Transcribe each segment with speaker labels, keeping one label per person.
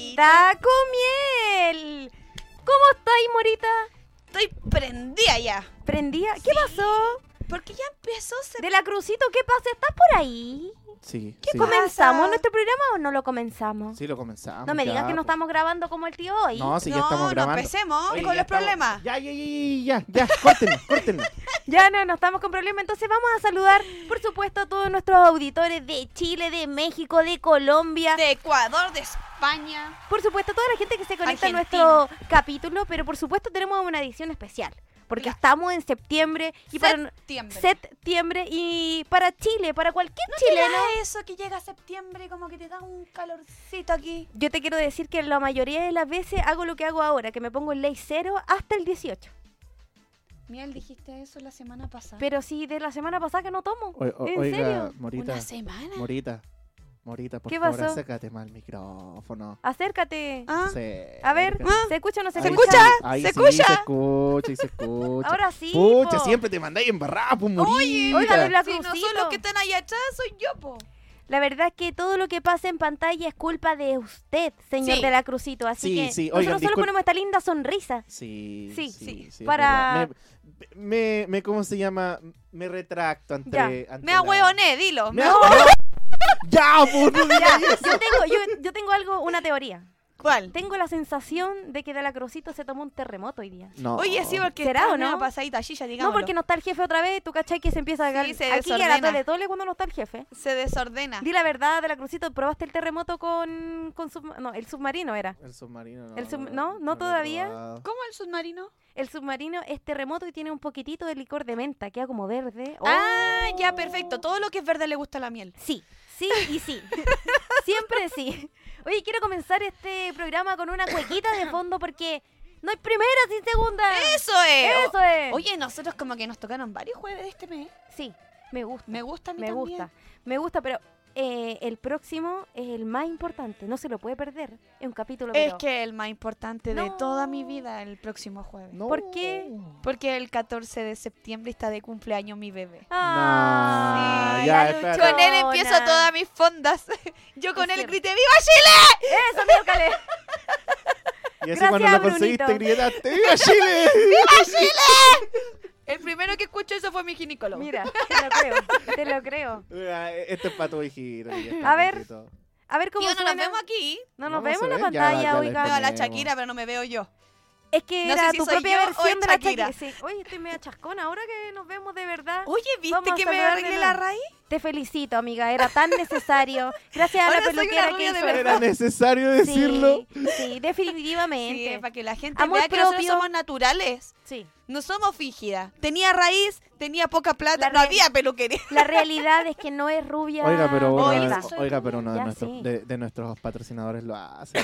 Speaker 1: Morita, comiel. ¿Cómo estáis, Morita?
Speaker 2: Estoy prendida ya.
Speaker 1: ¿Prendida? ¿Qué pasó?
Speaker 2: Porque ya empezó a ser...
Speaker 1: De la crucito, ¿qué pasa? ¿Estás por ahí?
Speaker 3: Sí,
Speaker 2: ¿Qué
Speaker 3: sí.
Speaker 2: come-
Speaker 1: ¿Comenzamos
Speaker 2: pasa?
Speaker 1: nuestro programa o no lo comenzamos?
Speaker 3: Sí, lo comenzamos.
Speaker 1: no me digas
Speaker 3: ya,
Speaker 1: que no
Speaker 3: po.
Speaker 1: estamos grabando como el tío hoy.
Speaker 3: No, sí, ya
Speaker 2: no,
Speaker 3: estamos
Speaker 2: no
Speaker 3: grabando.
Speaker 2: empecemos
Speaker 3: Oye,
Speaker 2: con los
Speaker 3: ya estamos-
Speaker 2: problemas.
Speaker 3: Ya, ya, ya, ya, ya, ya, córtenlo, córtenlo.
Speaker 1: Ya no, no estamos con problema, entonces vamos a saludar, por supuesto, a todos nuestros auditores de Chile, de México, de Colombia,
Speaker 2: De Ecuador, de España.
Speaker 1: por supuesto, a toda la gente que se conecta
Speaker 2: Argentina.
Speaker 1: a nuestro capítulo, pero por supuesto tenemos una edición especial, porque
Speaker 2: Claro.
Speaker 1: estamos en septiembre y para
Speaker 2: septiembre.
Speaker 1: septiembre y para Chile, para cualquier
Speaker 2: Mira
Speaker 1: chileno.
Speaker 2: eso que llega septiembre y como que te da un calorcito aquí.
Speaker 1: Yo te quiero decir que la mayoría de las veces hago lo que hago ahora, que me pongo en ley cero hasta el 18.
Speaker 2: Miel, dijiste eso la semana
Speaker 3: Ah.
Speaker 2: pasada.
Speaker 1: Pero sí, de la semana pasada que no tomo.
Speaker 3: O- o-
Speaker 1: ¿En
Speaker 3: oiga,
Speaker 1: serio?
Speaker 3: Morita,
Speaker 2: ¿Una semana?
Speaker 3: Morita, Morita, por
Speaker 1: ¿Qué
Speaker 3: favor,
Speaker 1: pasó?
Speaker 3: acércate más al micrófono.
Speaker 1: Acércate.
Speaker 2: Ah,
Speaker 3: Acércate. Ah.
Speaker 1: A ver, ¿se escucha o no se,
Speaker 3: Ahí
Speaker 1: escucha?
Speaker 3: sí, ahí
Speaker 2: ¿Se
Speaker 3: sí,
Speaker 2: escucha?
Speaker 3: Se escucha y se escucha.
Speaker 1: Ahora sí.
Speaker 3: Pucha,
Speaker 1: po.
Speaker 3: siempre te mandáis embarrada, pues, Morita.
Speaker 1: Oiga, de la
Speaker 2: si no
Speaker 1: crucito.
Speaker 2: son los que están allá atrás, soy yo, po.
Speaker 1: La verdad es que todo lo que pasa en pantalla es culpa de usted, señor
Speaker 2: Sí.
Speaker 1: de la Crucito. Así
Speaker 3: Sí,
Speaker 1: que
Speaker 3: sí,
Speaker 1: nosotros
Speaker 3: oigan,
Speaker 1: solo
Speaker 3: discul-
Speaker 1: ponemos esta linda sonrisa.
Speaker 3: Sí,
Speaker 1: Sí,
Speaker 3: sí,
Speaker 2: sí,
Speaker 3: sí, es
Speaker 1: para-
Speaker 3: verdad. Me, me, me- ¿cómo se llama? Me retracto ante...
Speaker 1: Ya,
Speaker 3: ante
Speaker 2: Me
Speaker 3: la-
Speaker 2: ahueoné, dilo. Me-
Speaker 3: Me ahueoné. ¡Ya, pues, no
Speaker 1: Oh, Ya,
Speaker 3: digas eso.
Speaker 1: yo, tengo, yo, yo tengo algo, una teoría.
Speaker 2: ¿Cuál?
Speaker 1: Tengo la sensación de que de la Crucito se tomó un terremoto hoy día.
Speaker 3: No.
Speaker 2: Oye, sí, porque
Speaker 1: ¿Será
Speaker 2: está
Speaker 1: o no?
Speaker 2: medio pasadita allí, ya
Speaker 1: No,
Speaker 2: digámoslo.
Speaker 1: porque no está el jefe otra vez, tú cachai que se empieza a
Speaker 2: Sí,
Speaker 1: cagar.
Speaker 2: se
Speaker 1: Aquí a la
Speaker 2: desordena. Ah.
Speaker 1: tole tole cuando no está el jefe.
Speaker 2: Se desordena.
Speaker 1: Di la verdad de la Crucito, probaste el terremoto con, con sub- no, el submarino era.
Speaker 3: El submarino no.
Speaker 1: El sub-
Speaker 3: lo-
Speaker 1: ¿no? ¿No
Speaker 3: lo he
Speaker 1: todavía?
Speaker 3: probado.
Speaker 2: ¿Cómo el submarino?
Speaker 1: El submarino es terremoto y tiene un poquitito de licor de menta, queda como verde. Oh.
Speaker 2: Ah, ya, perfecto. Todo lo que es verde le gusta a la miel.
Speaker 1: Sí, sí y sí. Siempre sí. Oye, quiero comenzar este programa con una cuequita de fondo porque no hay primera sin segunda.
Speaker 2: Oh. ¡Eso es!
Speaker 1: Eso es.
Speaker 2: Eh, Oye, nosotros como que nos tocaron varios jueves de este mes.
Speaker 1: Sí, me gusta.
Speaker 2: Me gusta a mí
Speaker 1: Me
Speaker 2: también.
Speaker 1: gusta, me gusta, pero eh, el próximo es el más importante, no se lo puede perder. Es un capítulo
Speaker 2: Es
Speaker 1: pero
Speaker 2: que el más importante de
Speaker 1: No.
Speaker 2: toda mi vida el próximo jueves.
Speaker 3: No.
Speaker 1: ¿Por qué?
Speaker 2: Porque el 14 de septiembre está de cumpleaños mi bebé.
Speaker 1: Ah,
Speaker 3: No,
Speaker 1: sí,
Speaker 3: ya,
Speaker 1: la
Speaker 3: espérate.
Speaker 1: luchona.
Speaker 2: Con él empiezo todas mis fondas. Yo con
Speaker 1: Es
Speaker 2: él
Speaker 1: cierto.
Speaker 2: grité ¡Viva Chile!
Speaker 1: Eso, miércoles.
Speaker 3: Y así
Speaker 1: Gracias,
Speaker 3: cuando lo
Speaker 1: Brunito.
Speaker 3: conseguiste, gritaste, ¡Viva Chile!
Speaker 2: El primero que escuchó eso fue mi ginecólogo.
Speaker 1: Mira, te lo creo, te lo creo.
Speaker 3: Ah, Este es para tu hijito. ya
Speaker 1: A
Speaker 3: está,
Speaker 1: ver,
Speaker 3: Brunito.
Speaker 1: A ver cómo
Speaker 2: Tío, no nos
Speaker 1: suena.
Speaker 2: vemos aquí.
Speaker 1: No nos
Speaker 3: No,
Speaker 1: vemos
Speaker 3: se
Speaker 1: en la
Speaker 3: ven, ya,
Speaker 1: pantalla,
Speaker 3: ya la
Speaker 1: oiga.
Speaker 2: Veo a la
Speaker 3: Tenemos.
Speaker 2: Shakira, pero no me veo yo.
Speaker 1: Es que
Speaker 2: No sé
Speaker 1: era
Speaker 2: si
Speaker 1: tu
Speaker 2: soy
Speaker 1: propia
Speaker 2: yo o
Speaker 1: versión
Speaker 2: es
Speaker 1: de la
Speaker 2: Shakira.
Speaker 1: Shakira. Sí. Oye, estoy media chascona ahora que nos vemos de verdad.
Speaker 2: Oye, ¿viste
Speaker 1: Ah, Vamos a
Speaker 2: que me
Speaker 1: saludar de
Speaker 2: arreglé
Speaker 1: nuevo.
Speaker 2: la raíz?
Speaker 1: Te felicito, amiga, era tan necesario. Gracias a
Speaker 2: Ahora
Speaker 1: la
Speaker 2: soy una
Speaker 1: peluquera que
Speaker 2: rubia de
Speaker 1: hizo-
Speaker 2: verdad.
Speaker 3: Era necesario decirlo.
Speaker 1: Sí, sí,
Speaker 2: Sí,
Speaker 1: definitivamente.
Speaker 2: para que la gente
Speaker 1: Amor
Speaker 2: vea que nosotros
Speaker 1: propio.
Speaker 2: somos naturales.
Speaker 1: sí.
Speaker 2: No somos fígidas. Tenía raíz, tenía poca plata,
Speaker 1: La
Speaker 2: no
Speaker 1: re-
Speaker 2: había peluquería.
Speaker 1: La realidad es que no es rubia.
Speaker 3: Oiga, pero uno,
Speaker 2: Oye,
Speaker 3: de-
Speaker 1: gorda.
Speaker 2: sí soy
Speaker 3: oiga, pero uno de,
Speaker 1: Ya,
Speaker 3: nuestros,
Speaker 1: sí.
Speaker 3: de, de nuestros patrocinadores lo hace.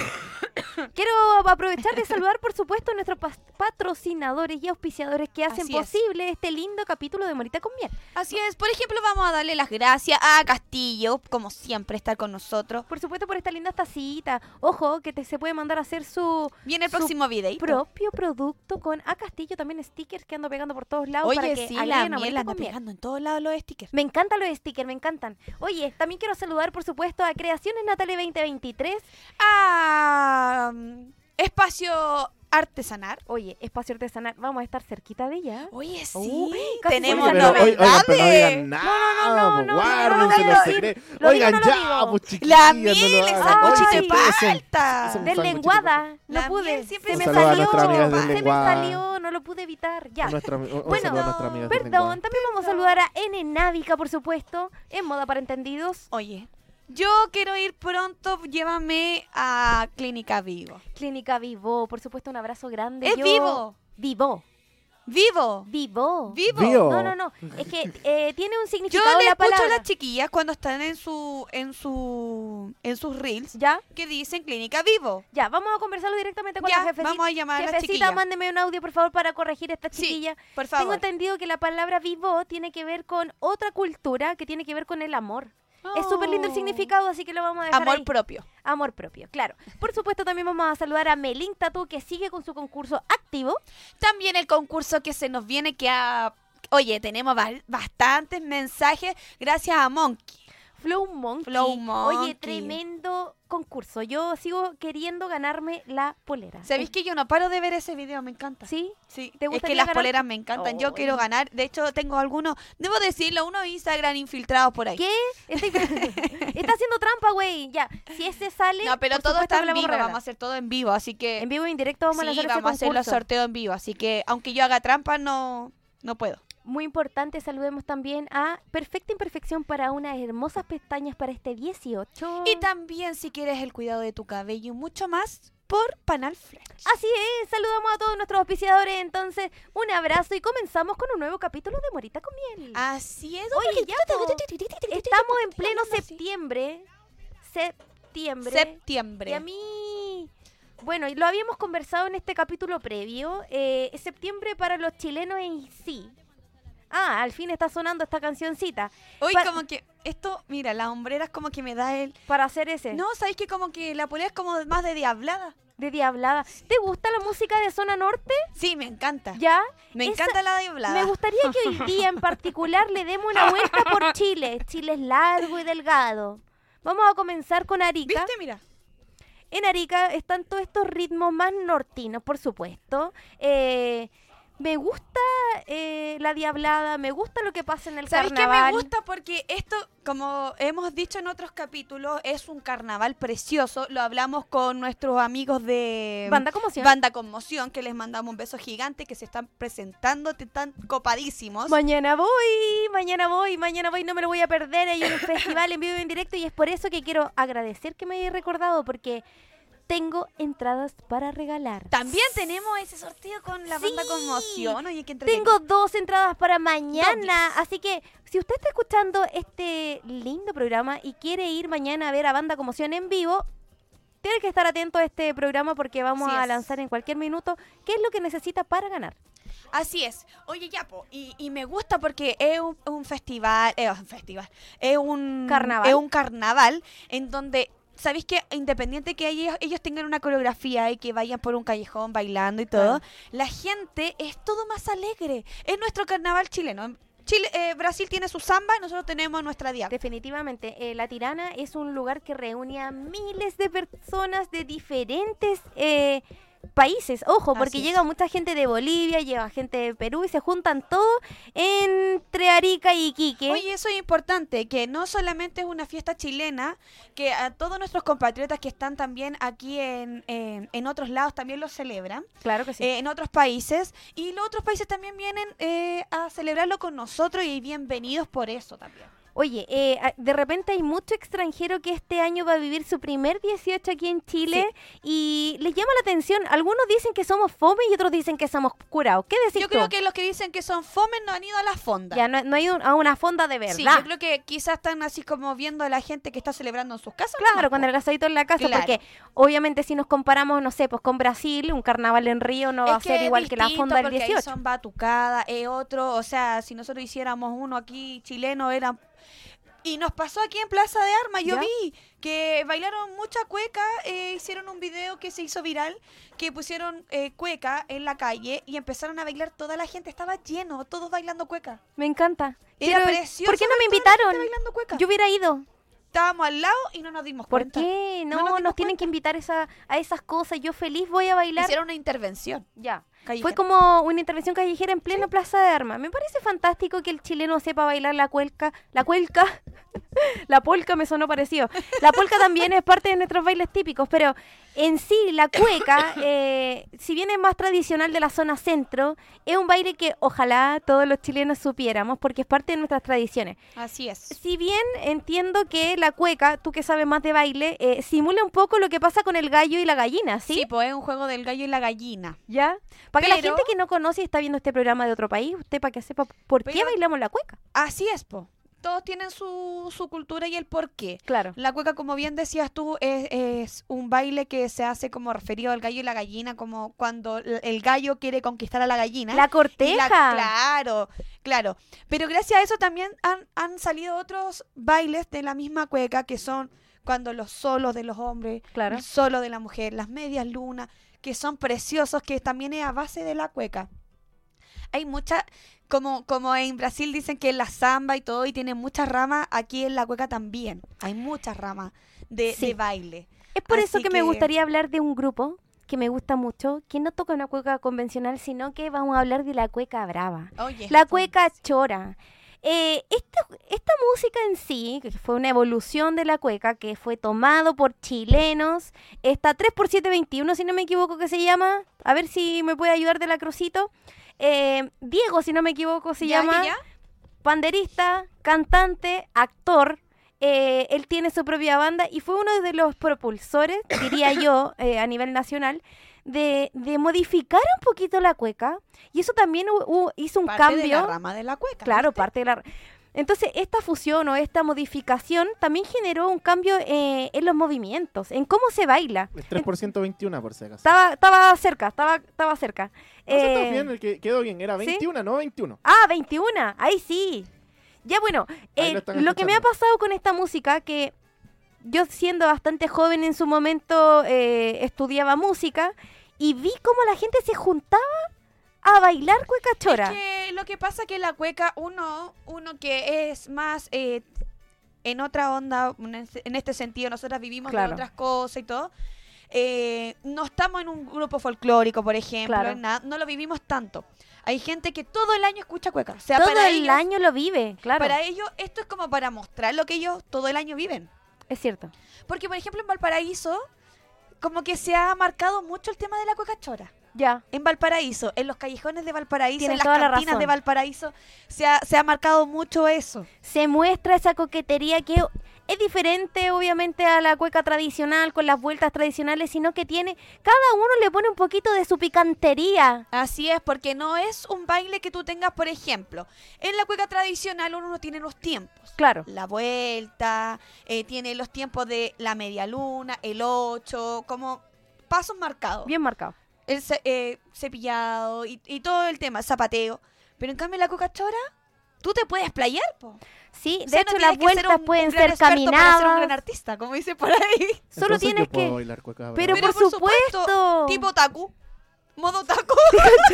Speaker 1: Quiero aprovechar de saludar, por supuesto, a nuestros pas- patrocinadores y auspiciadores que hacen
Speaker 2: Así es.
Speaker 1: posible este lindo capítulo de Morita con Miel.
Speaker 2: Así es, por ejemplo, vamos a darle las gracias a Castillo, como siempre, estar con nosotros.
Speaker 1: Por supuesto, por esta linda tacita. Ojo, que te, se puede mandar a hacer su
Speaker 2: Viene el
Speaker 1: Su
Speaker 2: próximo video.
Speaker 1: propio producto con A Castillo, también stickers que ando pegando por todos lados. para
Speaker 2: Oye,
Speaker 1: que
Speaker 2: sí,
Speaker 1: agreguen
Speaker 2: la
Speaker 1: a
Speaker 2: miel
Speaker 1: Morita
Speaker 2: anda
Speaker 1: con Miel.
Speaker 2: pegando en todos lados los stickers.
Speaker 1: Me encantan los stickers, me encantan. Oye, también quiero saludar, por supuesto, a Creaciones Natale 2023.
Speaker 2: Ah, mm, espacio artesanal.
Speaker 1: Oye, Espacio Artesanal, vamos a estar cerquita de ella.
Speaker 2: Oye, sí.
Speaker 1: Uh, casi
Speaker 2: tenemos
Speaker 1: se me
Speaker 3: Pero,
Speaker 1: sale.
Speaker 3: oigan,
Speaker 2: novedades.
Speaker 3: pero no digan nada.
Speaker 1: no, no,
Speaker 3: pues,
Speaker 1: no,
Speaker 3: guárdense
Speaker 1: no, no,
Speaker 3: los
Speaker 1: no,
Speaker 3: secretos.
Speaker 1: no, no,
Speaker 3: Oigan,
Speaker 1: no, no,
Speaker 3: ya,
Speaker 1: no,
Speaker 3: pues, chiquillas,
Speaker 2: la
Speaker 3: no
Speaker 2: miel,
Speaker 3: lo
Speaker 2: esa
Speaker 3: hagan.
Speaker 1: sanguchito
Speaker 2: mochita
Speaker 1: Ay,
Speaker 3: Oye,
Speaker 2: de
Speaker 3: ustedes
Speaker 2: palta.
Speaker 3: son-
Speaker 1: Del
Speaker 3: sándwich de
Speaker 1: lenguada, no
Speaker 2: La
Speaker 1: pude.
Speaker 2: miel siempre
Speaker 1: Se
Speaker 3: Un
Speaker 1: me
Speaker 3: saludo a
Speaker 1: salió,
Speaker 3: nuestras amigas del
Speaker 1: se me
Speaker 3: lenguada.
Speaker 1: salió, no lo pude evitar. Ya.
Speaker 3: nuestra- un- un
Speaker 1: Bueno,
Speaker 3: saludo a nuestra amiga de
Speaker 1: Perdón,
Speaker 3: Lenguada.
Speaker 1: también vamos a saludar a N Návica, por supuesto, en Moda para Entendidos,
Speaker 2: Oye, yo quiero ir pronto, llévame a Clínica Vivo.
Speaker 1: Clínica Vivo, por supuesto, un abrazo grande.
Speaker 2: ¡Es
Speaker 1: Yo-
Speaker 2: vivo!
Speaker 1: Vivo,
Speaker 2: ¡Vivo!
Speaker 1: vivo.
Speaker 2: ¡Vivo!
Speaker 3: Vivo.
Speaker 1: No, no, no, es que eh, tiene un
Speaker 2: Yo
Speaker 1: significado
Speaker 2: le
Speaker 1: la
Speaker 2: escucho
Speaker 1: palabra.
Speaker 2: a las chiquillas cuando están en su en su en sus reels
Speaker 1: ¿Ya?
Speaker 2: que dicen Clínica Vivo.
Speaker 1: Ya, vamos a conversarlo directamente con
Speaker 2: Ya,
Speaker 1: la jefecita.
Speaker 2: vamos a llamar a la
Speaker 1: Jefecita,
Speaker 2: chiquilla.
Speaker 1: mándeme un audio, por favor, para corregir esta
Speaker 2: Sí,
Speaker 1: chiquilla.
Speaker 2: Por
Speaker 1: Tengo
Speaker 2: favor.
Speaker 1: entendido que la palabra vivo tiene que ver con otra cultura que tiene que ver con el amor. Es súper lindo el significado, así que lo vamos a dejar
Speaker 2: Oh. Amor
Speaker 1: ahí.
Speaker 2: propio.
Speaker 1: Amor propio, claro. Por supuesto, también vamos a saludar a Melin Tatu, que sigue con su concurso activo.
Speaker 2: También el concurso que se nos viene que ha... Oye, tenemos ba- bastantes mensajes gracias a Monkey.
Speaker 1: Flow Monkey.
Speaker 2: Flow
Speaker 1: Oye,
Speaker 2: Monkey.
Speaker 1: tremendo concurso. Yo sigo queriendo ganarme la polera.
Speaker 2: ¿Sabéis que yo no paro de ver ese video? Me encanta.
Speaker 1: ¿Sí?
Speaker 2: Sí,
Speaker 1: ¿Te
Speaker 2: es que
Speaker 1: gustaría
Speaker 2: las
Speaker 1: ganar?
Speaker 2: poleras me encantan.
Speaker 1: Oh,
Speaker 2: Yo quiero ganar. De hecho, tengo algunos, debo decirlo, unos Instagram infiltrados por ahí.
Speaker 1: ¿Qué? Estoy- Está haciendo trampa, güey. Ya. Si ese sale.
Speaker 2: No, pero
Speaker 1: por
Speaker 2: todo
Speaker 1: supuesto
Speaker 2: está
Speaker 1: que
Speaker 2: en
Speaker 1: la vamos
Speaker 2: vivo.
Speaker 1: a regalar.
Speaker 2: Vamos a hacer todo en vivo, así que.
Speaker 1: En vivo y en directo vamos a
Speaker 2: sí,
Speaker 1: lanzar ese
Speaker 2: vamos a este hacer los
Speaker 1: concurso.
Speaker 2: sorteos en vivo. Así que, aunque yo haga trampa, no, no puedo.
Speaker 1: Muy importante, saludemos también a Perfecta Imperfección para unas hermosas pestañas para este 18.
Speaker 2: Y también, si quieres el cuidado de tu cabello y mucho más, por Panal Flex.
Speaker 1: Así es, saludamos a todos nuestros auspiciadores. Entonces, un abrazo y comenzamos con un nuevo capítulo de Morita con Miel.
Speaker 2: Ah, Así es.
Speaker 1: Oye, ya, po. Estamos en pleno
Speaker 2: hablando así.
Speaker 1: septiembre. Septiembre.
Speaker 2: Septiembre.
Speaker 1: Y a mí. Bueno, y lo habíamos conversado en este capítulo previo. eh, septiembre para los chilenos en sí. Ah, al fin está sonando esta cancioncita.
Speaker 2: Hoy
Speaker 1: pa-
Speaker 2: como que esto, mira, las hombreras como que me da el...
Speaker 1: Para hacer ese.
Speaker 2: No, ¿sabéis que como que la polea es como más de diablada?
Speaker 1: De Diablada. ¿Te gusta la música de Zona Norte?
Speaker 2: Sí, me encanta.
Speaker 1: ¿Ya?
Speaker 2: Ah, me
Speaker 1: esa-
Speaker 2: encanta la diablada.
Speaker 1: Me gustaría que hoy día en particular le demos una vuelta por Chile. Chile es largo y delgado. Vamos a comenzar con Arica.
Speaker 2: ¿Viste? Mira.
Speaker 1: En Arica están todos estos ritmos más nortinos, por supuesto. Eh, me gusta eh, la diablada, me gusta lo que pasa en el
Speaker 2: ¿Sabéis que
Speaker 1: carnaval.
Speaker 2: me gusta? Porque esto, como hemos dicho en otros capítulos, es un carnaval precioso. Lo hablamos con nuestros amigos de...
Speaker 1: Banda Conmoción.
Speaker 2: Banda Conmoción, que les mandamos un beso gigante, que se están presentando, te están copadísimos.
Speaker 1: Mañana voy, mañana voy, mañana voy, no me lo voy a perder. Hay un festival en vivo y en directo y es por eso que quiero agradecer que me hayáis recordado porque tengo entradas para regalar.
Speaker 2: También tenemos ese sorteo con la Banda
Speaker 1: Sí.
Speaker 2: Conmoción. Oye, qué entretenido.
Speaker 1: Tengo dos entradas para mañana, así que si usted está escuchando este lindo programa y quiere ir mañana a ver a Banda Conmoción en vivo, tiene que estar atento a este programa porque vamos
Speaker 2: Así
Speaker 1: a
Speaker 2: es.
Speaker 1: lanzar en cualquier minuto qué es lo que necesita para ganar.
Speaker 2: Así es. Oye, Yapo, y, y me gusta porque es un, un festival, es un festival, es un
Speaker 1: Carnaval.
Speaker 2: es un carnaval en donde, ¿sabéis que Independiente que ellos, ellos tengan una coreografía y que vayan por un callejón bailando y todo,
Speaker 1: Claro.
Speaker 2: la gente es todo más alegre. Es nuestro carnaval chileno. Chile, eh, Brasil tiene su samba y nosotros tenemos nuestra diabla.
Speaker 1: Definitivamente, eh, La Tirana es un lugar que reúne a miles de personas de diferentes eh, países. Ojo,
Speaker 2: Así
Speaker 1: porque
Speaker 2: es.
Speaker 1: llega mucha gente de Bolivia, llega gente de Perú y se juntan todos entre Arica y Iquique.
Speaker 2: Oye, eso es importante, que no solamente es una fiesta chilena, que a todos nuestros compatriotas que están también aquí en, en- en otros lados también lo celebran.
Speaker 1: claro que
Speaker 2: eh, en otros países y los otros países también vienen eh, a celebrarlo con nosotros y bienvenidos por eso también.
Speaker 1: Oye, eh, a- de repente hay mucho extranjero que este año va a vivir su primer 18 aquí en Chile y les llama la atención. Algunos dicen que somos fome y otros dicen que somos curados. ¿Qué decís
Speaker 2: yo
Speaker 1: tú?
Speaker 2: creo que los que dicen que son fomen no han ido a la fonda.
Speaker 1: ya no, no hay un- a una fonda de verdad.
Speaker 2: Sí, yo creo que quizás están así como viendo a la gente que está celebrando en sus casas.
Speaker 1: Claro,
Speaker 2: nomás,
Speaker 1: con
Speaker 2: po.
Speaker 1: el asadito en la casa,
Speaker 2: Claro.
Speaker 1: porque obviamente si nos comparamos, no sé, pues con Brasil, un carnaval en Río no va
Speaker 2: Es
Speaker 1: a ser
Speaker 2: es
Speaker 1: igual que la
Speaker 2: distinto
Speaker 1: fonda del
Speaker 2: porque ahí
Speaker 1: 18.
Speaker 2: son batucadas, es otro, o sea, si nosotros hiciéramos uno aquí chileno era y nos pasó aquí en Plaza de Armas, yo
Speaker 1: ¿Ya?
Speaker 2: vi que bailaron mucha cueca, eh, hicieron un video que se hizo viral, que pusieron eh, cueca en la calle y empezaron a bailar toda la gente, estaba lleno, todos bailando cueca.
Speaker 1: Me encanta.
Speaker 2: Era
Speaker 1: Quiero-
Speaker 2: precioso.
Speaker 1: ¿Por qué no
Speaker 2: ver
Speaker 1: me
Speaker 2: toda la gente
Speaker 1: invitaron?
Speaker 2: bailando cueca.
Speaker 1: Yo hubiera ido.
Speaker 2: Estábamos al lado y no nos dimos
Speaker 1: ¿Por
Speaker 2: cuenta.
Speaker 1: qué? No,
Speaker 2: No nos
Speaker 1: nos,
Speaker 2: dimos
Speaker 1: tienen que invitar esa, a esas cosas. Yo feliz voy a bailar.
Speaker 2: Hicieron una intervención.
Speaker 1: Ya. Fue
Speaker 2: callejera.
Speaker 1: como una intervención callejera en plena plaza de armas. Me parece fantástico que el chileno sepa bailar la cuelca. La cuelca. la polca me sonó parecido. La polca también es parte de nuestros bailes típicos, pero en sí la cueca, eh, si bien es más tradicional de la zona centro, es un baile que ojalá todos los chilenos supiéramos porque es parte de nuestras tradiciones.
Speaker 2: Así es.
Speaker 1: Si bien entiendo que la cueca, tú que sabes más de baile, eh, simula un poco lo que pasa con el gallo y la gallina, ¿sí?
Speaker 2: Sí, pues es un juego del gallo y la gallina.
Speaker 1: ¿Ya? Para que la
Speaker 2: Pero-
Speaker 1: gente que no conoce y está viendo este programa de otro país, usted para que sepa por qué
Speaker 2: Pero-
Speaker 1: bailamos la cueca.
Speaker 2: Así es, po. Todos tienen su, su cultura y el porqué.
Speaker 1: Claro.
Speaker 2: La cueca, como bien decías tú, es, es un baile que se hace como referido al gallo y la gallina, como cuando l- el gallo quiere conquistar a la gallina.
Speaker 1: La
Speaker 2: Y
Speaker 1: corteja.
Speaker 2: la- claro, claro. Pero gracias a eso también han, han salido otros bailes de la misma cueca, que son cuando los solos de los hombres,
Speaker 1: Claro.
Speaker 2: el solo de la mujer, las medias lunas, que son preciosos, que también es a base de la cueca. Hay mucha, Como, como en Brasil dicen que la samba y todo, y tiene muchas ramas, aquí en la cueca también. Hay muchas ramas de,
Speaker 1: Sí.
Speaker 2: de baile.
Speaker 1: Es por
Speaker 2: Así
Speaker 1: eso que, me
Speaker 2: que-
Speaker 1: gustaría hablar de un grupo que me gusta mucho, que no toca una cueca convencional, sino que vamos a hablar de la cueca brava.
Speaker 2: Oye.
Speaker 1: La cueca chora. Eh, esta, esta música en sí, que fue una evolución de la cueca, que fue tomado por chilenos, está 3x721, si no me equivoco, que se llama, a ver si me puede ayudar de la crucito. Eh, Diego, si no me equivoco, se
Speaker 2: ¿Ya,
Speaker 1: llama
Speaker 2: ya, ya?
Speaker 1: panderista, cantante, actor. eh, él tiene su propia banda y fue uno de los propulsores, diría yo, eh, a nivel nacional, de, de modificar un poquito la cueca. Y eso también hu- hu- hizo un
Speaker 2: Parte de la
Speaker 1: cambio.
Speaker 2: rama de la cueca.
Speaker 1: Claro, parte de la... Entonces, esta fusión o esta modificación también generó un cambio eh, en los movimientos, en cómo se baila.
Speaker 3: Es 3% 21 por si acaso.
Speaker 1: Estaba, estaba cerca, estaba, estaba cerca.
Speaker 3: No, sí,
Speaker 1: Eh,
Speaker 3: está bien, el que quedó bien. Era
Speaker 1: ¿sí?
Speaker 3: 21, no 21.
Speaker 1: Ah, 21, ahí sí. Ya bueno,
Speaker 3: Ahí
Speaker 1: eh,
Speaker 3: lo
Speaker 1: lo,
Speaker 3: están
Speaker 1: que me ha
Speaker 3: escuchando.
Speaker 1: pasado con esta música, que yo siendo bastante joven en su momento eh, estudiaba música y vi cómo la gente se juntaba a bailar cueca chora.
Speaker 2: Es que lo que pasa que la cueca, uno, uno que es más eh, en otra onda, en en este sentido, nosotras vivimos de
Speaker 1: Claro.
Speaker 2: otras cosas y todo. eh, no estamos en un grupo folclórico, por ejemplo,
Speaker 1: Claro.
Speaker 2: en nada, no lo vivimos tanto. Hay gente que todo el año escucha cueca. O sea,
Speaker 1: Todo
Speaker 2: para
Speaker 1: el
Speaker 2: ellos,
Speaker 1: año lo vive, claro.
Speaker 2: Para ellos, esto es como para mostrar lo que ellos todo el año viven.
Speaker 1: Es cierto.
Speaker 2: Porque, por ejemplo, en Valparaíso, como que se ha marcado mucho el tema de la cueca chora.
Speaker 1: Ya.
Speaker 2: En Valparaíso, en los callejones de Valparaíso,
Speaker 1: Tienes
Speaker 2: en las
Speaker 1: toda la
Speaker 2: cantinas
Speaker 1: razón.
Speaker 2: de Valparaíso, se ha, se ha marcado mucho eso.
Speaker 1: Se muestra esa coquetería que es diferente obviamente a la cueca tradicional con las vueltas tradicionales, sino que tiene, cada uno le pone un poquito de su picantería.
Speaker 2: Así es, porque no es un baile que tú tengas, por ejemplo. En la cueca tradicional uno no tiene los tiempos.
Speaker 1: Claro.
Speaker 2: La vuelta, eh, tiene los tiempos de la media luna, el 8, como pasos marcados.
Speaker 1: Bien marcado.
Speaker 2: El ce- eh, cepillado y, y todo el tema, zapateo. Pero en cambio en la cueca chora, tú te puedes playar, po.
Speaker 1: Sí,
Speaker 2: O
Speaker 1: de
Speaker 2: sea, no
Speaker 1: hecho
Speaker 2: tienes
Speaker 1: las
Speaker 2: que ser
Speaker 1: vueltas
Speaker 2: un- un
Speaker 1: pueden
Speaker 2: gran
Speaker 1: ser
Speaker 2: experto Para ser un gran
Speaker 1: caminadas.
Speaker 2: artista, como dice por ahí.
Speaker 1: Solo
Speaker 3: Entonces
Speaker 1: tienes
Speaker 3: yo puedo
Speaker 1: que-
Speaker 3: bailar cueca,
Speaker 1: Pero,
Speaker 3: ¿verdad?
Speaker 2: Pero
Speaker 1: por,
Speaker 2: por
Speaker 1: supuesto.
Speaker 2: supuesto, Tipo taku. Modo taku.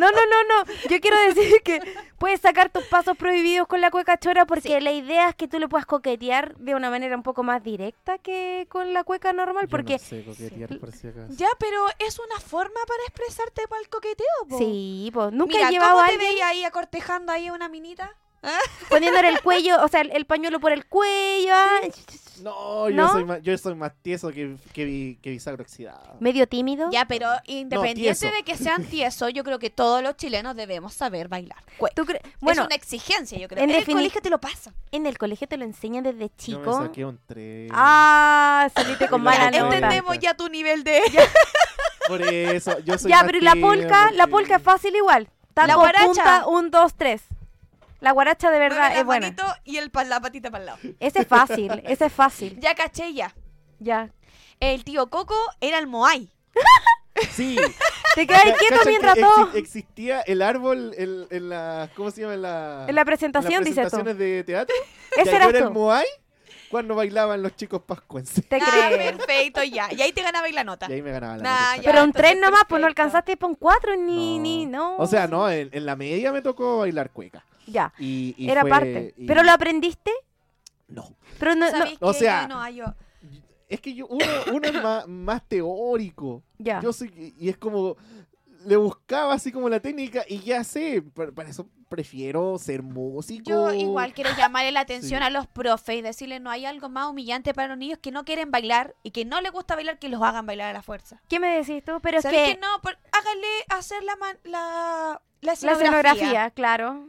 Speaker 1: No, no, no, no. Yo quiero decir que puedes sacar tus pasos prohibidos con la cueca chora porque
Speaker 2: Sí.
Speaker 1: la idea es que tú le puedas coquetear de una manera un poco más directa que con la cueca normal
Speaker 3: Yo
Speaker 1: porque
Speaker 3: no sé coquetear por si acaso.
Speaker 2: Ya, pero es una forma para expresarte para el coqueteo, po.
Speaker 1: sí, pues nunca
Speaker 2: Mira,
Speaker 1: he llevado
Speaker 2: ¿cómo
Speaker 1: a
Speaker 2: te
Speaker 1: alguien
Speaker 2: veía ahí acortejando ahí a una minita?
Speaker 1: poniéndole el cuello, o sea, el, el pañuelo por el cuello, ah,
Speaker 3: No, yo
Speaker 1: ¿No?
Speaker 3: soy más, yo soy más tieso que, que, vi- que bisagro oxidado.
Speaker 1: medio tímido.
Speaker 2: Ya, pero
Speaker 3: tieso.
Speaker 2: independiente de que sean tiesos, yo creo que todos los chilenos debemos saber bailar. Cue-
Speaker 1: ¿Tú cre-
Speaker 2: Bueno,
Speaker 1: bueno,
Speaker 2: es una exigencia, yo creo.
Speaker 1: en
Speaker 2: En, el
Speaker 1: defini-
Speaker 2: colegio te lo pasa.
Speaker 1: en el colegio te lo enseñan desde
Speaker 3: Yo
Speaker 1: chico.
Speaker 3: me saqué un 3.
Speaker 1: Ah, saliste con
Speaker 3: Ya,
Speaker 1: mala
Speaker 3: Ya,
Speaker 1: nota.
Speaker 2: entendemos ya tu nivel de...
Speaker 3: Por eso, yo soy
Speaker 1: Ya,
Speaker 3: más
Speaker 1: pero ¿y la
Speaker 3: tímido
Speaker 1: polca? La
Speaker 3: porque-
Speaker 1: polca es fácil igual. Taco,
Speaker 2: La guaracha.
Speaker 1: punta, un, dos, tres. La guaracha de
Speaker 2: Mueve
Speaker 1: verdad
Speaker 2: la
Speaker 1: es buena.
Speaker 2: manito y el pa- la patita para el lado.
Speaker 1: Ese es fácil, ese es fácil.
Speaker 2: Ya caché ya.
Speaker 1: Ya.
Speaker 2: El tío Coco era el Moai.
Speaker 3: Sí.
Speaker 1: Te quedas
Speaker 3: Ca-
Speaker 1: quieto
Speaker 3: cacha
Speaker 1: mientras
Speaker 3: que
Speaker 1: todo.
Speaker 3: exi- existía el árbol en, en la. ¿Cómo se llama? En la.
Speaker 1: En la
Speaker 3: en las
Speaker 1: presentación, dices tú.
Speaker 3: presentaciones de teatro.
Speaker 1: Ese
Speaker 3: Ya, yo
Speaker 1: eras
Speaker 3: era el
Speaker 1: tú.
Speaker 3: Moai cuando bailaban los chicos pascuenses.
Speaker 1: Te
Speaker 2: Ah,
Speaker 1: crees.
Speaker 2: perfecto, ya. Y ahí te ganabais la nota.
Speaker 3: Y ahí me ganaba la
Speaker 2: Nah,
Speaker 3: risa.
Speaker 2: ya.
Speaker 1: Pero un
Speaker 2: entonces,
Speaker 1: tres nomás, pues no
Speaker 2: perfecto.
Speaker 1: alcanzaste por un cuatro ni, ni, no.
Speaker 3: O sea, no, en, en la media me tocó bailar cueca.
Speaker 1: Ya,
Speaker 3: Y, y
Speaker 1: era
Speaker 3: fue-
Speaker 1: parte.
Speaker 3: y-
Speaker 1: Pero lo aprendiste,
Speaker 3: No.
Speaker 1: pero no, no-
Speaker 2: ¿Sabéis
Speaker 3: O
Speaker 2: qué?
Speaker 3: sea-
Speaker 2: Yo no, yo-
Speaker 3: Es que yo, uno, uno es más, más teórico.
Speaker 1: Ya.
Speaker 3: Yo soy, y es como, le buscaba así como la técnica y ya sé, pa- para eso prefiero ser músico.
Speaker 2: Yo igual quiero llamarle la atención
Speaker 3: Sí.
Speaker 2: a los profes y decirles, no hay algo más humillante para los niños que no quieren bailar y que no les gusta bailar, que los hagan bailar a la fuerza.
Speaker 1: ¿Qué me decís tú? Pero es
Speaker 2: ¿Sabes que...
Speaker 1: que
Speaker 2: no? Por- háganle hacer la, man- la, la
Speaker 1: la
Speaker 2: escenografía.
Speaker 1: escenografía, claro.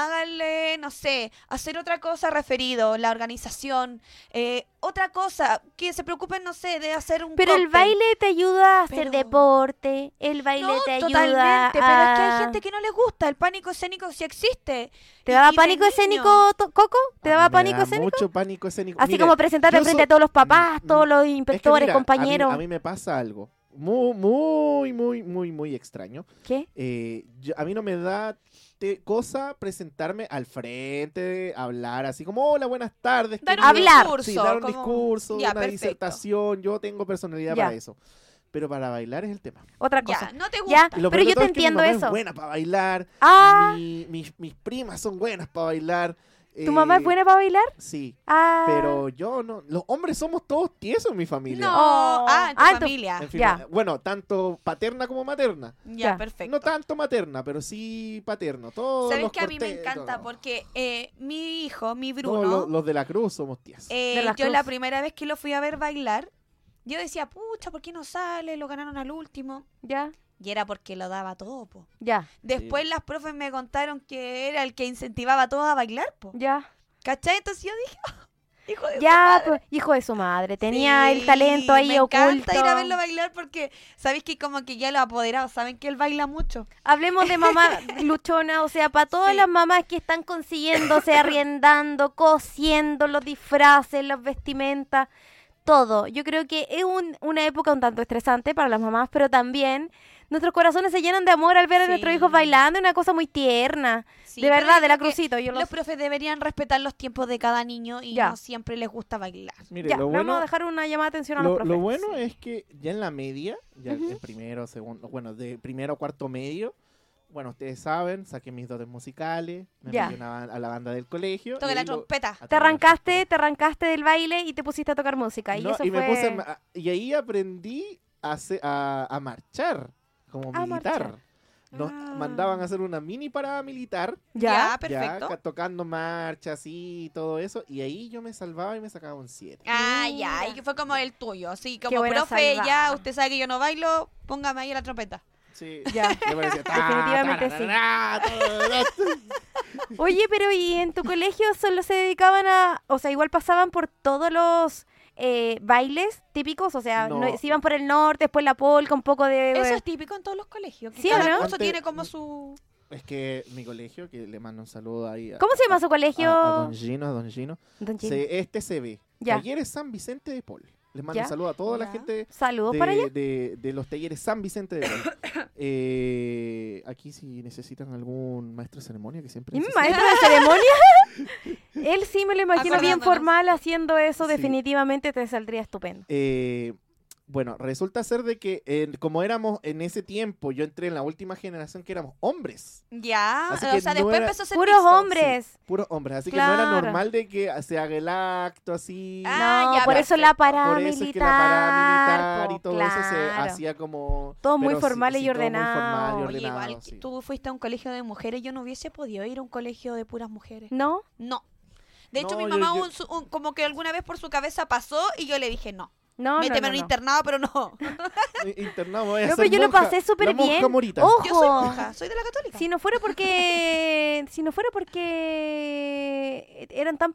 Speaker 2: Háganle, no sé, hacer otra cosa referido, la organización, eh, otra cosa, que se preocupen, no sé, de hacer un
Speaker 1: Pero el
Speaker 2: cóctel.
Speaker 1: baile te ayuda a hacer
Speaker 2: Pero-
Speaker 1: deporte, el baile
Speaker 2: No,
Speaker 1: te ayuda
Speaker 2: totalmente, pero es que
Speaker 1: a-
Speaker 2: hay gente que no le gusta, el pánico escénico sí existe.
Speaker 1: ¿Te
Speaker 2: Y-
Speaker 1: daba
Speaker 2: y de
Speaker 1: pánico
Speaker 2: niño.
Speaker 1: escénico, to- Coco? ¿Te
Speaker 3: A mí
Speaker 1: daba
Speaker 3: me
Speaker 1: pánico
Speaker 3: da
Speaker 1: escénico?
Speaker 3: Mucho pánico escénico.
Speaker 1: Así
Speaker 3: Mira,
Speaker 1: como presentar
Speaker 3: yo
Speaker 1: al frente
Speaker 3: so-
Speaker 1: de todos los
Speaker 3: Mm,
Speaker 1: papás,
Speaker 3: mm.
Speaker 1: todos los
Speaker 3: es que
Speaker 1: inspectores,
Speaker 3: mira, a mí-
Speaker 1: compañeros.
Speaker 3: A mí, me pasa algo muy, muy, muy, muy, muy extraño.
Speaker 1: ¿Qué?
Speaker 3: Eh, yo- a mí no me da te- cosa presentarme al frente, hablar así como, hola, buenas tardes.
Speaker 2: Dar un
Speaker 3: querido".
Speaker 1: Hablar.
Speaker 2: discurso.
Speaker 3: Sí, dar un
Speaker 2: como-
Speaker 3: discurso,
Speaker 2: Ya,
Speaker 3: una
Speaker 2: perfecto.
Speaker 3: disertación. Yo tengo personalidad
Speaker 1: Ya.
Speaker 3: para eso. pero para bailar es el tema.
Speaker 1: Otra
Speaker 2: Ya,
Speaker 1: cosa.
Speaker 2: no te
Speaker 1: Ya,
Speaker 2: gusta.
Speaker 3: Y lo
Speaker 1: Ah, pero
Speaker 3: peor de
Speaker 1: yo
Speaker 3: todo
Speaker 1: te
Speaker 3: es que mi
Speaker 1: entiendo
Speaker 3: mamá
Speaker 1: eso.
Speaker 3: Es buena para bailar.
Speaker 1: Ah,
Speaker 3: mi- mis, mis primas son buenas para bailar.
Speaker 1: ¿tu mamá es
Speaker 3: eh,
Speaker 1: buena para bailar?
Speaker 3: Sí,
Speaker 1: Ah,
Speaker 3: pero yo no. Los hombres somos todos tiesos en mi familia.
Speaker 2: No,
Speaker 1: Oh.
Speaker 2: ah, en tu
Speaker 1: Ah, en tu-
Speaker 2: familia.
Speaker 3: En fin, eh,
Speaker 1: ya.
Speaker 3: Bueno, tanto paterna como materna.
Speaker 2: Ya,
Speaker 1: Ya.
Speaker 2: perfecto.
Speaker 3: No tanto materna, pero sí paterno. Todos
Speaker 2: ¿Sabes
Speaker 3: los
Speaker 2: que a mí me
Speaker 3: corte-
Speaker 2: encanta?
Speaker 3: todos-
Speaker 2: Porque eh, mi hijo, mi
Speaker 3: todos
Speaker 2: Bruno,
Speaker 3: los, los de la cruz somos tiesos.
Speaker 2: eh,
Speaker 1: De
Speaker 2: yo
Speaker 1: la
Speaker 2: la
Speaker 1: Cruz.
Speaker 2: primera vez que lo fui a ver bailar, yo decía, pucha, ¿por qué no sale? Lo ganaron al último.
Speaker 1: ya,
Speaker 2: Y era porque lo daba todo, po.
Speaker 1: ya,
Speaker 2: Después las profes me contaron que era el que incentivaba a todos a bailar, po.
Speaker 1: ya.
Speaker 2: ¿Cachai? Entonces yo dije, "Oh, hijo de su
Speaker 1: Ya,
Speaker 2: madre".
Speaker 1: pues, hijo de su madre, tenía el talento
Speaker 2: Sí,
Speaker 1: ahí oculto.
Speaker 2: Me encanta ir a verlo bailar porque sabéis que como que ya los apoderados saben que él baila mucho.
Speaker 1: Hablemos de mamá luchona, o sea, para todas
Speaker 2: Sí.
Speaker 1: las mamás que están consiguiéndose, arriendando, cosiendo los disfraces, las vestimentas, todo. Yo creo que es un- una época un tanto estresante para las mamás, pero también nuestros corazones se llenan de amor al ver a nuestros
Speaker 2: Sí.
Speaker 1: hijos bailando, una cosa muy tierna.
Speaker 2: Sí,
Speaker 1: de
Speaker 2: pero
Speaker 1: verdad,
Speaker 2: yo
Speaker 1: de la
Speaker 2: creo que
Speaker 1: crucito, yo lo
Speaker 2: Los profes deberían respetar los tiempos de cada niño y
Speaker 1: Ya.
Speaker 2: no siempre les gusta bailar.
Speaker 3: Mire,
Speaker 1: Ya,
Speaker 3: lo
Speaker 1: le vamos
Speaker 3: bueno,
Speaker 1: a dejar una llamada de atención a los
Speaker 3: lo, lo
Speaker 1: profes.
Speaker 3: bueno
Speaker 1: Sí.
Speaker 3: es que ya en la media, ya en primero, segundo, bueno, de primero a cuarto medio, bueno, ustedes saben, saqué mis dotes musicales, me
Speaker 1: Ya.
Speaker 3: metí a una ban- a la banda del colegio.
Speaker 2: Toque
Speaker 3: y
Speaker 2: la
Speaker 3: ahí lo-
Speaker 2: trompeta.
Speaker 3: a
Speaker 1: Te
Speaker 3: tocar la
Speaker 1: arrancaste, te arrancaste del baile y te pusiste a tocar música. Y
Speaker 3: No,
Speaker 1: eso
Speaker 3: y, me
Speaker 1: fue-
Speaker 3: puse a ma- a- y ahí aprendí a, hacer- a, a marchar como
Speaker 1: A
Speaker 3: militar.
Speaker 1: marchar.
Speaker 3: Nos
Speaker 2: Ah.
Speaker 3: mandaban a hacer una mini parada militar,
Speaker 1: ¿Ya?
Speaker 2: Ya, perfecto.
Speaker 3: ya ca- tocando marchas y todo eso, y ahí yo me salvaba y me sacaba un 7.
Speaker 2: Ah, ya,
Speaker 1: Mira.
Speaker 2: y que fue como el tuyo, así
Speaker 1: Qué
Speaker 2: como
Speaker 1: buena
Speaker 2: profe, ya
Speaker 1: salvada.
Speaker 2: usted sabe que yo no bailo, póngame ahí la trompeta.
Speaker 3: Sí.
Speaker 1: Ya.
Speaker 3: Yo parecía, ta,
Speaker 1: Definitivamente sí.
Speaker 3: tararara, tararara.
Speaker 1: Oye, pero ¿y en tu colegio solo se dedicaban a, o sea, igual pasaban por todos los eh, bailes típicos, o sea, no-
Speaker 3: No.
Speaker 1: se iban por el norte, después la polca, un poco de...
Speaker 2: Eso es típico en todos los colegios. Que
Speaker 1: ¿Sí o
Speaker 2: cada
Speaker 1: no?
Speaker 2: curso
Speaker 3: Antes-
Speaker 2: tiene como su...
Speaker 3: Es que mi colegio, que le mando un saludo ahí a,
Speaker 1: ¿Cómo se llama su
Speaker 3: a-
Speaker 1: colegio?
Speaker 3: a Ah, Don Gino, a Don Gino.
Speaker 1: Don Jimmy.
Speaker 3: Se, este se ve.
Speaker 1: Ya.
Speaker 3: Talleres San Vicente de Paul. Les mando
Speaker 1: Ya.
Speaker 3: un saludo a toda
Speaker 2: Ya.
Speaker 3: la gente
Speaker 1: Saludos
Speaker 3: de,
Speaker 1: para allá.
Speaker 3: de- de los talleres San Vicente de Paul. Eh, aquí si necesitan algún maestro de ceremonia que siempre...
Speaker 1: ¿Y mi
Speaker 3: necesitan.
Speaker 1: maestro de ceremonia? Él sí me lo imagino bien
Speaker 2: Acordándonos.
Speaker 1: formal haciendo eso,
Speaker 3: Sí.
Speaker 1: definitivamente te saldría estupendo.
Speaker 3: Eh, bueno, resulta ser de que eh, como éramos en ese tiempo, yo entré en la última generación que éramos hombres,
Speaker 2: Ya,
Speaker 3: Así
Speaker 2: o
Speaker 3: que
Speaker 2: sea,
Speaker 3: no
Speaker 2: después
Speaker 3: era-
Speaker 2: empezó a ser
Speaker 1: Puros
Speaker 2: mixto.
Speaker 1: hombres.
Speaker 3: puros hombres, así que no
Speaker 1: Claro.
Speaker 3: era normal de que se haga el acto así.
Speaker 2: Ah,
Speaker 1: no,
Speaker 2: ya,
Speaker 1: por eso la
Speaker 2: perfecto.
Speaker 1: paramilitar.
Speaker 3: Por eso es que la paramilitar
Speaker 1: po,
Speaker 3: y todo eso se
Speaker 1: claro.
Speaker 3: hacía como...
Speaker 1: Todo muy
Speaker 3: pero sí,
Speaker 1: formal y
Speaker 3: sí, todo muy formal y
Speaker 1: ordenado.
Speaker 2: Oye,
Speaker 3: ordenado,
Speaker 2: igual que
Speaker 3: sí.
Speaker 2: tú fuiste a un colegio de mujeres, yo no hubiese podido ir a un colegio de puras mujeres.
Speaker 1: ¿No?
Speaker 2: No. De hecho,
Speaker 3: No,
Speaker 2: mi
Speaker 3: yo-
Speaker 2: mamá
Speaker 3: yo-
Speaker 2: un su- un- como que alguna vez por su cabeza pasó y yo le dije, no,
Speaker 1: No, no,
Speaker 2: méteme
Speaker 1: no,
Speaker 2: en un
Speaker 1: no.
Speaker 2: internado, pero no.
Speaker 3: Eh, Internado, voy a
Speaker 1: No,
Speaker 3: ser
Speaker 1: pero yo lo
Speaker 3: monja,
Speaker 1: pasé súper
Speaker 3: la monja
Speaker 1: bien.
Speaker 3: morita.
Speaker 1: Ojo.
Speaker 2: Yo soy monja, soy de la católica.
Speaker 1: Si no fuera porque. si no fuera porque. eran tan.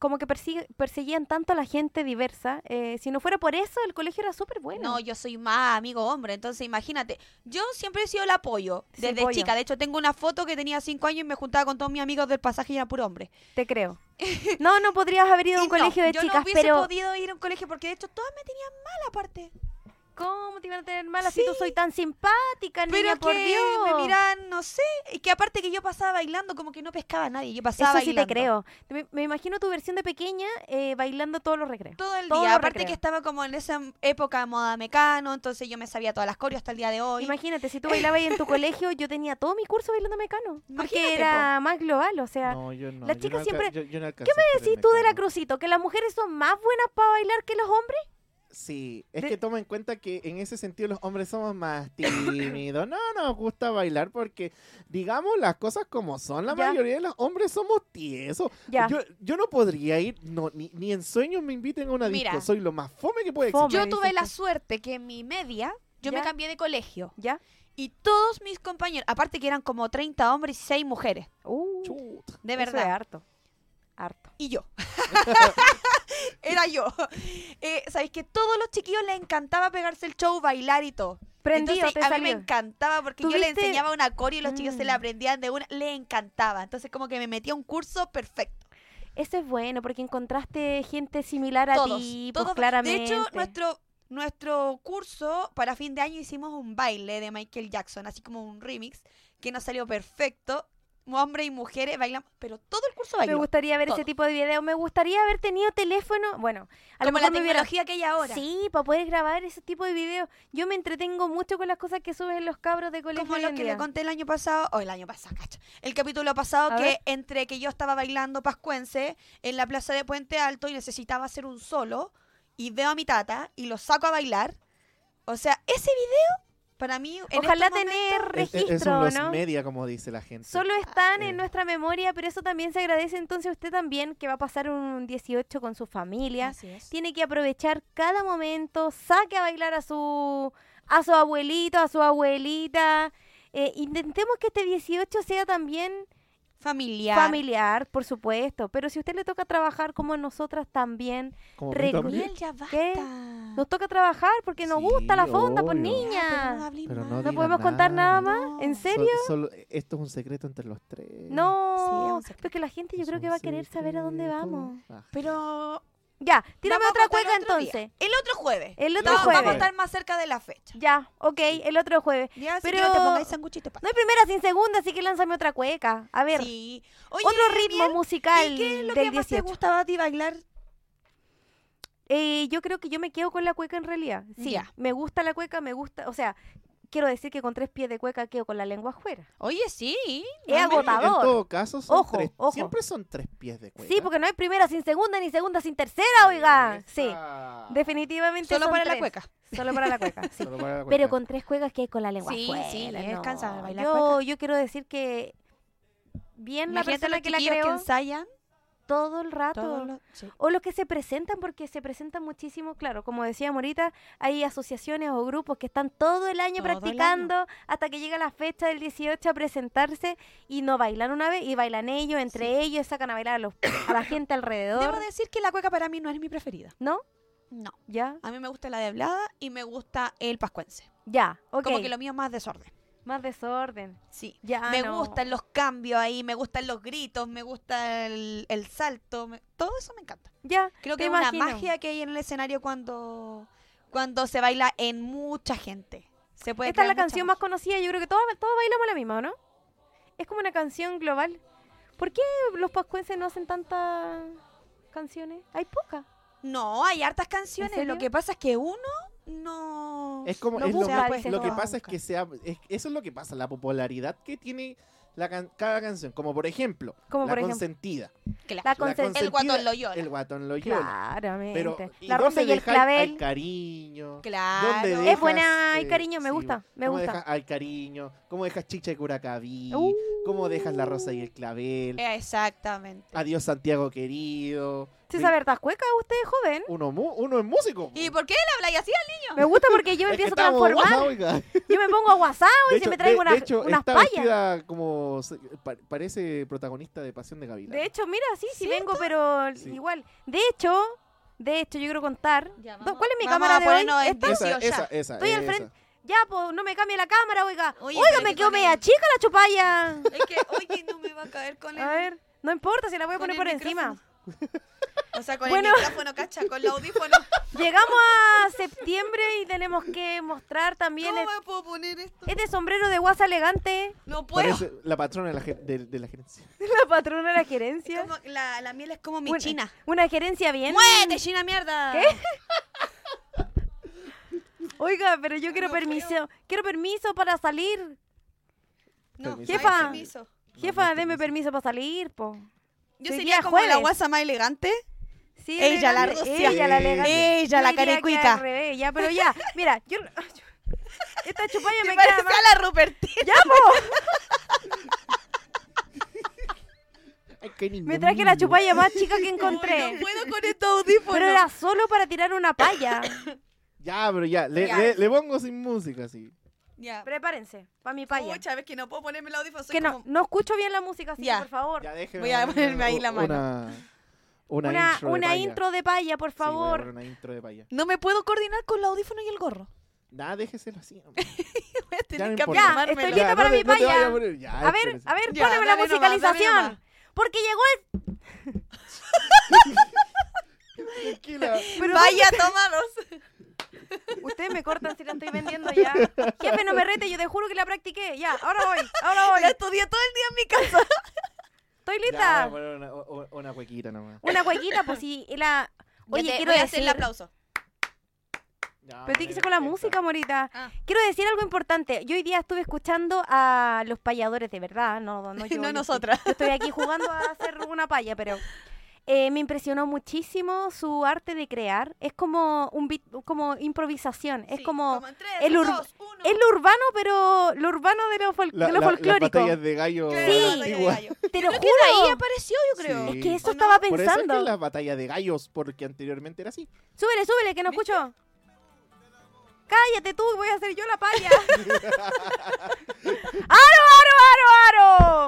Speaker 1: como que persigue- perseguían tanto a la gente diversa. eh, si no fuera por eso, el colegio era súper bueno.
Speaker 2: No, yo soy más amigo hombre, entonces imagínate. Yo siempre he sido el apoyo
Speaker 1: Sí,
Speaker 2: desde
Speaker 1: pollo.
Speaker 2: chica. De hecho, tengo una foto que tenía cinco años y me juntaba con todos mis amigos del pasaje y era puro hombre.
Speaker 1: Te creo. No, no podrías haber ido a
Speaker 2: Y
Speaker 1: un
Speaker 2: no,
Speaker 1: colegio de
Speaker 2: yo
Speaker 1: chicas,
Speaker 2: no hubiese
Speaker 1: pero.
Speaker 2: podido ir a un colegio porque de hecho todas me tenían mala aparte.
Speaker 1: ¿Cómo te iban a tener mala
Speaker 2: Sí.
Speaker 1: si tú soy tan simpática, niña,
Speaker 2: Pero
Speaker 1: por
Speaker 2: que
Speaker 1: Dios?
Speaker 2: me miraban, no sé, y que aparte que yo pasaba bailando como que no pescaba a nadie, yo
Speaker 1: Eso
Speaker 2: pasaba
Speaker 1: sí te creo.
Speaker 2: bailando.
Speaker 1: Me, me imagino tu versión de pequeña eh, bailando todos los recreos.
Speaker 2: Todo el
Speaker 1: Todo
Speaker 2: día,
Speaker 1: lo
Speaker 2: aparte que
Speaker 1: recreo.
Speaker 2: estaba como en esa época de moda mecano, entonces yo me sabía todas las coreos hasta el día de hoy.
Speaker 1: Imagínate, si tú bailabas ahí en tu colegio, yo tenía todo mi curso bailando mecano.
Speaker 2: Imagínate,
Speaker 1: Porque era más global, o sea.
Speaker 3: No, yo no.
Speaker 1: las
Speaker 3: yo
Speaker 1: chicas
Speaker 3: no alca-
Speaker 1: siempre-
Speaker 3: yo- yo no alcancé
Speaker 1: ¿Qué
Speaker 3: a
Speaker 1: me
Speaker 3: estar en
Speaker 1: decís tú de la
Speaker 3: mecánica.
Speaker 1: crucito? ¿Que las mujeres son más buenas para bailar que los hombres?
Speaker 3: Sí, es
Speaker 1: De-
Speaker 3: que toma en cuenta que en ese sentido los hombres somos más tímidos. No nos gusta bailar porque, digamos, las cosas como son, la
Speaker 1: Ya.
Speaker 3: mayoría de los hombres somos tiesos.
Speaker 1: Ya.
Speaker 3: Yo, yo no podría ir, no, ni, ni en sueños me inviten a una disco.
Speaker 2: Mira.
Speaker 3: Soy lo más fome que puede
Speaker 1: Fome.
Speaker 3: existir.
Speaker 2: Yo
Speaker 1: me
Speaker 2: tuve
Speaker 1: dices
Speaker 2: la
Speaker 1: tú.
Speaker 2: suerte que en mi media yo me
Speaker 1: ¿Ya?
Speaker 2: cambié de colegio.
Speaker 1: ¿Ya?
Speaker 2: Y todos mis compañeros, aparte que eran como 30 hombres y 6 mujeres,
Speaker 1: Uh,
Speaker 3: Chuta.
Speaker 2: de
Speaker 1: eso es
Speaker 2: verdad.
Speaker 1: harto. Harto.
Speaker 2: Y yo. Era yo. Eh, Sabéis que todos los chiquillos les encantaba pegarse el show, bailar y todo.
Speaker 1: Prendido,
Speaker 2: Entonces,
Speaker 1: te
Speaker 2: a mí me
Speaker 1: salió.
Speaker 2: encantaba porque yo le
Speaker 1: Tuviste-
Speaker 2: enseñaba una coreo y los chicos se la
Speaker 1: Mm.
Speaker 2: aprendían de una. Le encantaba. Entonces, como que me metía a un curso perfecto.
Speaker 1: Eso es bueno porque encontraste gente similar a
Speaker 2: Todos.
Speaker 1: ti, pues,
Speaker 2: todos
Speaker 1: claramente.
Speaker 2: De hecho, nuestro, nuestro curso para fin de año hicimos un baile de Michael Jackson, así como un remix, que nos salió perfecto. hombres y mujeres bailamos, pero todo el curso
Speaker 1: Me
Speaker 2: bailó.
Speaker 1: gustaría ver
Speaker 2: todo.
Speaker 1: ese tipo de videos. Me gustaría haber tenido teléfono. Bueno, a lo
Speaker 2: Como
Speaker 1: mejor
Speaker 2: la
Speaker 1: me hubiera-
Speaker 2: tecnología que hay ahora.
Speaker 1: Sí, para poder grabar ese tipo de videos. Yo me entretengo mucho con las cosas que suben los cabros de colegio.
Speaker 2: Como
Speaker 1: hoy
Speaker 2: lo
Speaker 1: en
Speaker 2: que
Speaker 1: día.
Speaker 2: le conté el año pasado, o el año pasado, cacha. El capítulo pasado
Speaker 1: A
Speaker 2: que
Speaker 1: ver.
Speaker 2: entre que yo estaba bailando pascuense en la plaza de Puente Alto y necesitaba hacer un solo y veo a mi tata y lo saco a bailar. O sea, ese video para mí en
Speaker 1: Ojalá
Speaker 2: estos
Speaker 1: tener
Speaker 2: momentos-
Speaker 3: E, Es- es-
Speaker 1: registro,
Speaker 3: es un los
Speaker 1: ¿no?
Speaker 3: media, como dice la gente.
Speaker 1: Solo
Speaker 2: ah,
Speaker 1: están
Speaker 3: eh.
Speaker 1: en nuestra memoria, pero eso también se agradece entonces a usted también que va a pasar un 18 con su familia.
Speaker 2: Así es.
Speaker 1: Tiene que aprovechar cada momento, saque a bailar a su a su abuelito, a su abuelita. Eh, intentemos que este 18 sea también
Speaker 2: Familiar.
Speaker 1: familiar, por supuesto, pero si a usted le toca trabajar como nosotras también,
Speaker 3: Como
Speaker 1: Recuerda-
Speaker 3: Benjamin.
Speaker 2: Gabriel, ya basta.
Speaker 1: nos toca trabajar porque nos
Speaker 3: Sí,
Speaker 1: gusta la fonda, pues
Speaker 3: obvio.
Speaker 2: Pero no
Speaker 1: niña.
Speaker 2: hablé
Speaker 3: Pero
Speaker 2: más.
Speaker 3: no
Speaker 1: No
Speaker 3: diga
Speaker 1: podemos contar nada más,
Speaker 2: No.
Speaker 1: ¿en
Speaker 3: Sol-
Speaker 1: serio?
Speaker 3: solo- esto es un secreto entre los tres.
Speaker 1: No,
Speaker 2: secreto.
Speaker 1: porque la gente yo
Speaker 3: Es
Speaker 1: creo
Speaker 3: un
Speaker 1: que va a querer saber a dónde
Speaker 3: secreto.
Speaker 1: vamos.
Speaker 3: Ah.
Speaker 2: Pero
Speaker 1: Ya, tírame
Speaker 2: Vamos a
Speaker 1: otra
Speaker 2: contar
Speaker 1: cueca
Speaker 2: otro día.
Speaker 1: entonces.
Speaker 2: El otro jueves.
Speaker 1: El otro
Speaker 2: No, Vamos
Speaker 1: jueves.
Speaker 2: a estar más cerca de la fecha.
Speaker 1: Ya, ok, el otro jueves.
Speaker 2: Ya,
Speaker 1: Pero-
Speaker 2: si no te pongáis sanguchito pa.
Speaker 1: No hay primera sin segunda, así que lánzame otra cueca. A ver,
Speaker 2: Sí. Oye,
Speaker 1: otro ritmo
Speaker 2: Daniel,
Speaker 1: musical
Speaker 2: ¿Y qué es lo
Speaker 1: del
Speaker 2: que más
Speaker 1: 18.
Speaker 2: te gustaba a ti bailar?
Speaker 1: Eh, yo creo que yo me quedo con la cueca en realidad. Sí,
Speaker 2: Ya.
Speaker 1: me gusta la cueca, me gusta, o sea, quiero decir que con tres pies de cueca quedo con la lengua afuera.
Speaker 2: Oye, sí.
Speaker 1: Es
Speaker 2: Ah,
Speaker 3: En- En
Speaker 1: agotador.
Speaker 3: todo caso, son
Speaker 1: Ojo,
Speaker 3: tres-
Speaker 1: ojo.
Speaker 3: siempre son tres pies de cuello.
Speaker 1: Sí, porque no hay primera sin segunda ni segunda sin tercera, oiga. Sí, definitivamente
Speaker 2: Solo
Speaker 1: son
Speaker 2: para la
Speaker 1: tres.
Speaker 2: cueca.
Speaker 1: Solo para la cueca, sí. Pero con tres cuecas que hay con la lengua
Speaker 2: Sí,
Speaker 1: afuera.
Speaker 2: sí, es
Speaker 1: no.
Speaker 2: cansado bailar
Speaker 1: yo,
Speaker 2: cueca.
Speaker 1: yo quiero decir que bien la
Speaker 2: Imagínate
Speaker 1: persona
Speaker 2: los
Speaker 1: que la
Speaker 2: chiquillos que
Speaker 1: creó
Speaker 2: ensayan.
Speaker 1: todo el rato.
Speaker 2: todos los- sí.
Speaker 1: O los que se presentan, porque se presentan muchísimo, claro, como decíamos ahorita, hay asociaciones o grupos que están todo el año
Speaker 2: Todo el año.
Speaker 1: practicando hasta que llega la fecha del 18 a presentarse y no bailan una vez y bailan ellos, entre ellos, sacan a bailar a, los- a la gente alrededor.
Speaker 2: Debo decir que la cueca para mí no es mi preferida.
Speaker 1: ¿No?
Speaker 2: No.
Speaker 1: ¿Ya?
Speaker 2: A mí me gusta la de Blada y me gusta el pascuense.
Speaker 1: Ya, ok.
Speaker 2: Como que lo mío es más desorden.
Speaker 1: Más desorden.
Speaker 2: Sí.
Speaker 1: Ya,
Speaker 2: me
Speaker 1: Ah, no.
Speaker 2: gustan los cambios ahí, me gustan los gritos, me gusta el, el salto. me- todo eso me encanta.
Speaker 1: Ya,
Speaker 2: Creo
Speaker 1: te
Speaker 2: que es
Speaker 1: imagino.
Speaker 2: una magia que hay en el escenario cuando, cuando se baila en mucha gente. Se puede
Speaker 1: Esta es la
Speaker 2: crear mucha
Speaker 1: canción más
Speaker 2: magia.
Speaker 1: conocida, yo creo que todos, todos bailamos la misma, ¿o ¿no? Es como una canción global. ¿Por qué los pascuenses no hacen tantas canciones? Hay pocas.
Speaker 2: No, hay hartas canciones.
Speaker 1: serio?
Speaker 2: Lo que pasa es que uno no.
Speaker 3: Es como
Speaker 1: No
Speaker 3: es lo,
Speaker 1: busca,
Speaker 3: que-
Speaker 1: dice
Speaker 3: lo que
Speaker 1: todo.
Speaker 3: pasa es que sea es- eso es lo que pasa, la popularidad que tiene la can- cada canción, como por ejemplo,
Speaker 1: Como
Speaker 3: la
Speaker 1: por ejemplo.
Speaker 3: consentida.
Speaker 1: La
Speaker 2: Claro.
Speaker 3: La
Speaker 1: consentida.
Speaker 2: El guatón Loyola.
Speaker 3: El guatón Loyola.
Speaker 1: Claramente.
Speaker 3: Pero ¿y
Speaker 1: la rosa
Speaker 3: dónde
Speaker 1: y el
Speaker 3: dejáis al
Speaker 1: clavel.
Speaker 3: cariño?
Speaker 2: Claro.
Speaker 3: ¿Dónde
Speaker 1: Es buena,
Speaker 3: dejas, eh,
Speaker 1: ay, cariño, me
Speaker 3: sí,
Speaker 1: gusta, me
Speaker 3: ¿Cómo
Speaker 1: gusta.
Speaker 3: dejas al cariño? ¿Cómo dejas chicha y curacaví?
Speaker 1: Uh.
Speaker 3: ¿Cómo dejas la rosa y el
Speaker 2: Eh.
Speaker 3: clavel?
Speaker 2: Exactamente.
Speaker 3: Adiós Santiago querido.
Speaker 1: ¿Sí
Speaker 3: Me-
Speaker 1: sabe hartas cuecas usted, joven?
Speaker 3: Uno, mu- uno es músico.
Speaker 2: ¿Y por qué le habláis así al
Speaker 1: Me gusta porque yo
Speaker 3: Es que
Speaker 1: empiezo a
Speaker 3: estamos
Speaker 1: transformar.
Speaker 3: guasa, oiga.
Speaker 1: Yo me pongo aguasado y se me traigo
Speaker 3: de-
Speaker 1: una,
Speaker 3: de hecho,
Speaker 1: unas
Speaker 3: está
Speaker 1: payas.
Speaker 3: vestida como se- pa- parece protagonista de Pasión de Gavilán.
Speaker 1: De hecho, mira, sí, sí vengo, pero
Speaker 3: Sí.
Speaker 1: igual. De hecho, de hecho, yo quiero contar.
Speaker 2: Ya,
Speaker 1: Do-
Speaker 2: vamos-
Speaker 1: ¿Cuál es mi
Speaker 2: vamos
Speaker 1: cámara
Speaker 2: a
Speaker 1: de hoy?
Speaker 2: ponernos en
Speaker 1: ¿Esta?
Speaker 3: esa,
Speaker 2: Dios, ya.
Speaker 3: esa, esa,
Speaker 1: Estoy al
Speaker 3: esa.
Speaker 1: frente. Ya, pues, no me cambie la cámara, oiga.
Speaker 2: Oye,
Speaker 1: oiga,
Speaker 2: pero
Speaker 1: me
Speaker 2: Oh, que
Speaker 1: quedó
Speaker 2: con el-
Speaker 1: media chica la chupalla.
Speaker 2: Es que, oye, no me va a caer con el.
Speaker 1: A ver, no importa si la voy a
Speaker 2: con
Speaker 1: poner
Speaker 2: el
Speaker 1: por encima.
Speaker 2: micrófono. O sea, con
Speaker 1: Bueno.
Speaker 2: el micrófono, cacha, con los audífonos.
Speaker 1: Llegamos a septiembre y tenemos que mostrar también
Speaker 2: ¿Cómo
Speaker 1: el-
Speaker 2: me puedo poner esto?
Speaker 1: este sombrero de guasa elegante.
Speaker 2: No puedo.
Speaker 3: Parece la patrona de la, gen- de- de la gerencia.
Speaker 1: La patrona de la gerencia.
Speaker 2: Como- la, la miel es como mi
Speaker 1: Una-
Speaker 2: china.
Speaker 1: Una gerencia bien.
Speaker 2: ¡Muévete, china mierda!
Speaker 1: ¿Qué? Oiga, pero yo quiero
Speaker 2: no
Speaker 1: permiso.
Speaker 2: puedo.
Speaker 1: Quiero permiso para salir.
Speaker 2: No,
Speaker 3: Permiso.
Speaker 1: Jefa.
Speaker 2: no hay permiso.
Speaker 1: Jefa,
Speaker 3: no,
Speaker 1: deme
Speaker 3: permiso.
Speaker 1: permiso para salir, po.
Speaker 2: Yo
Speaker 1: Hoy
Speaker 2: sería
Speaker 1: día
Speaker 2: como la
Speaker 1: jueves.
Speaker 2: guasa más elegante.
Speaker 1: Sí,
Speaker 2: Ella la
Speaker 1: elegante,
Speaker 2: Rusia.
Speaker 1: Ella la elegante.
Speaker 2: Ella,
Speaker 1: Yo
Speaker 2: la
Speaker 1: diría que al
Speaker 2: caricuica.
Speaker 1: revés, ya, pero ya, mira, yo... Esta chupalla
Speaker 2: Me
Speaker 1: me
Speaker 2: parece
Speaker 1: queda más...
Speaker 2: a la Rupertina.
Speaker 1: ¡Ya, po!
Speaker 3: Ay, qué niño
Speaker 1: Me traje la
Speaker 3: mimo.
Speaker 1: chupalla más chica que
Speaker 2: Uy, No
Speaker 1: encontré.
Speaker 2: puedo con estos audífonos.
Speaker 1: Pero era solo para tirar una palla.
Speaker 3: Ya, pero ya. Le,
Speaker 2: Ya.
Speaker 3: Le, le pongo sin música, así.
Speaker 2: Ya.
Speaker 1: Prepárense, para mi palla.
Speaker 2: Muchas veces que no puedo ponerme el audífono. soy
Speaker 1: que no,
Speaker 2: como-
Speaker 1: no escucho bien la música, así que,
Speaker 2: Ya.
Speaker 1: por favor.
Speaker 3: Ya, déjeme
Speaker 2: Voy a ponerme ahí la mano.
Speaker 3: Una, una,
Speaker 1: Una,
Speaker 3: intro. de
Speaker 1: una
Speaker 3: paya.
Speaker 1: intro de palla, por
Speaker 3: Sí, voy a
Speaker 1: favor.
Speaker 3: poner una intro de paya.
Speaker 2: No me puedo coordinar con el audífono y el gorro.
Speaker 3: Nada, déjeselo así. hombre.
Speaker 2: Voy a tener
Speaker 3: no
Speaker 2: que
Speaker 3: importa.
Speaker 1: Ya, estoy
Speaker 2: armármelo.
Speaker 1: lista para mi
Speaker 3: te- te
Speaker 1: paya.
Speaker 3: vaya a poner- ya,
Speaker 1: a ver,
Speaker 3: espérese.
Speaker 1: a ver,
Speaker 2: Ya,
Speaker 1: poneme la
Speaker 2: dale nomás, dale
Speaker 1: musicalización.
Speaker 2: nomás.
Speaker 1: Porque llegó el...
Speaker 3: Tranquila.
Speaker 1: Pero
Speaker 2: Vaya, tómalos.
Speaker 1: Ustedes me cortan si la estoy vendiendo ya. Jefe, no me rete, yo te juro que la practiqué. Ya, ahora voy, ahora voy.
Speaker 2: La estudié todo el día en mi casa.
Speaker 1: Estoy
Speaker 3: Ya,
Speaker 1: lista.
Speaker 3: voy a poner una, o- o- una cuequita nomás.
Speaker 1: Una cuequita, pues sí. y La... Oye,
Speaker 2: Ya te
Speaker 1: quiero
Speaker 2: voy a
Speaker 1: decir...
Speaker 2: hacer el aplauso.
Speaker 3: Ya, eh,
Speaker 1: Pero tiene que ser con la
Speaker 3: perfecto.
Speaker 1: música, Morita.
Speaker 2: Ah.
Speaker 1: Quiero decir algo importante. Yo hoy día estuve escuchando a los payadores de verdad, no, no, yo,
Speaker 2: no
Speaker 1: yo
Speaker 2: nosotras.
Speaker 1: estoy- Yo estoy aquí jugando a hacer una paya, pero eh, me impresionó muchísimo su arte de crear. Es como un beat- como improvisación. Es
Speaker 2: Sí,
Speaker 1: como,
Speaker 2: en
Speaker 1: el
Speaker 2: el
Speaker 1: ur- es lo urbano, pero lo urbano de lo, fol-
Speaker 3: La-
Speaker 1: de lo
Speaker 3: la- Las
Speaker 1: folclórico.
Speaker 3: batallas de gallo.
Speaker 1: Sí.
Speaker 3: antiguas.
Speaker 1: Te lo
Speaker 2: Ahí
Speaker 1: juro.
Speaker 2: apareció, yo creo.
Speaker 3: Sí.
Speaker 1: Es que eso
Speaker 2: ¿O no?
Speaker 1: estaba
Speaker 3: Por eso es que
Speaker 1: pensando.
Speaker 3: las batallas de gallos, porque anteriormente era así.
Speaker 1: Súbele, súbele, que no
Speaker 2: ¿Viste?
Speaker 1: escucho. Cállate tú, voy a hacer yo la palla. ¡Aro, aro, aro,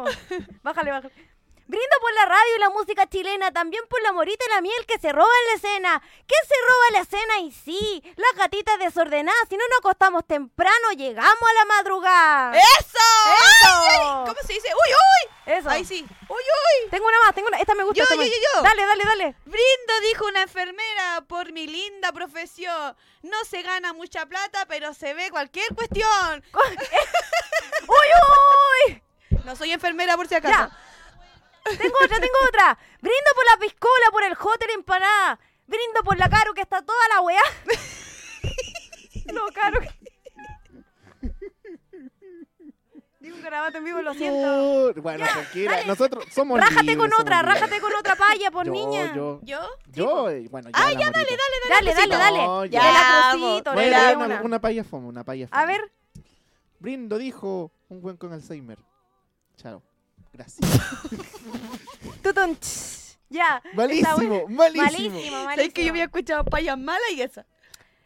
Speaker 1: aro! Bájale, bájale. Brindo por la radio y la música chilena, también por la morita y la miel que se roba en la escena. ¿Qué se roba en la escena? Y sí, las gatitas desordenadas, si no nos acostamos temprano, llegamos a la madrugada.
Speaker 2: ¡Eso!
Speaker 1: ¡Eso!
Speaker 2: ¿Cómo se dice? ¡Uy, uy!
Speaker 1: Eso.
Speaker 2: Ahí sí. ¡Uy, uy!
Speaker 1: Tengo una más, tengo una. Esta me gusta.
Speaker 2: Yo,
Speaker 1: esta
Speaker 2: yo,
Speaker 1: me-
Speaker 2: yo, yo.
Speaker 1: Dale, dale, dale.
Speaker 2: Brindo, dijo una enfermera, por mi linda profesión. No se gana mucha plata, pero se ve cualquier cuestión.
Speaker 1: ¡Uy, uy!
Speaker 2: No soy enfermera por si acaso.
Speaker 1: Ya. Tengo otra, tengo otra. Brindo por la piscola, por el hot, la empanada. Brindo por la caro que está toda la weá. Lo caro que. Digo un garabato en vivo, lo siento.
Speaker 3: Oh, Bueno, tranquila. Nosotros somos
Speaker 1: Rájate
Speaker 3: libres,
Speaker 1: con
Speaker 3: somos
Speaker 1: otra,
Speaker 3: libres.
Speaker 1: rájate con otra palla, por
Speaker 3: yo,
Speaker 1: niña.
Speaker 3: Yo,
Speaker 2: ¿Yo?
Speaker 3: yo, eh, bueno, ya.
Speaker 2: Ah,
Speaker 3: la
Speaker 2: ya,
Speaker 3: morita.
Speaker 1: Dale, dale,
Speaker 3: cosita.
Speaker 1: dale.
Speaker 3: No,
Speaker 1: ya.
Speaker 3: ya.
Speaker 2: Ya,
Speaker 1: cosito,
Speaker 2: vos.
Speaker 1: dale,
Speaker 3: Bueno,
Speaker 2: Era
Speaker 1: dale
Speaker 3: una,
Speaker 1: una.
Speaker 3: una, paya fome, una paya fome.
Speaker 1: A ver,
Speaker 3: Brindo, dijo un buen con Alzheimer. Chao. Gracias.
Speaker 1: tutun. ch. Ya. Esta wea-
Speaker 3: malísimo, malísimo.
Speaker 1: Malísimo,
Speaker 2: ¿Sabes
Speaker 1: malísimo.
Speaker 2: que yo había escuchado payas malas y esa?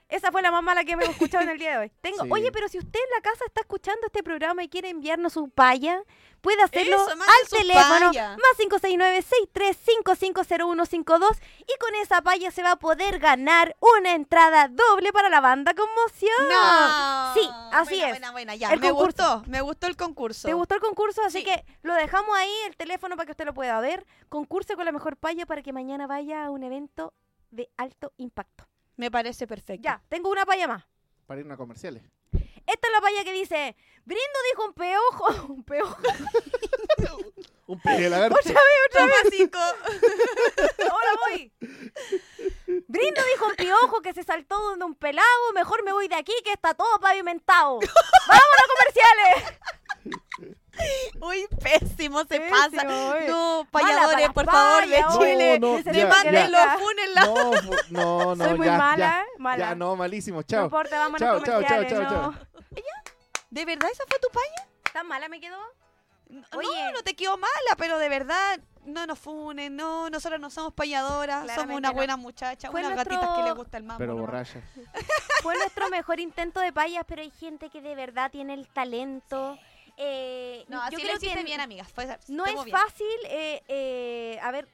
Speaker 1: Esa fue la más mala que hemos escuchado en el día de hoy. Tengo,
Speaker 3: Sí.
Speaker 1: oye, pero si usted en la casa está escuchando este programa y quiere enviarnos su paya, puede hacerlo
Speaker 2: Eso, manden
Speaker 1: al
Speaker 2: su
Speaker 1: teléfono
Speaker 2: paya.
Speaker 1: más 569-63550152 y con esa paya se va a poder ganar una entrada doble para la banda Conmoción. Sí, así
Speaker 2: Buena,
Speaker 1: es.
Speaker 2: Buena, buena, ya.
Speaker 1: El
Speaker 2: me
Speaker 1: concurso.
Speaker 2: gustó, me gustó el concurso.
Speaker 1: ¿Te gustó el concurso? Así
Speaker 2: Sí.
Speaker 1: que lo dejamos ahí, el teléfono para que usted lo pueda ver. Concurso con la mejor paya para que mañana vaya a un evento de alto impacto.
Speaker 2: Me parece perfecto.
Speaker 1: Ya, tengo una paya más.
Speaker 3: Para irnos a comerciales.
Speaker 1: Esta es la paya que dice, Brindo dijo un peojo, un peojo.
Speaker 3: Un peje de lagarto.
Speaker 2: Toma cinco.
Speaker 1: Ahora voy. Brindo dijo un piojo que se saltó de un pelado. Mejor me voy de aquí que está todo pavimentado. ¡Vamos a comerciales!
Speaker 2: Uy, pésimo, se
Speaker 1: Pésimo,
Speaker 2: pasa.
Speaker 1: oye.
Speaker 2: No,
Speaker 1: Mala
Speaker 2: payadores,
Speaker 1: para
Speaker 2: por
Speaker 1: la
Speaker 2: favor, de
Speaker 1: paya, oye.
Speaker 2: Chile.
Speaker 3: No, no,
Speaker 1: Que se
Speaker 3: ya,
Speaker 1: descarga.
Speaker 2: Mándenlo, fúnenla.
Speaker 3: No, fu- no, no.
Speaker 1: Soy muy
Speaker 3: ya,
Speaker 1: mala,
Speaker 3: ya,
Speaker 1: mala.
Speaker 3: Ya, no, malísimo.
Speaker 1: No
Speaker 3: Chao.
Speaker 1: importa, vamos a
Speaker 3: Chao, chao, chao,
Speaker 1: comerciales.
Speaker 3: chao,
Speaker 1: no.
Speaker 2: ¿De verdad esa fue tu paya?
Speaker 1: ¿Tan mala me quedó?
Speaker 2: No,
Speaker 1: Oye.
Speaker 2: no te quedó mala, pero de verdad, no nos funen, no, nosotros no somos payadoras, somos
Speaker 1: Claramente
Speaker 2: una
Speaker 1: no.
Speaker 2: buena muchacha,
Speaker 1: Fue
Speaker 2: unas
Speaker 1: nuestro-
Speaker 2: gatitas que les gusta el mambo.
Speaker 3: Pero
Speaker 2: nomás.
Speaker 3: borracha.
Speaker 1: Fue nuestro mejor intento de payas, pero hay gente que de verdad tiene el talento. Eh,
Speaker 2: No, así
Speaker 1: yo
Speaker 2: lo
Speaker 1: creo
Speaker 2: hiciste
Speaker 1: que
Speaker 2: bien, amigas. Fue,
Speaker 1: no
Speaker 2: estuvo
Speaker 1: es
Speaker 2: bien.
Speaker 1: fácil. eh, eh, a ver,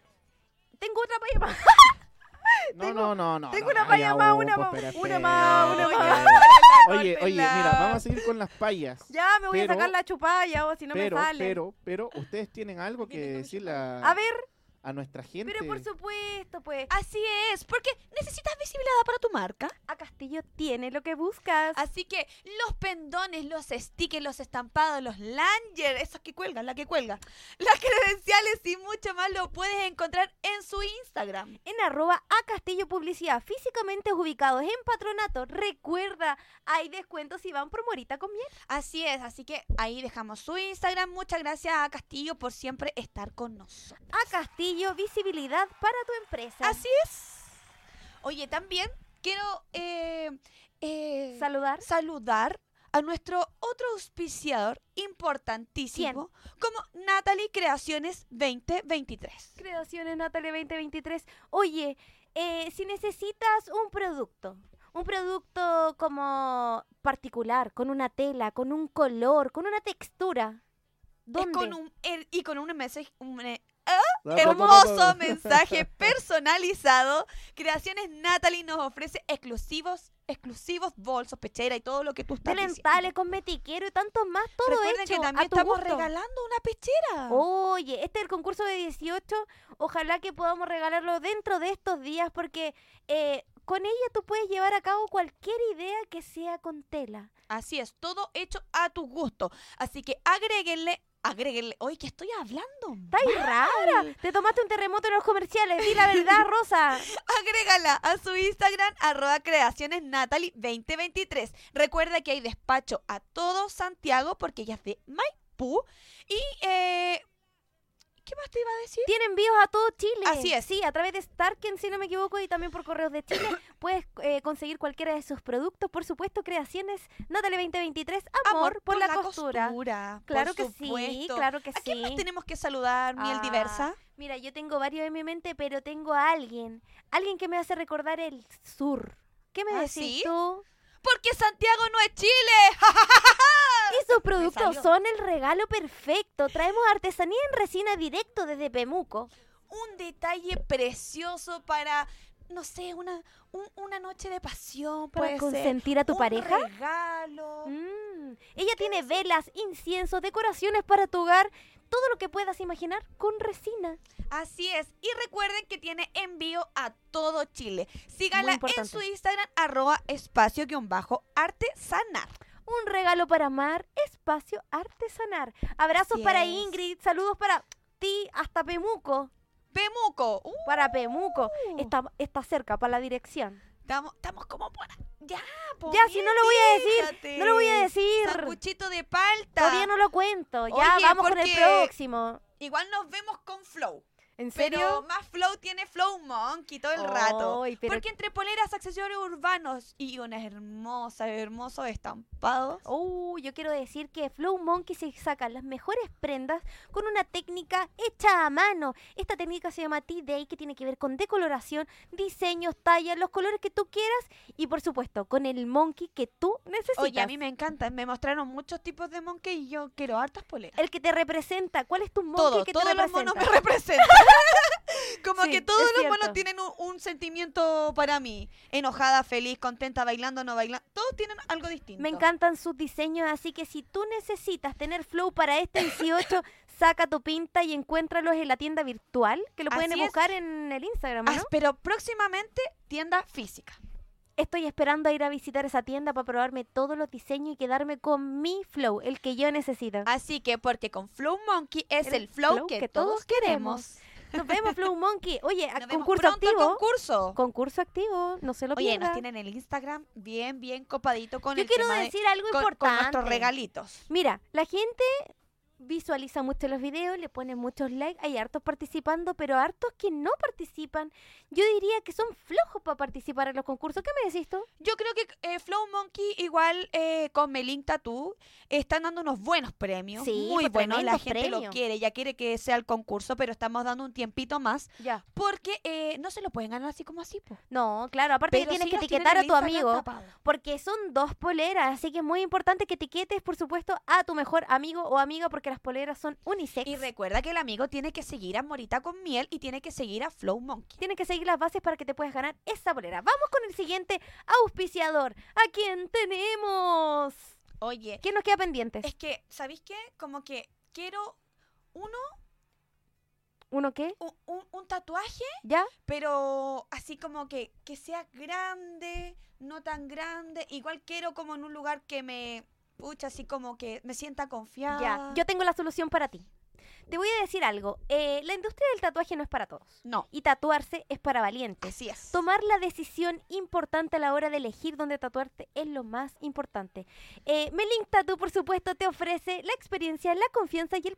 Speaker 1: tengo otra paya más.
Speaker 3: No, no, no, no.
Speaker 1: tengo
Speaker 3: no,
Speaker 1: una
Speaker 3: ya,
Speaker 1: paya más,
Speaker 3: vos,
Speaker 1: una
Speaker 3: pues,
Speaker 1: más, una
Speaker 3: espera, espera,
Speaker 1: más, una
Speaker 3: espera.
Speaker 1: más.
Speaker 3: Oye, oye, mira, vamos a seguir con las payas.
Speaker 1: Ya, me voy a
Speaker 3: Pero-
Speaker 1: sacar la chupalla o si no
Speaker 3: pero,
Speaker 1: me sale.
Speaker 3: pero, pero, ustedes tienen algo que
Speaker 2: Viene con
Speaker 3: decirle a,
Speaker 1: a ver,
Speaker 3: a nuestra gente.
Speaker 1: Pero por supuesto, pues,
Speaker 2: Así es, porque necesitas visibilidad para tu marca.
Speaker 1: a Castillo tiene lo que buscas.
Speaker 2: Así que los pendones, los stickers, los estampados, los langer, esos que cuelgan, la que cuelga, las credenciales y mucho más lo puedes encontrar en su Instagram.
Speaker 1: En arroba a Castillo Publicidad, físicamente ubicados en Patronato. Recuerda, hay descuentos si van por Morita con miel.
Speaker 2: Así es, así que ahí dejamos su Instagram. Muchas gracias a Castillo por siempre estar con nosotros.
Speaker 1: A Castillo, visibilidad para tu empresa.
Speaker 2: Así es. Oye, también quiero eh, eh,
Speaker 1: Saludar.
Speaker 2: saludar a nuestro otro auspiciador importantísimo como Natalie Creaciones 2023.
Speaker 1: Creaciones Natale 2023. Oye, eh, si necesitas un producto, un producto como particular, con una tela, con un color, con una textura. ¿Dónde?
Speaker 2: Es con un, el- y con un mensaje, un eh,
Speaker 3: Ra, ra, ra, ra, ra.
Speaker 2: hermoso mensaje personalizado. Creaciones Natalie nos ofrece exclusivos, exclusivos bolsos, pechera y todo lo que tú estás
Speaker 1: Delentales, cosmetiquero y tantos más, todo
Speaker 2: Recuerden
Speaker 1: hecho
Speaker 2: que
Speaker 1: a
Speaker 2: también
Speaker 1: tu
Speaker 2: estamos
Speaker 1: gusto.
Speaker 2: regalando una pechera.
Speaker 1: Oye, este es el concurso de 18. Ojalá que podamos regalarlo dentro de estos días porque eh, con ella tú puedes llevar a cabo cualquier idea que sea con tela.
Speaker 2: Así es, todo hecho a tu gusto. Así que agréguenle, agréguenle. Oye, que estoy hablando?
Speaker 1: ¡Está ahí rara! Te tomaste un terremoto en los comerciales, di la verdad, Rosa.
Speaker 2: Agrégala a su Instagram, arroba creaciones Natalie 2023. Recuerda que hay despacho a todo Santiago porque ella es de Maipú. Y, eh, ¿qué más te iba a decir?
Speaker 1: Tienen envíos a todo Chile.
Speaker 2: Así es.
Speaker 1: Sí, a través de Starken, si no me equivoco, y también por correos de Chile. puedes eh, conseguir cualquiera de sus productos. Por supuesto, creaciones Natalie 2023, amor, por, la, costura. Claro
Speaker 2: por
Speaker 1: que sí,
Speaker 2: supuesto.
Speaker 1: claro que
Speaker 2: ¿A quién más
Speaker 1: sí.
Speaker 2: tenemos que saludar, Miel
Speaker 1: Ah.
Speaker 2: Diversa?
Speaker 1: Mira, yo tengo varios en mi mente, pero tengo a alguien. Alguien que me hace recordar el sur. ¿Qué me
Speaker 2: ¿Ah,
Speaker 1: decís
Speaker 2: sí?
Speaker 1: tú?
Speaker 2: Porque Santiago no es Chile.
Speaker 1: Y sus productos
Speaker 2: Ah, salió.
Speaker 1: son el regalo perfecto. Traemos artesanía en resina directo desde Pemuco.
Speaker 2: un detalle precioso para, no sé, una, un- una noche de pasión.
Speaker 1: Para
Speaker 2: puede ser.
Speaker 1: consentir a tu
Speaker 2: Un
Speaker 1: pareja.
Speaker 2: regalo.
Speaker 1: Mm, Ella tiene velas, inciensos, decoraciones para tu hogar, todo lo que puedas imaginar con resina.
Speaker 2: Así es. Y recuerden que tiene envío a todo Chile. Síganla en
Speaker 1: importante.
Speaker 2: su Instagram, arroba espacio-artesanar.
Speaker 1: Un regalo para amar, espacio artesanar. Abrazos
Speaker 2: Así
Speaker 1: para
Speaker 2: es.
Speaker 1: Ingrid, saludos para ti, hasta Pemuco.
Speaker 2: Pemuco. Uh,
Speaker 1: Para Pemuco. Está, está cerca, para la dirección.
Speaker 2: estamos, estamos como por... Ya, po,
Speaker 1: Ya, si no lo voy a decir,
Speaker 2: fíjate.
Speaker 1: No lo voy a decir.
Speaker 2: Sanguchito de palta.
Speaker 1: Todavía no lo cuento. Ya
Speaker 2: Oye,
Speaker 1: vamos con el
Speaker 2: porque-
Speaker 1: próximo.
Speaker 2: Igual nos vemos con Flow.
Speaker 1: ¿En
Speaker 2: Pero
Speaker 1: serio? Oh.
Speaker 2: más flow tiene Flow Monkey todo el rato.
Speaker 1: Ay, pero-
Speaker 2: Porque entre poleras, accesorios urbanos y unas hermosas, hermosos estampados.
Speaker 1: Uh, yo quiero decir que Flow Monkey se saca las mejores prendas con una técnica hecha a mano. Esta técnica se llama T-Day, que tiene que ver con decoloración, diseños, tallas, los colores que tú quieras y, por supuesto, con el monkey que tú necesitas.
Speaker 2: Oye, a mí me encantan. Me mostraron muchos tipos de monkey y yo quiero hartas poleras.
Speaker 1: El que te representa. ¿Cuál es tu monkey
Speaker 2: Todos,
Speaker 1: que te
Speaker 2: todos los
Speaker 1: representa?
Speaker 2: monos me representan. Como
Speaker 1: Sí,
Speaker 2: que todos
Speaker 1: es
Speaker 2: los monos
Speaker 1: cierto.
Speaker 2: tienen un, un sentimiento para mí. Enojada, feliz, contenta, bailando, no bailando. Todos tienen algo distinto.
Speaker 1: Me encantan sus diseños, así que si tú necesitas tener flow para este 18, saca tu pinta y encuéntralos en la tienda virtual, que lo pueden
Speaker 2: Así es.
Speaker 1: buscar en el Instagram, ¿no?
Speaker 2: Ah, pero próximamente tienda física.
Speaker 1: Estoy esperando a ir a visitar esa tienda para probarme todos los diseños y quedarme con mi flow, el que yo necesito.
Speaker 2: Así que porque con Flow Monkey es el,
Speaker 1: El
Speaker 2: flow,
Speaker 1: flow
Speaker 2: que,
Speaker 1: que
Speaker 2: todos
Speaker 1: todos
Speaker 2: queremos.
Speaker 1: Nos vemos, Flow Monkey. Oye, a-
Speaker 2: Nos vemos
Speaker 1: concurso
Speaker 2: pronto al
Speaker 1: activo.
Speaker 2: concurso.
Speaker 1: Concurso activo, no se lo
Speaker 2: Oye, nos
Speaker 1: pierda.
Speaker 2: tienen el Instagram bien, bien copadito con
Speaker 1: Yo
Speaker 2: el
Speaker 1: quiero
Speaker 2: tema de-
Speaker 1: decir algo
Speaker 2: con, con
Speaker 1: importante.
Speaker 2: nuestros regalitos.
Speaker 1: Mira, la gente visualiza mucho los videos, le ponen muchos likes, hay hartos participando, pero hartos que no participan. Yo diría que son flojos para participar en los concursos. ¿Qué me decís tú?
Speaker 2: Yo creo que eh, Flow Monkey, igual eh, con Melin Tattoo, están dando unos buenos premios.
Speaker 1: Sí,
Speaker 2: muy
Speaker 1: pues,
Speaker 2: buenos. La
Speaker 1: tremendos
Speaker 2: gente lo
Speaker 1: premios.
Speaker 2: quiere, ya quiere que sea el concurso, pero estamos dando un tiempito más
Speaker 1: Ya.
Speaker 2: porque eh, no se lo pueden ganar así como así. po.
Speaker 1: No, claro, aparte
Speaker 2: Pero
Speaker 1: que tienes
Speaker 2: sí
Speaker 1: que
Speaker 2: nos tienen
Speaker 1: etiquetar a
Speaker 2: el
Speaker 1: tu
Speaker 2: Instagram
Speaker 1: amigo.
Speaker 2: tapado.
Speaker 1: Porque son dos poleras, así que es muy importante que etiquetes, por supuesto, a tu mejor amigo o amiga, porque las poleras son unisex.
Speaker 2: Y
Speaker 1: Tienes
Speaker 2: recuerda que el amigo tiene que seguir a Morita con miel y tiene que seguir a Flow Monkey.
Speaker 1: que seguir las bases para que te puedas ganar esa polera. Vamos con el siguiente auspiciador. ¿A quién tenemos?
Speaker 2: Oye,
Speaker 1: ¿Quién nos queda pendientes?
Speaker 2: es que, ¿sabéis qué? Como que quiero uno,
Speaker 1: ¿Uno qué?
Speaker 2: un, un- un tatuaje,
Speaker 1: ¿Ya?
Speaker 2: pero así como que, que sea grande, no tan grande. Igual quiero como en un lugar que me, pucha, así como que me sienta confiada.
Speaker 1: Ya. Yo tengo la solución para ti. Te voy a decir algo. Eh, la industria del tatuaje no es para todos.
Speaker 2: No,
Speaker 1: Y tatuarse es para valientes.
Speaker 2: así es.
Speaker 1: Tomar la decisión importante a la hora de elegir dónde tatuarte es lo más importante. Eh, Melink Tattoo, por supuesto, te ofrece la experiencia, la confianza y el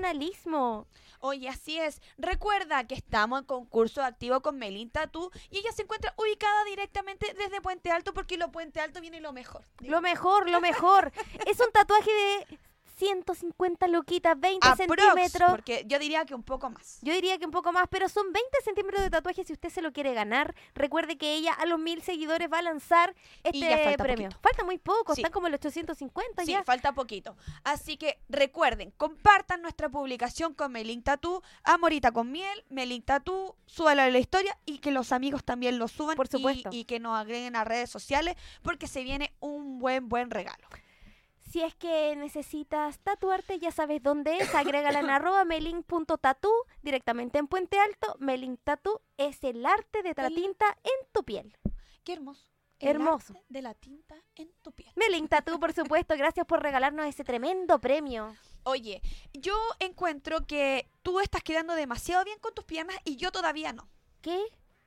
Speaker 1: profesionalismo.
Speaker 2: Oye, así es. Recuerda que estamos en concurso activo con Melin Tattoo y ella se encuentra ubicada directamente desde Puente Alto porque lo Puente Alto viene lo mejor.
Speaker 1: Lo mejor, lo mejor. es un tatuaje de 150 luquitas, 20
Speaker 2: Aprox,
Speaker 1: centímetros.
Speaker 2: Porque yo diría que un poco más.
Speaker 1: Yo diría que un poco más, pero son 20 centímetros de tatuaje si usted se lo quiere ganar. Recuerde que ella a los mil seguidores va a lanzar este
Speaker 2: ya falta
Speaker 1: premio.
Speaker 2: poquito.
Speaker 1: Falta muy poco,
Speaker 2: Sí.
Speaker 1: están como los 850
Speaker 2: Sí,
Speaker 1: ya.
Speaker 2: falta poquito. Así que recuerden, compartan nuestra publicación con Melin Tattoo, Amorita con Miel, Melin Tattoo, súbala a la historia y que los amigos también lo suban.
Speaker 1: Por
Speaker 2: y-
Speaker 1: supuesto.
Speaker 2: Y, que nos agreguen a redes sociales porque se viene un buen, buen regalo.
Speaker 1: Si es que necesitas tatuarte, ya sabes dónde es. Agrégala en arroba melin.tatu directamente en Puente Alto. Melin Tatu es el arte de la
Speaker 2: El-
Speaker 1: tinta en tu piel.
Speaker 2: Qué hermoso.
Speaker 1: Hermoso.
Speaker 2: arte de la tinta en tu piel.
Speaker 1: Melink Tattoo, por supuesto, gracias por regalarnos ese tremendo premio.
Speaker 2: Oye, yo encuentro que tú estás quedando demasiado bien con tus piernas y yo todavía no.
Speaker 1: ¿Qué?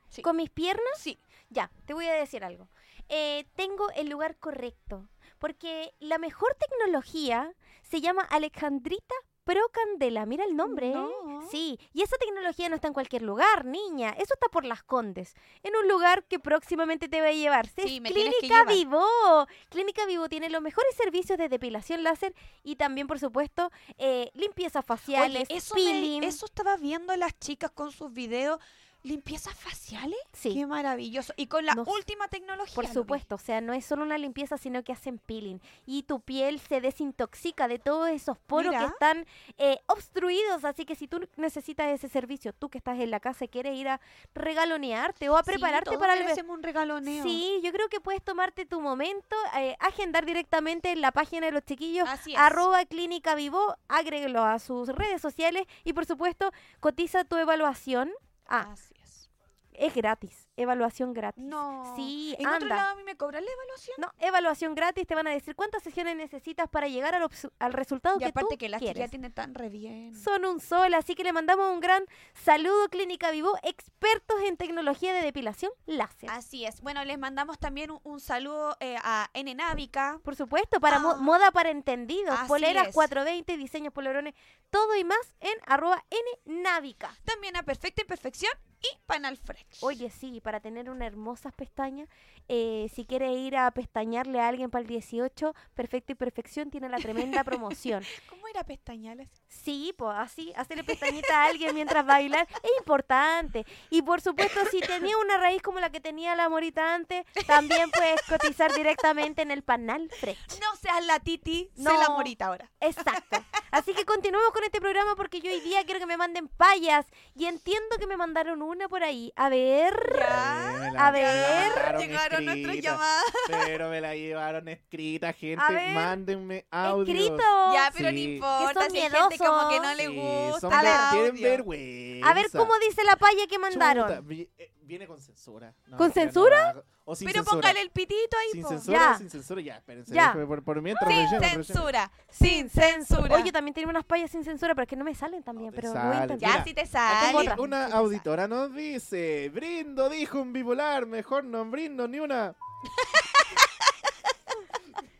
Speaker 2: Sí.
Speaker 1: ¿Con mis piernas?
Speaker 2: Sí.
Speaker 1: Ya, te voy a decir algo. Eh, tengo el lugar correcto, porque la mejor tecnología se llama Alejandrita Pro Candela. Mira el nombre. ¿eh?
Speaker 2: No.
Speaker 1: Sí, y esa tecnología no está en cualquier lugar, niña. Eso está por las Condes, en un lugar que próximamente te va a llevar. Se-
Speaker 2: Sí, me tienes que
Speaker 1: Clínica
Speaker 2: llevar.
Speaker 1: Vivo. Clínica Vivo tiene los mejores servicios de depilación láser y también, por supuesto, eh, limpieza facial,
Speaker 2: Oye, eso, me-
Speaker 1: peeling.
Speaker 2: eso estaba viendo las chicas con sus videos. ¿Limpiezas faciales?
Speaker 1: Sí.
Speaker 2: Qué maravilloso. Y con la
Speaker 1: No sé.
Speaker 2: última tecnología.
Speaker 1: Por
Speaker 2: lo vi.
Speaker 1: supuesto, o sea, no es solo una limpieza, sino que hacen peeling. Y tu piel se desintoxica de todos esos poros que
Speaker 2: Mira.
Speaker 1: están eh, obstruidos. Así que si tú necesitas ese servicio, tú que estás en la casa y quieres ir a regalonearte o a
Speaker 2: Sí,
Speaker 1: prepararte
Speaker 2: todos
Speaker 1: para el ve-
Speaker 2: merecemos un regaloneo.
Speaker 1: Sí, yo creo que puedes tomarte tu momento, eh, agendar directamente en la página de los chiquillos,
Speaker 2: Así es.
Speaker 1: arroba clínica vivo, agréguelo a sus redes sociales y por supuesto cotiza tu evaluación. Ah,
Speaker 2: Así es.
Speaker 1: es gratis, evaluación gratis.
Speaker 2: No.
Speaker 1: Sí,
Speaker 2: En otro
Speaker 1: anda.
Speaker 2: lado a mí me cobran la evaluación.
Speaker 1: No, evaluación gratis, te van a decir cuántas sesiones necesitas para llegar al, obsu- al resultado
Speaker 2: y
Speaker 1: que
Speaker 2: aparte
Speaker 1: tú
Speaker 2: que las chicas
Speaker 1: quieres.
Speaker 2: tienen tan re bien.
Speaker 1: Son un sol, así que le mandamos un gran saludo Clínica Vivo, expertos en tecnología de depilación láser.
Speaker 2: Así es. Bueno, les mandamos también un, un saludo eh, a Enenávica.
Speaker 1: Por supuesto, para mo-
Speaker 2: Ah.
Speaker 1: moda para entendidos,
Speaker 2: Así
Speaker 1: poleras
Speaker 2: es.
Speaker 1: 420, diseños polerones, todo y más en arroba nnávica.
Speaker 2: También a Perfecta Imperfección y Panal Fresh.
Speaker 1: Oye, sí, para tener unas hermosas pestañas, eh, si quieres ir a pestañarle a alguien para el 18, Perfecto y Perfección tiene la tremenda promoción.
Speaker 2: ¿Cómo era pestañales?
Speaker 1: Sí, pues así, hacerle pestañita a alguien mientras bailar es importante. Y por supuesto, si tenía una raíz como la que tenía la morita antes, también puedes cotizar directamente en el panal fresh.
Speaker 2: No seas la Titi, no.
Speaker 1: No.
Speaker 2: sé la morita ahora.
Speaker 1: Exacto. Así que continuemos con este programa porque yo hoy día quiero que me manden payas. Y entiendo que me mandaron una por ahí. A ver.
Speaker 2: Ya.
Speaker 1: A ver,
Speaker 3: mandaron
Speaker 2: Llegaron nuestras
Speaker 3: escrita,
Speaker 2: llamadas.
Speaker 3: Pero me la llevaron escrita, gente.
Speaker 1: A ver,
Speaker 3: Mándenme audio.
Speaker 1: Escrito.
Speaker 2: Ya, pero no
Speaker 3: Sí.
Speaker 2: importa.
Speaker 1: Que son
Speaker 2: si hay gente como que no
Speaker 1: miedosos.
Speaker 2: le gusta.
Speaker 1: A
Speaker 3: a
Speaker 1: ver.
Speaker 3: ver,
Speaker 2: el
Speaker 3: tienen
Speaker 2: audio.
Speaker 3: vergüenza.
Speaker 1: A ver cómo dice la paya que
Speaker 3: Chuta,
Speaker 1: mandaron.
Speaker 3: vi- eh, viene con censura. No,
Speaker 1: ¿Con
Speaker 3: mentira,
Speaker 1: censura?
Speaker 3: no, o sin
Speaker 2: Pero
Speaker 3: censura.
Speaker 2: póngale el pitito ahí,
Speaker 3: Sin
Speaker 2: po.
Speaker 3: censura,
Speaker 1: Ya.
Speaker 3: sin censura, ya, espérense.
Speaker 1: Ya.
Speaker 3: déjame Por, por mientras
Speaker 2: Sin
Speaker 3: relleno, relleno.
Speaker 2: censura. Sin censura.
Speaker 1: Oye, también tiene unas payas sin censura, pero es que no me salen también.
Speaker 3: te
Speaker 1: pero lo
Speaker 3: salen.
Speaker 1: intenté.
Speaker 2: ya
Speaker 3: mira,
Speaker 2: si te
Speaker 1: Ahí tengo
Speaker 2: sale.
Speaker 1: otra.
Speaker 3: Aquí Ah, una auditora nos dice, Brindo dijo un bipolar, mejor no brindo ni una.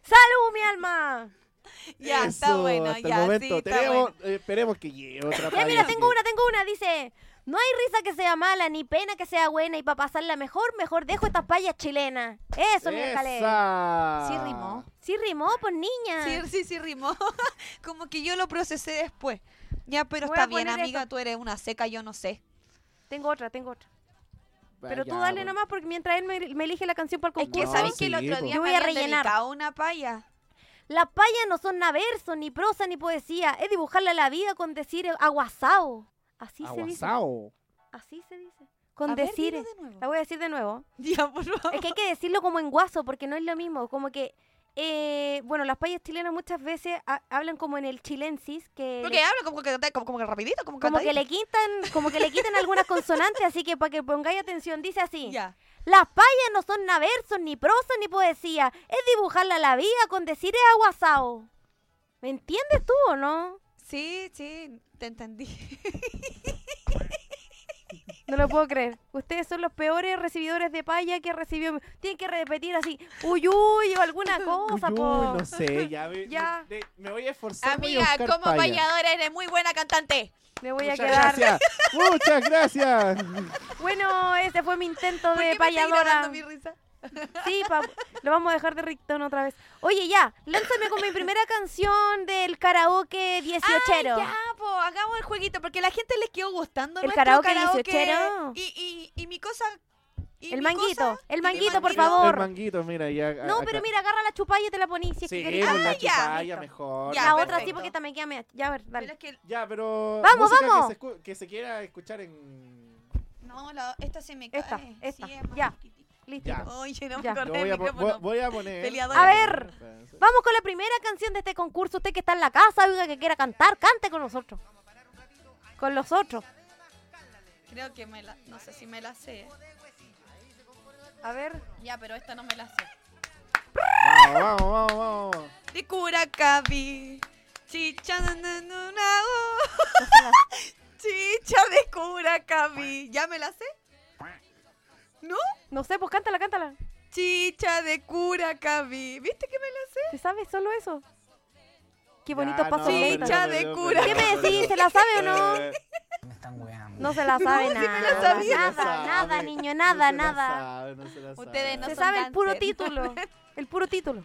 Speaker 1: ¡Salud, mi alma!
Speaker 2: Ya, está
Speaker 3: Eso,
Speaker 2: bueno.
Speaker 3: Hasta
Speaker 2: ya,
Speaker 3: el momento
Speaker 2: sí, está
Speaker 3: tenemos,
Speaker 2: bueno.
Speaker 3: eh, esperemos que llegue otra
Speaker 1: Ya, mira,
Speaker 3: paya
Speaker 1: tengo
Speaker 3: que-
Speaker 1: una, tengo una. Dice, no hay risa que sea mala, ni pena que sea buena, y para pasarla mejor, mejor dejo estas payas chilenas. Eso, mi alcalde.
Speaker 3: ¡Esa!
Speaker 2: Sí rimó.
Speaker 1: Sí rimó, pues
Speaker 3: Ah.
Speaker 1: niña.
Speaker 2: Sí, sí, sí, rimó. Como que yo lo procesé después. Ya, pero
Speaker 1: Voy
Speaker 2: está
Speaker 1: a
Speaker 2: bien,
Speaker 1: poner
Speaker 2: amiga. Tú eres una seca, yo no sé.
Speaker 1: Tengo otra, tengo otra. Pero tú
Speaker 3: Ya,
Speaker 1: dale
Speaker 3: pues.
Speaker 1: nomás porque mientras él me, me elige la canción para el
Speaker 2: Es que
Speaker 1: concurso.
Speaker 3: No,
Speaker 2: sabes que el
Speaker 3: Ah, sí,
Speaker 2: otro
Speaker 3: po.
Speaker 2: día
Speaker 1: Yo voy
Speaker 2: me
Speaker 1: a
Speaker 2: habían
Speaker 1: rellenar.
Speaker 2: dedicado una paya.
Speaker 1: Las payas no son verso, ni prosa, ni poesía. Es dibujarla a la vida con decir aguasao. Así se dice.
Speaker 3: Aguasao.
Speaker 1: Así se dice. Con
Speaker 2: A ver,
Speaker 1: decir.
Speaker 2: dilo de nuevo.
Speaker 1: la voy a decir de nuevo.
Speaker 2: Ya, por favor.
Speaker 1: Es que hay que decirlo como en guaso, porque no es lo mismo. Como que, eh, bueno, las payas chilenas muchas veces ha- hablan como en el chilensis, que
Speaker 2: Porque
Speaker 1: le-
Speaker 2: habla como que, como, como que rapidito, como,
Speaker 1: Eh, como que
Speaker 2: cantadito.
Speaker 1: le quitan, como que le quitan algunas consonantes, así que para que pongáis atención, dice así.
Speaker 2: Ya.
Speaker 1: Las payas no son versos, ni prosa, ni poesía. Es dibujarla a la vida con decir es aguasao. ¿Me entiendes tú o no?
Speaker 2: Sí, sí, te entendí.
Speaker 1: No lo puedo creer. Ustedes son los peores recibidores de paya que recibió. Tienen que repetir así, uy, uy, o alguna cosa,
Speaker 3: Uy,
Speaker 1: po.
Speaker 3: no sé, ya me,
Speaker 1: Ya.
Speaker 3: Me, me voy a esforzar. voy a
Speaker 2: Amiga,
Speaker 3: buscar
Speaker 2: como
Speaker 3: payas.
Speaker 2: payadora eres muy buena cantante.
Speaker 1: Me voy a
Speaker 3: Muchas
Speaker 1: quedar.
Speaker 3: gracias. Muchas gracias.
Speaker 1: Bueno, ese fue mi intento
Speaker 2: ¿Por qué me
Speaker 1: de
Speaker 2: estoy grabando
Speaker 1: payadora.
Speaker 2: mi risa?
Speaker 1: Sí, pa- lo vamos a dejar de rictón otra vez. Oye, ya, lánzame con mi primera canción del karaoke dieciochero.
Speaker 2: Ay, ya, po, hagamos el jueguito, porque a la gente les quedó gustando
Speaker 1: El
Speaker 2: nuestro
Speaker 1: karaoke
Speaker 2: karaoke.
Speaker 1: dieciochero.
Speaker 2: Y, y, y mi cosa... y
Speaker 1: el
Speaker 2: mi
Speaker 1: manguito,
Speaker 2: cosa-
Speaker 1: el
Speaker 2: y mi
Speaker 1: manguito, por
Speaker 2: manguito.
Speaker 3: El
Speaker 1: favor.
Speaker 3: manguito, mira, ya. a-
Speaker 1: No,
Speaker 3: acá.
Speaker 1: pero mira, agarra la chupalla y te la ponís. Si es que
Speaker 3: Sí,
Speaker 1: querés.
Speaker 3: con
Speaker 2: Ah,
Speaker 3: la
Speaker 2: ya,
Speaker 3: chupalla
Speaker 1: listo.
Speaker 3: mejor.
Speaker 2: Ya,
Speaker 1: la
Speaker 3: mejor.
Speaker 1: otra sí,
Speaker 2: perfecto.
Speaker 1: porque esta me queda media. Ya, a ver,
Speaker 2: Pero
Speaker 1: dale.
Speaker 2: es que...
Speaker 3: Ya, pero.
Speaker 1: Vamos,
Speaker 3: música que
Speaker 1: vamos.
Speaker 3: se escu- Que se, quiera escuchar en.
Speaker 2: No, la- esta se me cae.
Speaker 1: Esta,
Speaker 2: sí,
Speaker 1: esta,
Speaker 2: es más
Speaker 1: ya.
Speaker 2: chiquitita.
Speaker 1: Listo.
Speaker 3: Ya.
Speaker 2: Oye,
Speaker 1: Ya.
Speaker 2: no me
Speaker 3: Yo
Speaker 2: acordé
Speaker 3: voy, a,
Speaker 2: del
Speaker 3: po-
Speaker 2: micrófono.
Speaker 3: vo- voy a poner.
Speaker 2: Peleadora.
Speaker 1: A ver. Vamos con la primera canción de este concurso. Usted que está en la casa, oiga que quiera cantar, cante con nosotros. Con los otros.
Speaker 2: Creo que me la... No sé si me la sé.
Speaker 1: A ver.
Speaker 4: Ya, pero esta no me la sé.
Speaker 3: Vamos, vamos, vamos, vamos.
Speaker 2: De Curacaví. Chicha na, na, na, na, oh. Chicha de Curacaví. ¿Ya me la sé? ¿No?
Speaker 1: No sé, pues cántala, cántala.
Speaker 2: Chicha de Curacaví. ¿Viste que me la sé?
Speaker 1: ¿Te sabes solo eso? Qué
Speaker 3: Ya,
Speaker 1: bonitos pasos de
Speaker 3: no, pero
Speaker 1: Leita.
Speaker 2: Hincha
Speaker 3: no
Speaker 2: de
Speaker 3: dio,
Speaker 2: cura.
Speaker 3: pero
Speaker 1: ¿Qué me
Speaker 3: no
Speaker 1: decís?
Speaker 3: dio.
Speaker 1: ¿Se la sabe o no?
Speaker 3: Eh,
Speaker 1: No se la sabe
Speaker 2: sí me la
Speaker 1: nada.
Speaker 2: sabía.
Speaker 1: Nada,
Speaker 3: sabe,
Speaker 1: nada, niño,
Speaker 3: no
Speaker 1: nada,
Speaker 3: se la
Speaker 1: nada.
Speaker 3: sabe, no se la
Speaker 4: Ustedes
Speaker 3: sabe.
Speaker 4: no
Speaker 1: Se
Speaker 4: son
Speaker 1: sabe el puro
Speaker 2: dancer.
Speaker 1: título. El puro título.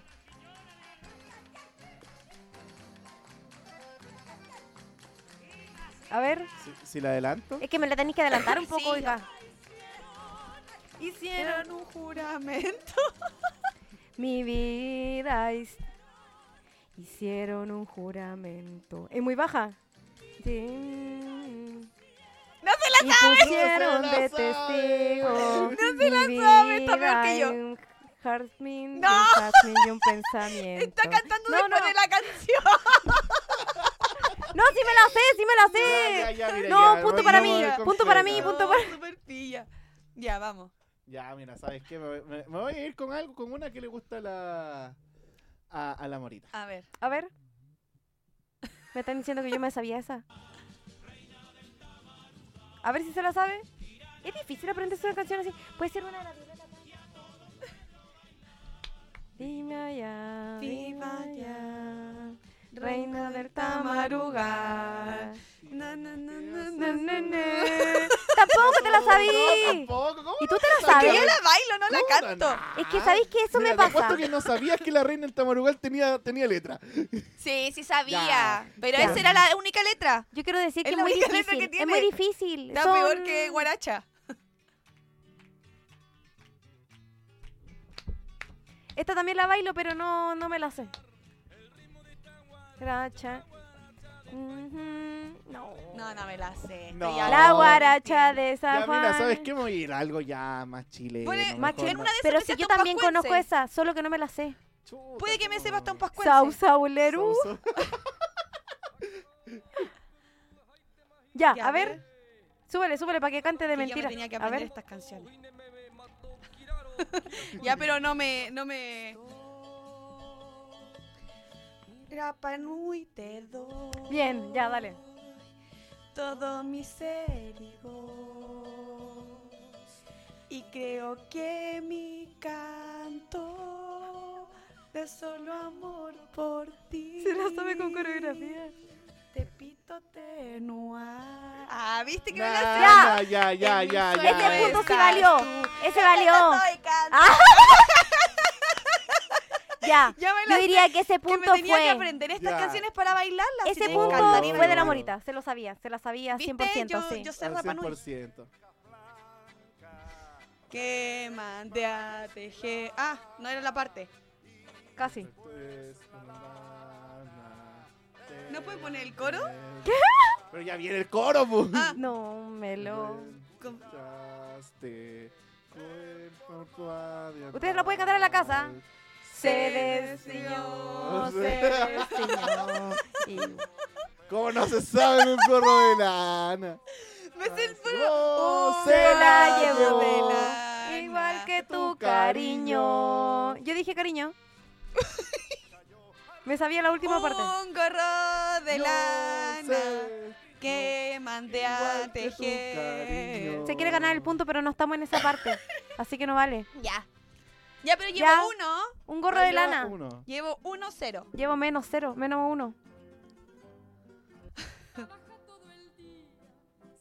Speaker 1: A ver,
Speaker 3: Si, si la adelanto.
Speaker 1: es que me la tenéis que adelantar un
Speaker 2: Sí,
Speaker 1: poco,
Speaker 2: ya.
Speaker 1: oiga. Hicieron
Speaker 2: Hicieron un juramento.
Speaker 1: mi vida. his- Hicieron un juramento. Es muy baja. Sí.
Speaker 2: No se
Speaker 1: Y pusieron
Speaker 3: No se la
Speaker 1: de
Speaker 3: sabe.
Speaker 1: testigo.
Speaker 2: No se la
Speaker 1: mi
Speaker 2: sabe, está peor que
Speaker 1: vida
Speaker 2: yo.
Speaker 1: y un jazmín, y un
Speaker 2: No.
Speaker 1: jazmín y un pensamiento.
Speaker 2: Está cantando
Speaker 1: no,
Speaker 2: después
Speaker 1: no.
Speaker 2: de la canción.
Speaker 1: No, sí me la sé, sí me la sé.
Speaker 3: Ya, ya, ya, mira,
Speaker 1: no,
Speaker 3: ya,
Speaker 1: punto
Speaker 3: voy-
Speaker 1: para
Speaker 3: voy
Speaker 1: mí,
Speaker 3: con
Speaker 1: punto para
Speaker 3: Fiona.
Speaker 1: mí, punto
Speaker 2: No,
Speaker 1: para
Speaker 2: súper pilla. Ya, vamos.
Speaker 3: Ya, mira, ¿sabes qué? Me, voy- me- me voy a ir con algo, con una que le gusta a la, a, a la morita.
Speaker 2: A ver.
Speaker 1: A ver. Me están diciendo que yo me sabía esa. A ver si se la sabe. Es difícil aprenderse una canción así. Puede ser una de la Violeta Parra. Dime allá, dime
Speaker 2: Viva
Speaker 1: allá,
Speaker 2: Reina del Tamaruga. Na, na, na, na, na, na, na.
Speaker 1: Tampoco te la sabí.
Speaker 3: tampoco. ¿Cómo
Speaker 1: ¿Y tú
Speaker 3: no
Speaker 1: te la
Speaker 2: Que
Speaker 1: sabes?
Speaker 2: yo la bailo, no la
Speaker 3: ¿Cómo
Speaker 2: canto.
Speaker 3: no?
Speaker 1: Es que sabéis que eso
Speaker 3: Mira,
Speaker 1: me
Speaker 3: te apuesto
Speaker 1: pasa.
Speaker 3: que no sabías que la reina del Tamarugal tenía, tenía letra.
Speaker 2: Sí, sí sabía.
Speaker 3: Ya,
Speaker 2: pero
Speaker 1: ya.
Speaker 2: esa era la única letra.
Speaker 1: Yo quiero decir que
Speaker 2: Es
Speaker 1: es
Speaker 2: la
Speaker 1: muy
Speaker 2: única letra que
Speaker 1: difícil. Es
Speaker 2: tiene.
Speaker 1: muy difícil.
Speaker 2: Está
Speaker 1: Son-
Speaker 2: peor que Guaracha.
Speaker 1: Esta también la bailo, pero no, no me la sé. Guaracha. Ujú, No.
Speaker 2: No, no me la sé.
Speaker 3: No.
Speaker 2: Estoy ya-
Speaker 1: La guaracha de San
Speaker 3: Ya,
Speaker 1: Juan.
Speaker 3: mira, ¿sabes qué? Me voy a ir a algo ya más chileno.
Speaker 2: Pone-
Speaker 3: mejor,
Speaker 1: Más
Speaker 2: En
Speaker 1: chileno.
Speaker 3: más-
Speaker 2: una de esas
Speaker 1: Pero
Speaker 2: me
Speaker 1: si
Speaker 2: sé
Speaker 1: yo
Speaker 2: hasta un
Speaker 1: también conozco
Speaker 2: pascuense.
Speaker 1: esa, solo que no me la sé.
Speaker 3: Chuta,
Speaker 2: Puede que me
Speaker 3: no.
Speaker 2: sepa hasta un pascuense.
Speaker 1: Sausaulerú.
Speaker 3: Sau, sau.
Speaker 1: Ya,
Speaker 2: Ya,
Speaker 1: a ver. Súbele, súbele para que cante de
Speaker 2: que Yo me
Speaker 1: mentira.
Speaker 2: tenía que
Speaker 1: A
Speaker 2: aprender
Speaker 1: ver.
Speaker 2: estas canciones. ya, pero no me, no me. Grapanui te doy.
Speaker 1: Bien, ya, dale.
Speaker 2: Todo mi ser y voz. Y creo que mi canto de solo amor por ti.
Speaker 1: Se la sabe con coreografía.
Speaker 2: Te pito tenua. Ah, ¿viste que me la sé?
Speaker 3: Ya, ya, ya,
Speaker 2: En
Speaker 3: ya,
Speaker 2: mis
Speaker 3: ya.
Speaker 1: Ese
Speaker 2: sueños
Speaker 1: punto sí
Speaker 2: estás
Speaker 1: valió.
Speaker 2: tú.
Speaker 1: Ese valió. Ah,
Speaker 2: Estoy cantando.
Speaker 1: Ya.
Speaker 2: Ya me la
Speaker 1: Yo diría que ese
Speaker 2: que me
Speaker 1: punto
Speaker 2: tenía que
Speaker 1: fue.
Speaker 2: aprender estas
Speaker 3: Ya.
Speaker 2: canciones para bailarlas. si
Speaker 1: Ese
Speaker 2: te
Speaker 1: punto
Speaker 3: encanta,
Speaker 2: encantaría
Speaker 1: fue de la
Speaker 3: bailar.
Speaker 1: morita. Se lo sabía, se la sabía
Speaker 2: ¿Viste?
Speaker 1: 100%.
Speaker 2: Yo,
Speaker 1: sí.
Speaker 2: yo sé
Speaker 3: Al
Speaker 2: Rapa Nui.
Speaker 3: 100%.
Speaker 2: Que mandé a tejer. Ah, no era la parte.
Speaker 1: Casi.
Speaker 2: ¿No puede poner el coro?
Speaker 3: ¿Qué? Pero ya viene el coro, pues.
Speaker 2: Ah,
Speaker 1: No me lo. Ustedes lo pueden cantar en la casa.
Speaker 2: se desdiñó, se desdiñó.
Speaker 3: ¿Cómo no se sabe un corro de lana?
Speaker 2: Me sé el puro.
Speaker 3: Oh,
Speaker 2: Oh,
Speaker 3: se la
Speaker 1: llevó
Speaker 3: llevó.
Speaker 1: de Igual que tu
Speaker 3: Tu
Speaker 1: cariño.
Speaker 3: cariño.
Speaker 1: Yo dije cariño. Me sabía la última parte.
Speaker 2: Un gorro de
Speaker 3: Yo
Speaker 2: lana
Speaker 3: sé.
Speaker 2: que mandé a
Speaker 3: Igual que tu
Speaker 2: tejer.
Speaker 3: cariño.
Speaker 1: Se quiere ganar el punto, pero no estamos en esa parte. Así que no vale.
Speaker 2: Ya. Ya, pero llevo
Speaker 1: Ya.
Speaker 2: uno.
Speaker 1: Un gorro de
Speaker 3: Lleva
Speaker 1: lana.
Speaker 3: uno.
Speaker 2: Llevo uno cero.
Speaker 1: Llevo menos cero, menos uno.
Speaker 5: Trabaja todo el día,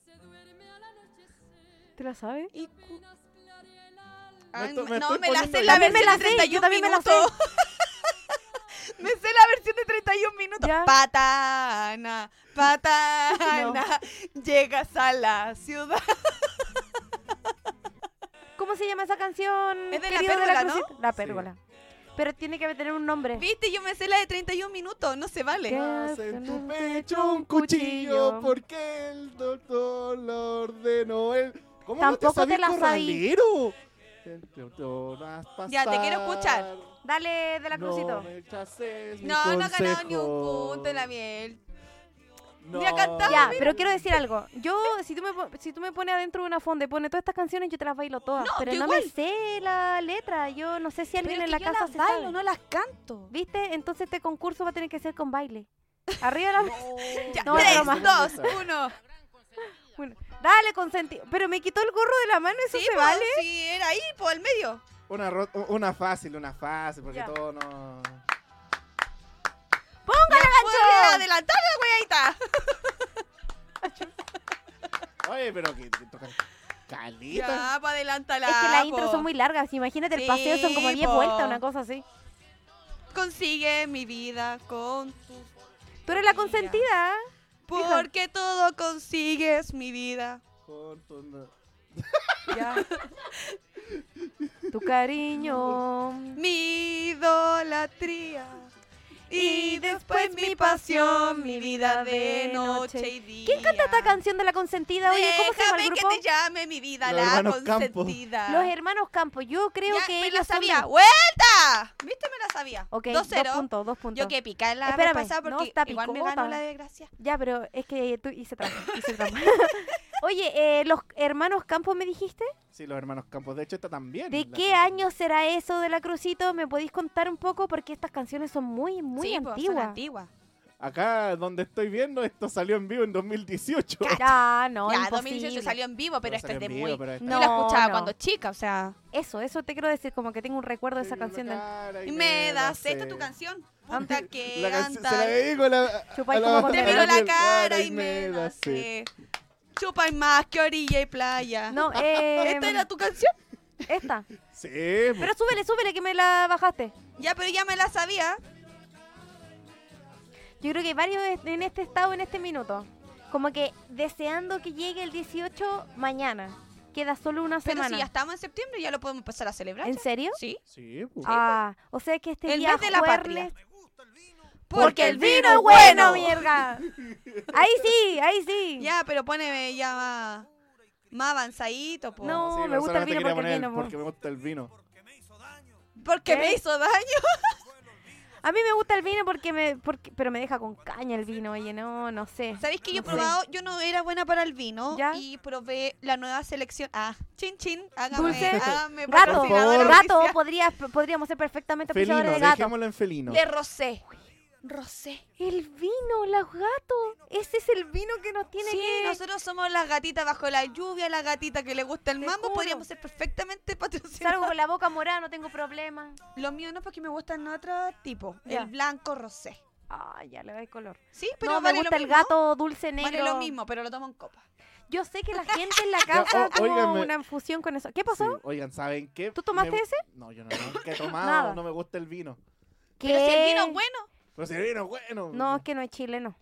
Speaker 5: se duerme al anochecer.
Speaker 1: ¿Te la sabes?
Speaker 2: Y cu-
Speaker 5: Apenas clarea el alma.
Speaker 2: Ay,
Speaker 3: estoy-
Speaker 2: me-
Speaker 3: me
Speaker 2: no,
Speaker 3: estoy
Speaker 2: me la
Speaker 3: poniendo
Speaker 2: sé
Speaker 3: yo.
Speaker 2: la
Speaker 1: También
Speaker 2: versión
Speaker 1: me la
Speaker 2: de
Speaker 1: sé, yo
Speaker 2: 31
Speaker 1: también me la sé.
Speaker 2: minutos. Me sé la versión de 31 minutos.
Speaker 1: Ya.
Speaker 2: Patana, patana, llegas a la ciudad.
Speaker 1: ¿Cómo se llama esa canción?
Speaker 2: Es de La
Speaker 1: querido
Speaker 2: Pérgola, ¿no?
Speaker 1: Crucita? La pérgola. Pero tiene que tener un nombre.
Speaker 2: Viste, yo me sé la de 31 minutos, no se vale.
Speaker 3: Haz en tu pecho un cuchillo porque el doctor lo ordenó él. ¿Cómo
Speaker 1: Tampoco
Speaker 3: no te,
Speaker 1: te la sabí.
Speaker 3: corralero? El doctor has pasado.
Speaker 2: Ya, te quiero escuchar.
Speaker 1: Dale de la
Speaker 3: no
Speaker 1: crucito.
Speaker 3: me rechaces mi
Speaker 2: No, no ha ganado ni un
Speaker 3: consejo.
Speaker 2: punto la miel. Ni a
Speaker 3: Ah,
Speaker 2: cantar.
Speaker 1: Ya, pero quiero decir algo. Yo, si tú me, po- si tú me pones adentro de una fonda y pones todas estas canciones, yo te las bailo todas.
Speaker 2: No,
Speaker 1: pero
Speaker 2: yo
Speaker 1: no me
Speaker 2: igual.
Speaker 1: sé la letra. Yo no sé si alguien
Speaker 2: Pero
Speaker 1: en
Speaker 2: que
Speaker 1: la
Speaker 2: yo
Speaker 1: casa
Speaker 2: las
Speaker 1: se
Speaker 2: bailo,
Speaker 1: sabe.
Speaker 2: no las canto.
Speaker 1: ¿Viste? Entonces este concurso va a tener que ser con baile. Arriba la...
Speaker 2: Ya,
Speaker 1: No,
Speaker 2: tres,
Speaker 1: broma.
Speaker 2: dos, uno.
Speaker 1: Bueno, dale, consentido. Pero me quitó el gorro de la mano, ¿eso
Speaker 2: Sí,
Speaker 1: se
Speaker 2: po,
Speaker 1: vale?
Speaker 2: Sí, era ahí, por el medio.
Speaker 3: Una, ro- una fácil, una fácil, porque
Speaker 1: Ya.
Speaker 3: todo no.
Speaker 2: Podría adelantar la weadita.
Speaker 3: Oye, pero que, que tocan calita.
Speaker 2: Ya, pues adelántala.
Speaker 1: Es que las
Speaker 2: po.
Speaker 1: intros son muy largas. Imagínate, el paseo son como
Speaker 2: Sí,
Speaker 1: 10
Speaker 2: po.
Speaker 1: vueltas, una cosa así.
Speaker 2: Consigue mi vida con tus...
Speaker 1: Tú eres la
Speaker 2: Mira.
Speaker 1: consentida.
Speaker 2: Porque todo consigues mi vida.
Speaker 3: Con tu-
Speaker 2: Ya.
Speaker 1: Tu cariño.
Speaker 2: mi idolatría. Y después mi pasión, mi vida de noche y día.
Speaker 1: ¿Quién canta esta canción de la consentida? Oye, ¿cómo se llama el
Speaker 2: Déjame
Speaker 1: grupo?
Speaker 2: que te llame mi vida,
Speaker 3: Los
Speaker 2: la
Speaker 3: hermanos Campos.
Speaker 2: consentida.
Speaker 1: Los hermanos Campos. Yo creo
Speaker 2: Ah. Ya,
Speaker 1: que
Speaker 2: me la
Speaker 1: ellos son
Speaker 2: sabía.
Speaker 1: de-
Speaker 2: ¡Vuelta! ¿Viste? Me la sabía.
Speaker 1: Ok,
Speaker 2: Dos
Speaker 1: dos,
Speaker 2: cero.
Speaker 1: puntos, dos puntos.
Speaker 2: Yo que picar la vez
Speaker 1: Espérame,
Speaker 2: pasada
Speaker 1: no,
Speaker 2: porque
Speaker 1: está
Speaker 2: igual me
Speaker 1: picota.
Speaker 2: ganó la desgracia.
Speaker 1: Ya, pero es que tú hice trampa, hice trampa. Oye, eh, ¿los hermanos Campos me dijiste?
Speaker 3: Sí, los hermanos Campos. De hecho, esta también.
Speaker 1: ¿De
Speaker 3: la
Speaker 1: qué
Speaker 3: cantan.
Speaker 1: año será eso de la Crucito? ¿Me podéis contar un poco? Porque estas canciones son muy, muy
Speaker 2: Sí, po, son
Speaker 1: antiguas.
Speaker 2: antiguas.
Speaker 3: Acá donde estoy viendo, esto salió en vivo en 2018.
Speaker 1: Ya, no,
Speaker 2: ya,
Speaker 1: imposible.
Speaker 2: 2018 salió en vivo, pero, esta
Speaker 3: salió
Speaker 2: es de
Speaker 3: en
Speaker 2: muy...
Speaker 3: vivo, pero esta-
Speaker 2: No,
Speaker 1: No,
Speaker 2: la escuchaba
Speaker 1: no.
Speaker 2: cuando chica, o sea...
Speaker 1: Eso, eso te quiero decir, como que tengo un recuerdo de esa
Speaker 3: Tengo
Speaker 1: canción
Speaker 3: la
Speaker 1: del
Speaker 3: cara
Speaker 2: Y me das,
Speaker 3: sé.
Speaker 2: esta es tu canción.
Speaker 1: Anta-
Speaker 2: Puta que
Speaker 3: La canción se la
Speaker 2: canta.
Speaker 3: dedico a la.
Speaker 1: Chupa y
Speaker 3: a la-
Speaker 1: como con
Speaker 2: Te
Speaker 1: Me
Speaker 2: miro
Speaker 1: das
Speaker 2: la cara y me da sed. Chupa y más que orilla y playa.
Speaker 1: No, eh,
Speaker 2: ¿Esta Este era tu canción?
Speaker 1: esta.
Speaker 3: Sí, pues.
Speaker 1: Pero súbele, súbele, que me la bajaste.
Speaker 2: Ya, pero ya me la sabía.
Speaker 1: Yo creo que hay varios est- en este estado, en este minuto. Como que deseando que llegue el 18 mañana. Queda solo una
Speaker 2: Pero
Speaker 1: semana.
Speaker 2: si ya estamos en septiembre, ya lo podemos empezar a celebrar.
Speaker 1: ¿En
Speaker 2: ya.
Speaker 1: serio?
Speaker 2: Sí.
Speaker 3: sí, pues.
Speaker 1: Ah, o sea que este
Speaker 2: El
Speaker 1: día
Speaker 2: mes de la
Speaker 1: juernes-
Speaker 2: Porque el vino es
Speaker 1: bueno,
Speaker 2: bueno.
Speaker 1: mierda. Ahí sí, ahí sí.
Speaker 2: Ya, pero poneme ya más, más avanzadito, po.
Speaker 1: No, me
Speaker 3: pero
Speaker 1: gusta el
Speaker 3: solamente
Speaker 1: vino
Speaker 3: quería
Speaker 1: porque el
Speaker 3: poner
Speaker 1: vino, po.
Speaker 3: porque me gusta el vino.
Speaker 2: Porque
Speaker 1: ¿Qué?
Speaker 2: me hizo daño.
Speaker 1: A mí me gusta el vino porque me porque pero me deja con caña el vino, oye, no, no sé.
Speaker 2: ¿Sabéis que yo he
Speaker 1: No sé.
Speaker 2: probado? Yo no era buena para el vino
Speaker 1: Ya.
Speaker 2: y probé la nueva selección. Ah, chin chin, hágame,
Speaker 1: Dulce.
Speaker 2: hágame
Speaker 1: Gato,
Speaker 3: Por favor.
Speaker 2: patrocinador
Speaker 1: gato,
Speaker 2: oficial.
Speaker 1: podrías- podríamos ser perfectamente
Speaker 3: Felino,
Speaker 1: apoyadores Este de gato.
Speaker 3: dejémoslo en felino.
Speaker 2: de rosé. Rosé.
Speaker 1: El vino, los gatos. Ese es el vino que nos tiene
Speaker 2: Sí,
Speaker 1: que
Speaker 2: nosotros somos las gatitas bajo la lluvia, la gatita que le gusta el
Speaker 1: Te
Speaker 2: mambo,
Speaker 1: juro.
Speaker 2: podríamos ser perfectamente patrocinados.
Speaker 1: Salgo con la boca morada, no tengo problema.
Speaker 2: Los míos no, porque me gustan otro tipo,
Speaker 1: Ya.
Speaker 2: el blanco rosé.
Speaker 1: Ah, ya le da el color.
Speaker 2: Sí, pero
Speaker 1: no,
Speaker 2: vale
Speaker 1: me gusta
Speaker 2: lo
Speaker 1: el
Speaker 2: mismo.
Speaker 1: gato dulce negro.
Speaker 2: Vale lo mismo, pero lo tomo en copa.
Speaker 1: Yo sé que la gente en la casa
Speaker 3: o-
Speaker 1: tuvo
Speaker 3: óigame.
Speaker 1: una infusión con eso. ¿Qué
Speaker 3: Sí,
Speaker 1: pasó?
Speaker 3: Oigan, ¿saben qué?
Speaker 1: ¿Tú tomaste
Speaker 3: Me-
Speaker 1: ese?
Speaker 3: No, yo no nunca he tomado,
Speaker 1: Nada.
Speaker 3: no me gusta el vino.
Speaker 1: ¿Qué?
Speaker 2: Pero si el vino es bueno,
Speaker 3: Pero si el vino es bueno.
Speaker 1: No, es que no es chileno.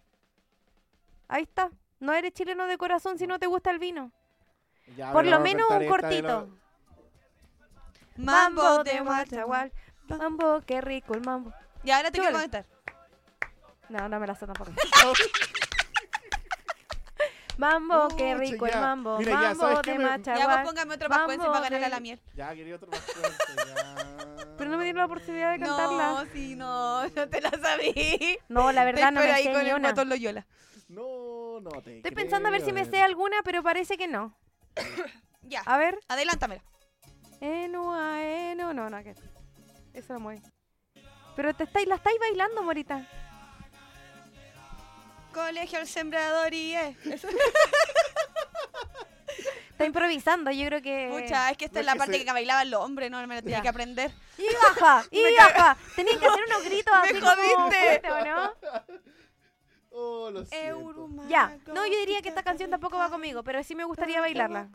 Speaker 1: Ahí está. No eres chileno de corazón si no te gusta el vino.
Speaker 3: Ya,
Speaker 1: Por
Speaker 3: pero
Speaker 1: lo
Speaker 3: vamos a
Speaker 1: menos
Speaker 3: cantar
Speaker 1: un
Speaker 3: esta de los-
Speaker 1: cortito.
Speaker 2: mambo de Guatagual.
Speaker 1: Guatagual. Mambo, qué rico el mambo.
Speaker 2: Y ahora te quiero
Speaker 1: Chúbala.
Speaker 2: comentar.
Speaker 1: No, no me la sé tampoco. Mambo, qué
Speaker 3: Pucha,
Speaker 1: rico
Speaker 3: ya.
Speaker 1: el mambo.
Speaker 3: Mira, ya,
Speaker 1: mambo
Speaker 3: ¿sabes qué?
Speaker 1: de
Speaker 3: Me-
Speaker 2: Ya vos
Speaker 1: Machagual.
Speaker 2: póngame otro
Speaker 1: Mambo
Speaker 2: pascuense para ganar a
Speaker 1: de-
Speaker 2: la miel.
Speaker 3: Ya, quería otro más fuerte, ya.
Speaker 1: Pero no me dieron la oportunidad de cantarla.
Speaker 2: No, sí, no, yo te la sabí.
Speaker 1: No, la verdad no
Speaker 2: Te
Speaker 1: me
Speaker 2: espero ahí
Speaker 1: sé
Speaker 2: con
Speaker 1: ni
Speaker 2: el
Speaker 1: una.
Speaker 2: guatón Loyola.
Speaker 3: No, no te
Speaker 1: Estoy pensando a ver si me
Speaker 3: eh.
Speaker 1: sé alguna, pero parece que no.
Speaker 2: Ya,
Speaker 1: A ver.
Speaker 2: adelántamela.
Speaker 1: Enua, eno. No, no, que. Eso no mueve. Pero te estáis, la estáis bailando, Morita.
Speaker 2: Colegio al sembrador y E. es.
Speaker 1: Eh, Está improvisando, yo creo que.
Speaker 2: Pucha, es que esta
Speaker 3: no
Speaker 2: es la
Speaker 3: que
Speaker 2: parte
Speaker 3: se-
Speaker 2: que bailaban los hombres, no me la tenía que aprender.
Speaker 1: ¡Y baja! ¡Y baja! Tenías que hacer unos gritos
Speaker 2: Me
Speaker 1: así como
Speaker 2: jodiste.
Speaker 1: fuerte, ¿o no?
Speaker 3: Oh, lo
Speaker 2: Eh,
Speaker 3: siento.
Speaker 1: Ya, no, yo diría que esta canción tampoco va conmigo, pero sí me gustaría bailarla.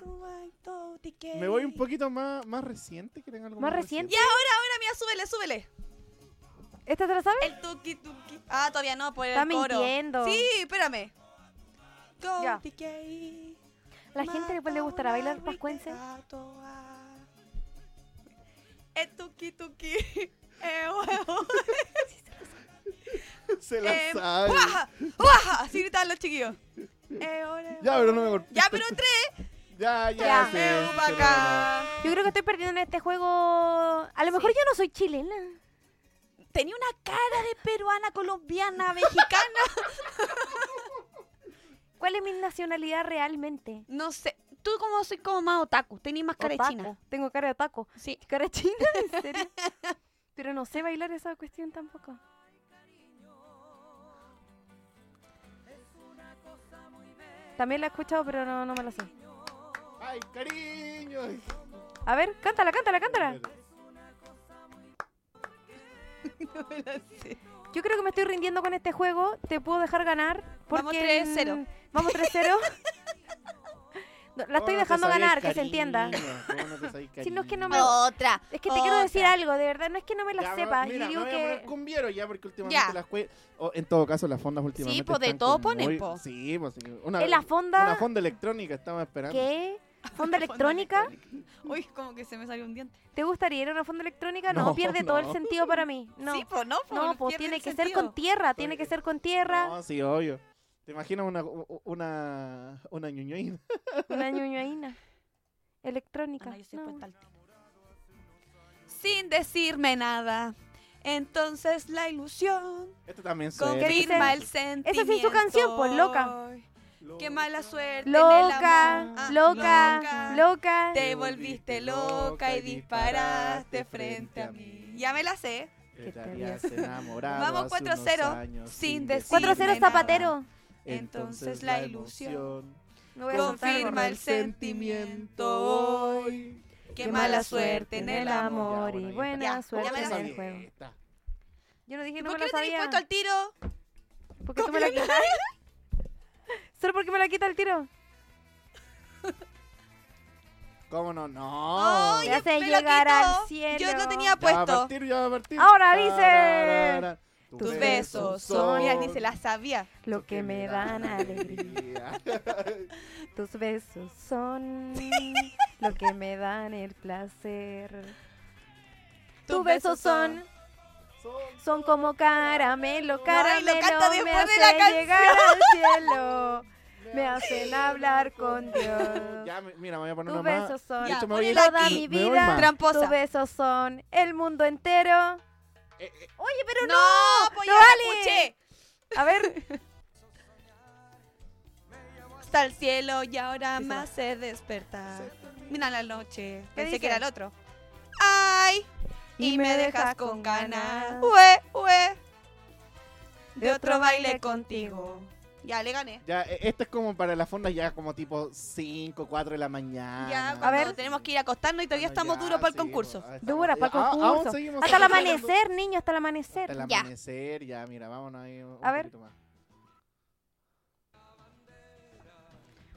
Speaker 3: Me voy un poquito más, más reciente, que tenga algo
Speaker 1: ¿Más
Speaker 3: más,
Speaker 1: reciente?
Speaker 2: Y ahora, ahora, mira, súbele, súbele.
Speaker 1: ¿Esta te la sabes?
Speaker 2: El tuki tuki. Ah, todavía no, por el
Speaker 1: Está
Speaker 2: coro.
Speaker 1: mintiendo.
Speaker 2: Sí, espérame.
Speaker 1: Ya.
Speaker 2: Tiki,
Speaker 1: La gente después le
Speaker 2: mata
Speaker 1: gustará bailar
Speaker 2: una
Speaker 1: pascuense.
Speaker 2: gato, ah. El tuki tuki. Eh, huevo.
Speaker 3: Se la
Speaker 2: Eh,
Speaker 3: sabe.
Speaker 2: ¡Uaja! ¡Uaja! Así gritaban los chiquillos. Eh, ole,
Speaker 3: Ya, pero no me golpees.
Speaker 2: Ya, pero tres.
Speaker 3: Ya, ya,
Speaker 1: Ya.
Speaker 3: sí,
Speaker 2: Eh,
Speaker 3: sí,
Speaker 2: pa'
Speaker 3: no,
Speaker 2: acá.
Speaker 1: Yo creo que estoy perdiendo en este juego. A lo mejor yo no soy chilena.
Speaker 2: Tenía una cara de peruana, colombiana, mexicana.
Speaker 1: ¿Cuál es mi nacionalidad realmente?
Speaker 2: No sé. Tú como soy como más otaku. Tenés más cara de
Speaker 1: Otaku.
Speaker 2: china.
Speaker 1: Tengo cara de taco.
Speaker 2: Sí.
Speaker 1: ¿Cara de china? ¿En serio? Pero no sé bailar esa cuestión tampoco. También la he escuchado, pero no, no me la sé.
Speaker 3: Ay, cariño.
Speaker 1: A ver, cántala, cántala, cántala.
Speaker 2: No me la sé.
Speaker 1: Yo creo que me estoy rindiendo con este juego. Te puedo dejar ganar. Porque
Speaker 2: Vamos 3-0.
Speaker 1: en- Vamos 3-0. No, la estoy
Speaker 3: ¿Cómo no te
Speaker 1: dejando
Speaker 3: sabías,
Speaker 1: ganar, que se
Speaker 3: cariño?
Speaker 1: entienda.
Speaker 3: ¿Cómo no te sabías,
Speaker 1: Si no es que no me-
Speaker 3: cariño?
Speaker 2: Otra.
Speaker 1: Es que te quiero
Speaker 2: otra.
Speaker 1: decir algo, de verdad. No es que no me la
Speaker 3: Ya,
Speaker 1: sepa.
Speaker 3: mira,
Speaker 1: yo digo
Speaker 3: me voy a
Speaker 1: que.
Speaker 3: poner cumbiero ya porque últimamente
Speaker 2: Ya.
Speaker 3: las cue- o, en todo caso las fondas últimamente
Speaker 2: pues, de
Speaker 3: están
Speaker 2: todo
Speaker 3: con
Speaker 2: ponen,
Speaker 3: muy-
Speaker 2: po.
Speaker 3: Sí, pues sí, una
Speaker 1: En la fonda.
Speaker 3: una fonda electrónica estaba esperando.
Speaker 1: ¿Qué? ¿Fonda electrónica?
Speaker 2: Uy, como que se me salió un diente.
Speaker 1: ¿Te gustaría ir a una fonda electrónica? No,
Speaker 3: No,
Speaker 1: pierde todo el
Speaker 3: no.
Speaker 1: sentido para mí. No,
Speaker 2: Sí, pues no, pues.
Speaker 1: no, pues
Speaker 2: pierde
Speaker 1: tiene
Speaker 2: el
Speaker 1: que ser
Speaker 2: sentido.
Speaker 1: con tierra, tiene que
Speaker 3: Oye,
Speaker 1: ser con tierra.
Speaker 3: No, sí, obvio. ¿Te imaginas una una una ñuñoína?
Speaker 1: Una ñoñoína.
Speaker 2: Ah,
Speaker 1: Electrónica.
Speaker 2: no, yo soy
Speaker 1: no.
Speaker 2: puesta al tiro. Sin decirme nada. Entonces la ilusión
Speaker 3: Esto también suena.
Speaker 2: confirma el
Speaker 1: dice?
Speaker 2: sentimiento.
Speaker 1: Esa sí es su canción, pues, loca.
Speaker 2: Qué mala suerte. en el
Speaker 1: Loca,
Speaker 2: amor. Ah,
Speaker 1: loca, loca.
Speaker 2: Te volviste loca y disparaste frente a mí. Ya me la sé.
Speaker 3: Que
Speaker 1: Que
Speaker 3: te
Speaker 1: te
Speaker 3: habías enamorado
Speaker 2: Vamos,
Speaker 3: hace unos
Speaker 2: 4-0,
Speaker 3: años
Speaker 2: sin decirme
Speaker 1: 4-0
Speaker 3: decirme
Speaker 2: nada.
Speaker 1: Zapatero.
Speaker 2: Entonces la ilusión
Speaker 1: Me voy a soltar algo.
Speaker 2: Confirma el sentimiento hoy. Qué mala suerte en el amor.
Speaker 1: amor y buena
Speaker 2: Ya, ya
Speaker 1: suerte
Speaker 2: me la
Speaker 1: en
Speaker 2: sabía.
Speaker 1: el juego. Yo no dije que no
Speaker 2: ¿Por
Speaker 1: me
Speaker 2: qué
Speaker 1: la
Speaker 2: no tenéis
Speaker 1: sabía.
Speaker 2: puesto al tiro?
Speaker 1: ¿Por qué tú me la quitas? ¿Solo porque me la quita el tiro?
Speaker 3: ¿Cómo no? No.
Speaker 2: Ay,
Speaker 1: Me hace
Speaker 2: me lo
Speaker 1: llegar al
Speaker 2: quitó.
Speaker 1: cielo.
Speaker 2: Yo no tenía
Speaker 3: Ya va a
Speaker 2: puesto.
Speaker 3: partir, ya va a partir.
Speaker 1: Ahora dice,
Speaker 3: Tararara,
Speaker 2: Tus besos son. Mira, ni se la sabía.
Speaker 1: Lo que me dan alegría. Tus besos son lo que me dan el placer. Tus besos son, son como caramelo,
Speaker 2: Ay, lo
Speaker 1: caramelo
Speaker 2: canta
Speaker 1: me
Speaker 2: después de la
Speaker 1: hacen llegar al cielo, me hacen hablar con Dios.
Speaker 3: Ya, mi- mira, me voy a poner
Speaker 1: Tus
Speaker 3: una más.
Speaker 1: besos son
Speaker 3: De hecho,
Speaker 2: Ya,
Speaker 3: me voy a ir-
Speaker 1: toda
Speaker 2: aquí.
Speaker 1: mi
Speaker 3: me voy
Speaker 1: vida,
Speaker 3: más.
Speaker 1: tus
Speaker 2: Tramposa.
Speaker 1: besos son el mundo entero.
Speaker 3: Eh, eh,
Speaker 1: Oye, pero
Speaker 2: no,
Speaker 1: no.
Speaker 2: pues
Speaker 1: no
Speaker 2: ya la
Speaker 1: vale.
Speaker 2: escuché.
Speaker 1: A ver,
Speaker 2: Hasta el cielo y ahora
Speaker 1: Sí, se
Speaker 2: me
Speaker 1: va.
Speaker 2: hace despertar. Mira la noche. Pensé
Speaker 1: dice?
Speaker 2: que era el otro. Ay, y, me dejas con ganas. Ue, ue. De otro baile contigo. Ya le gané.
Speaker 3: Ya, eh, esto es como para la fonda ya como tipo 5, 4 de la mañana.
Speaker 2: Ya,
Speaker 3: a
Speaker 2: cuando
Speaker 1: ver.
Speaker 2: tenemos que ir a acostarnos y todavía estamos duros para el
Speaker 3: pues.
Speaker 2: concurso.
Speaker 1: Dura para el
Speaker 3: Ah,
Speaker 1: concurso. hasta el
Speaker 2: Estamos
Speaker 1: amanecer, niño, hasta el amanecer.
Speaker 3: Hasta el
Speaker 2: Ya.
Speaker 3: amanecer, ya, mira, vámonos ahí un
Speaker 1: A ver.
Speaker 3: poquito más.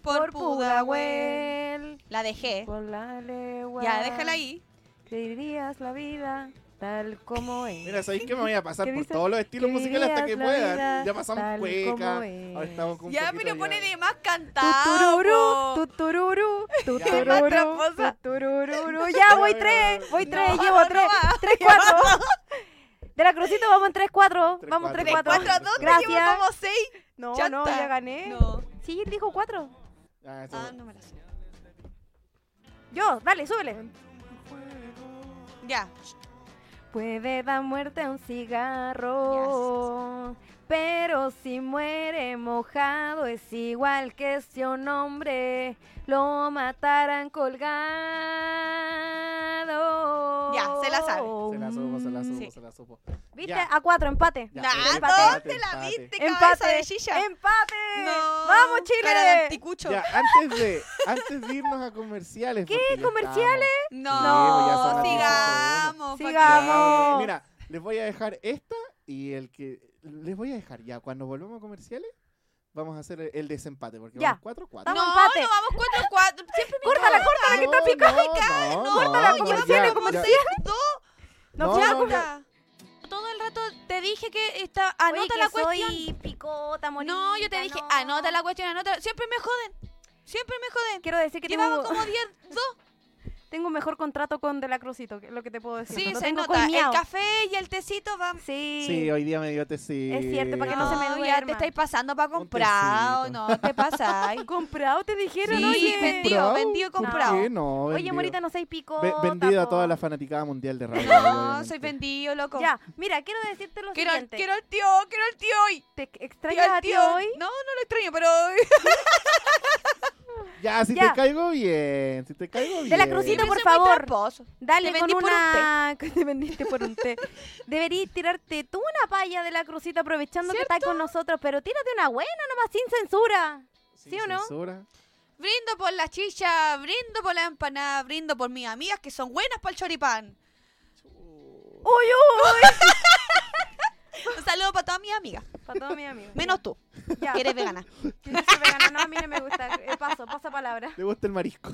Speaker 1: Por
Speaker 2: Pudahuel.
Speaker 1: Pudahuel,
Speaker 2: La dejé.
Speaker 1: por la legua.
Speaker 2: Ya, déjala ahí.
Speaker 1: Te dirías la vida tal como es.
Speaker 3: Mira, ¿sabéis que me voy a pasar
Speaker 1: ¿Qué
Speaker 3: por
Speaker 1: dice?
Speaker 3: todos los estilos musicales hasta que
Speaker 1: Vivirás la
Speaker 3: pueda?
Speaker 1: vida
Speaker 3: Ya pasamos
Speaker 1: tal
Speaker 3: cueca,
Speaker 1: como es.
Speaker 3: ahora estamos con un
Speaker 2: Ya,
Speaker 3: poquito
Speaker 2: pero
Speaker 3: ya-
Speaker 2: ponele más cantado.
Speaker 1: Tutururú,
Speaker 2: po.
Speaker 1: tutururú,
Speaker 3: Ya,
Speaker 1: tutururú,
Speaker 2: más tramposa.
Speaker 1: tutururú. Ya voy
Speaker 3: Ya,
Speaker 1: tres,
Speaker 3: ya,
Speaker 1: voy
Speaker 3: ya.
Speaker 1: tres,
Speaker 2: No,
Speaker 1: llevo
Speaker 2: no
Speaker 1: tres,
Speaker 2: va.
Speaker 1: tres cuatro. De la crucito vamos en tres cuatro,
Speaker 3: Tres,
Speaker 1: vamos en tres
Speaker 3: cuatro.
Speaker 1: cuatro.
Speaker 3: Tres,
Speaker 2: Cuatro ¿Eh? a dos, te
Speaker 1: Gracias.
Speaker 2: llevo como seis.
Speaker 1: No,
Speaker 2: ya
Speaker 1: no,
Speaker 2: está.
Speaker 1: ya gané.
Speaker 2: No.
Speaker 1: Sí, él dijo cuatro.
Speaker 3: Ah, eso-
Speaker 2: Ah, no me la sé.
Speaker 1: Yo, dale, súbele.
Speaker 2: Ya.
Speaker 1: Puede dar muerte a un cigarro, pero si muere mojado es igual que si a un hombre lo mataran colgado.
Speaker 2: Ya, se la sabe.
Speaker 3: Se la supo, se la supo,
Speaker 1: Mm,
Speaker 2: Sí.
Speaker 3: se la supo.
Speaker 1: ¿Viste?
Speaker 3: Ya.
Speaker 1: A cuatro, empate.
Speaker 3: Ya,
Speaker 2: Nah,
Speaker 1: empate,
Speaker 2: ¿dónde la
Speaker 3: empate.
Speaker 2: Ah, viste, cabeza
Speaker 1: Empate.
Speaker 2: de chicha?
Speaker 1: ¡Empate!
Speaker 2: No.
Speaker 1: ¡Vamos,
Speaker 2: Cara de
Speaker 1: Chile!
Speaker 2: anticucho.
Speaker 3: Ya, antes de, antes de irnos a comerciales.
Speaker 1: ¿Qué?
Speaker 3: porque ya
Speaker 1: ¿Comerciales?
Speaker 2: No,
Speaker 3: Sí, pues ya son las
Speaker 2: sigamos.
Speaker 3: 12:01.
Speaker 2: Joaquín.
Speaker 1: Sigamos.
Speaker 3: Ya,
Speaker 1: ¡Vamos!
Speaker 3: ok. Mira, les voy a dejar esta y el que. Les voy a dejar ya. Cuando volvamos a comerciales, vamos a hacer el- el desempate. Porque
Speaker 1: Ya.
Speaker 3: vamos 4-4.
Speaker 2: No,
Speaker 1: Vamos,
Speaker 2: no,
Speaker 1: empate.
Speaker 2: vamos 4 4. Siempre me
Speaker 1: ¡Córtala,
Speaker 2: corta.
Speaker 1: córtala, que está
Speaker 3: No,
Speaker 1: picada!
Speaker 3: no,
Speaker 2: no,
Speaker 1: córtala,
Speaker 3: no,
Speaker 1: como
Speaker 3: ya,
Speaker 1: tiene,
Speaker 3: ya,
Speaker 1: como
Speaker 3: ya.
Speaker 1: tiene.
Speaker 3: No,
Speaker 1: ya,
Speaker 3: no, ya.
Speaker 2: Todo el rato te dije que está,
Speaker 1: Oye,
Speaker 2: anota
Speaker 1: que
Speaker 2: la cuestión.
Speaker 1: soy picota, morita,
Speaker 2: No, yo te dije,
Speaker 1: no.
Speaker 2: anota la cuestión, anota. Siempre me joden. Siempre me joden.
Speaker 1: Quiero decir que
Speaker 2: Llevamos
Speaker 1: tengo,
Speaker 2: como 10, 2.
Speaker 1: Tengo un mejor contrato con De la Cruzito, que es lo que te puedo decir.
Speaker 2: Sí,
Speaker 1: Lo
Speaker 2: se
Speaker 1: tengo
Speaker 2: nota.
Speaker 1: colmeado.
Speaker 2: El café y el tecito van.
Speaker 1: Sí.
Speaker 3: Sí, hoy día me dio tecito.
Speaker 1: Es cierto, para que no se me
Speaker 2: ya
Speaker 1: duerma.
Speaker 2: te estáis pasando para comprado.
Speaker 3: tecito.
Speaker 2: No, te pasáis.
Speaker 1: Comprado, te dijeron,
Speaker 2: Sí,
Speaker 1: oye.
Speaker 2: vendido,
Speaker 3: ¿Comprado?
Speaker 2: vendido,
Speaker 3: ¿Por
Speaker 2: comprado.
Speaker 3: qué no?
Speaker 1: Oye,
Speaker 3: Vendido.
Speaker 1: morita, no seis pico.
Speaker 3: Ve- vendido a toda la fanaticada mundial de radio.
Speaker 2: No,
Speaker 3: obviamente.
Speaker 2: soy vendido, loco.
Speaker 1: Ya, mira, quiero decirte lo
Speaker 2: Quiero, al-
Speaker 1: siguiente.
Speaker 2: quiero al tío, quiero al tío hoy.
Speaker 1: ¿Te
Speaker 2: Tío,
Speaker 1: extrañas
Speaker 2: al
Speaker 1: a ti
Speaker 2: tío.
Speaker 1: hoy?
Speaker 2: No, no lo extraño, pero.
Speaker 3: Ya, si
Speaker 1: Ya.
Speaker 3: te caigo bien, si te caigo bien.
Speaker 1: De la Cruzito,
Speaker 2: Siempre
Speaker 1: por
Speaker 2: soy muy
Speaker 1: favor.
Speaker 2: tramposo.
Speaker 1: Dale,
Speaker 2: Te
Speaker 1: con
Speaker 2: vendí por un
Speaker 1: una... Te vendiste por un té. Deberías tirarte tú una palla de la crucita aprovechando que estás con nosotros, pero tírate una buena nomás, sin censura.
Speaker 3: Sin
Speaker 1: ¿sí o no?
Speaker 3: censura.
Speaker 2: Brindo por la chicha, brindo por la empanada, brindo por mis amigas que son buenas para el choripán.
Speaker 3: Uh,
Speaker 1: ¡Uy, uy!
Speaker 2: Un saludo para todas mis amigas,
Speaker 1: Para todos mis amigos.
Speaker 2: menos tú,
Speaker 1: ya.
Speaker 2: que eres vegana.
Speaker 1: Sí, soy vegana. No, a mí no me gusta. Eh, paso, pasa palabra.
Speaker 3: ¿Te gusta el marisco?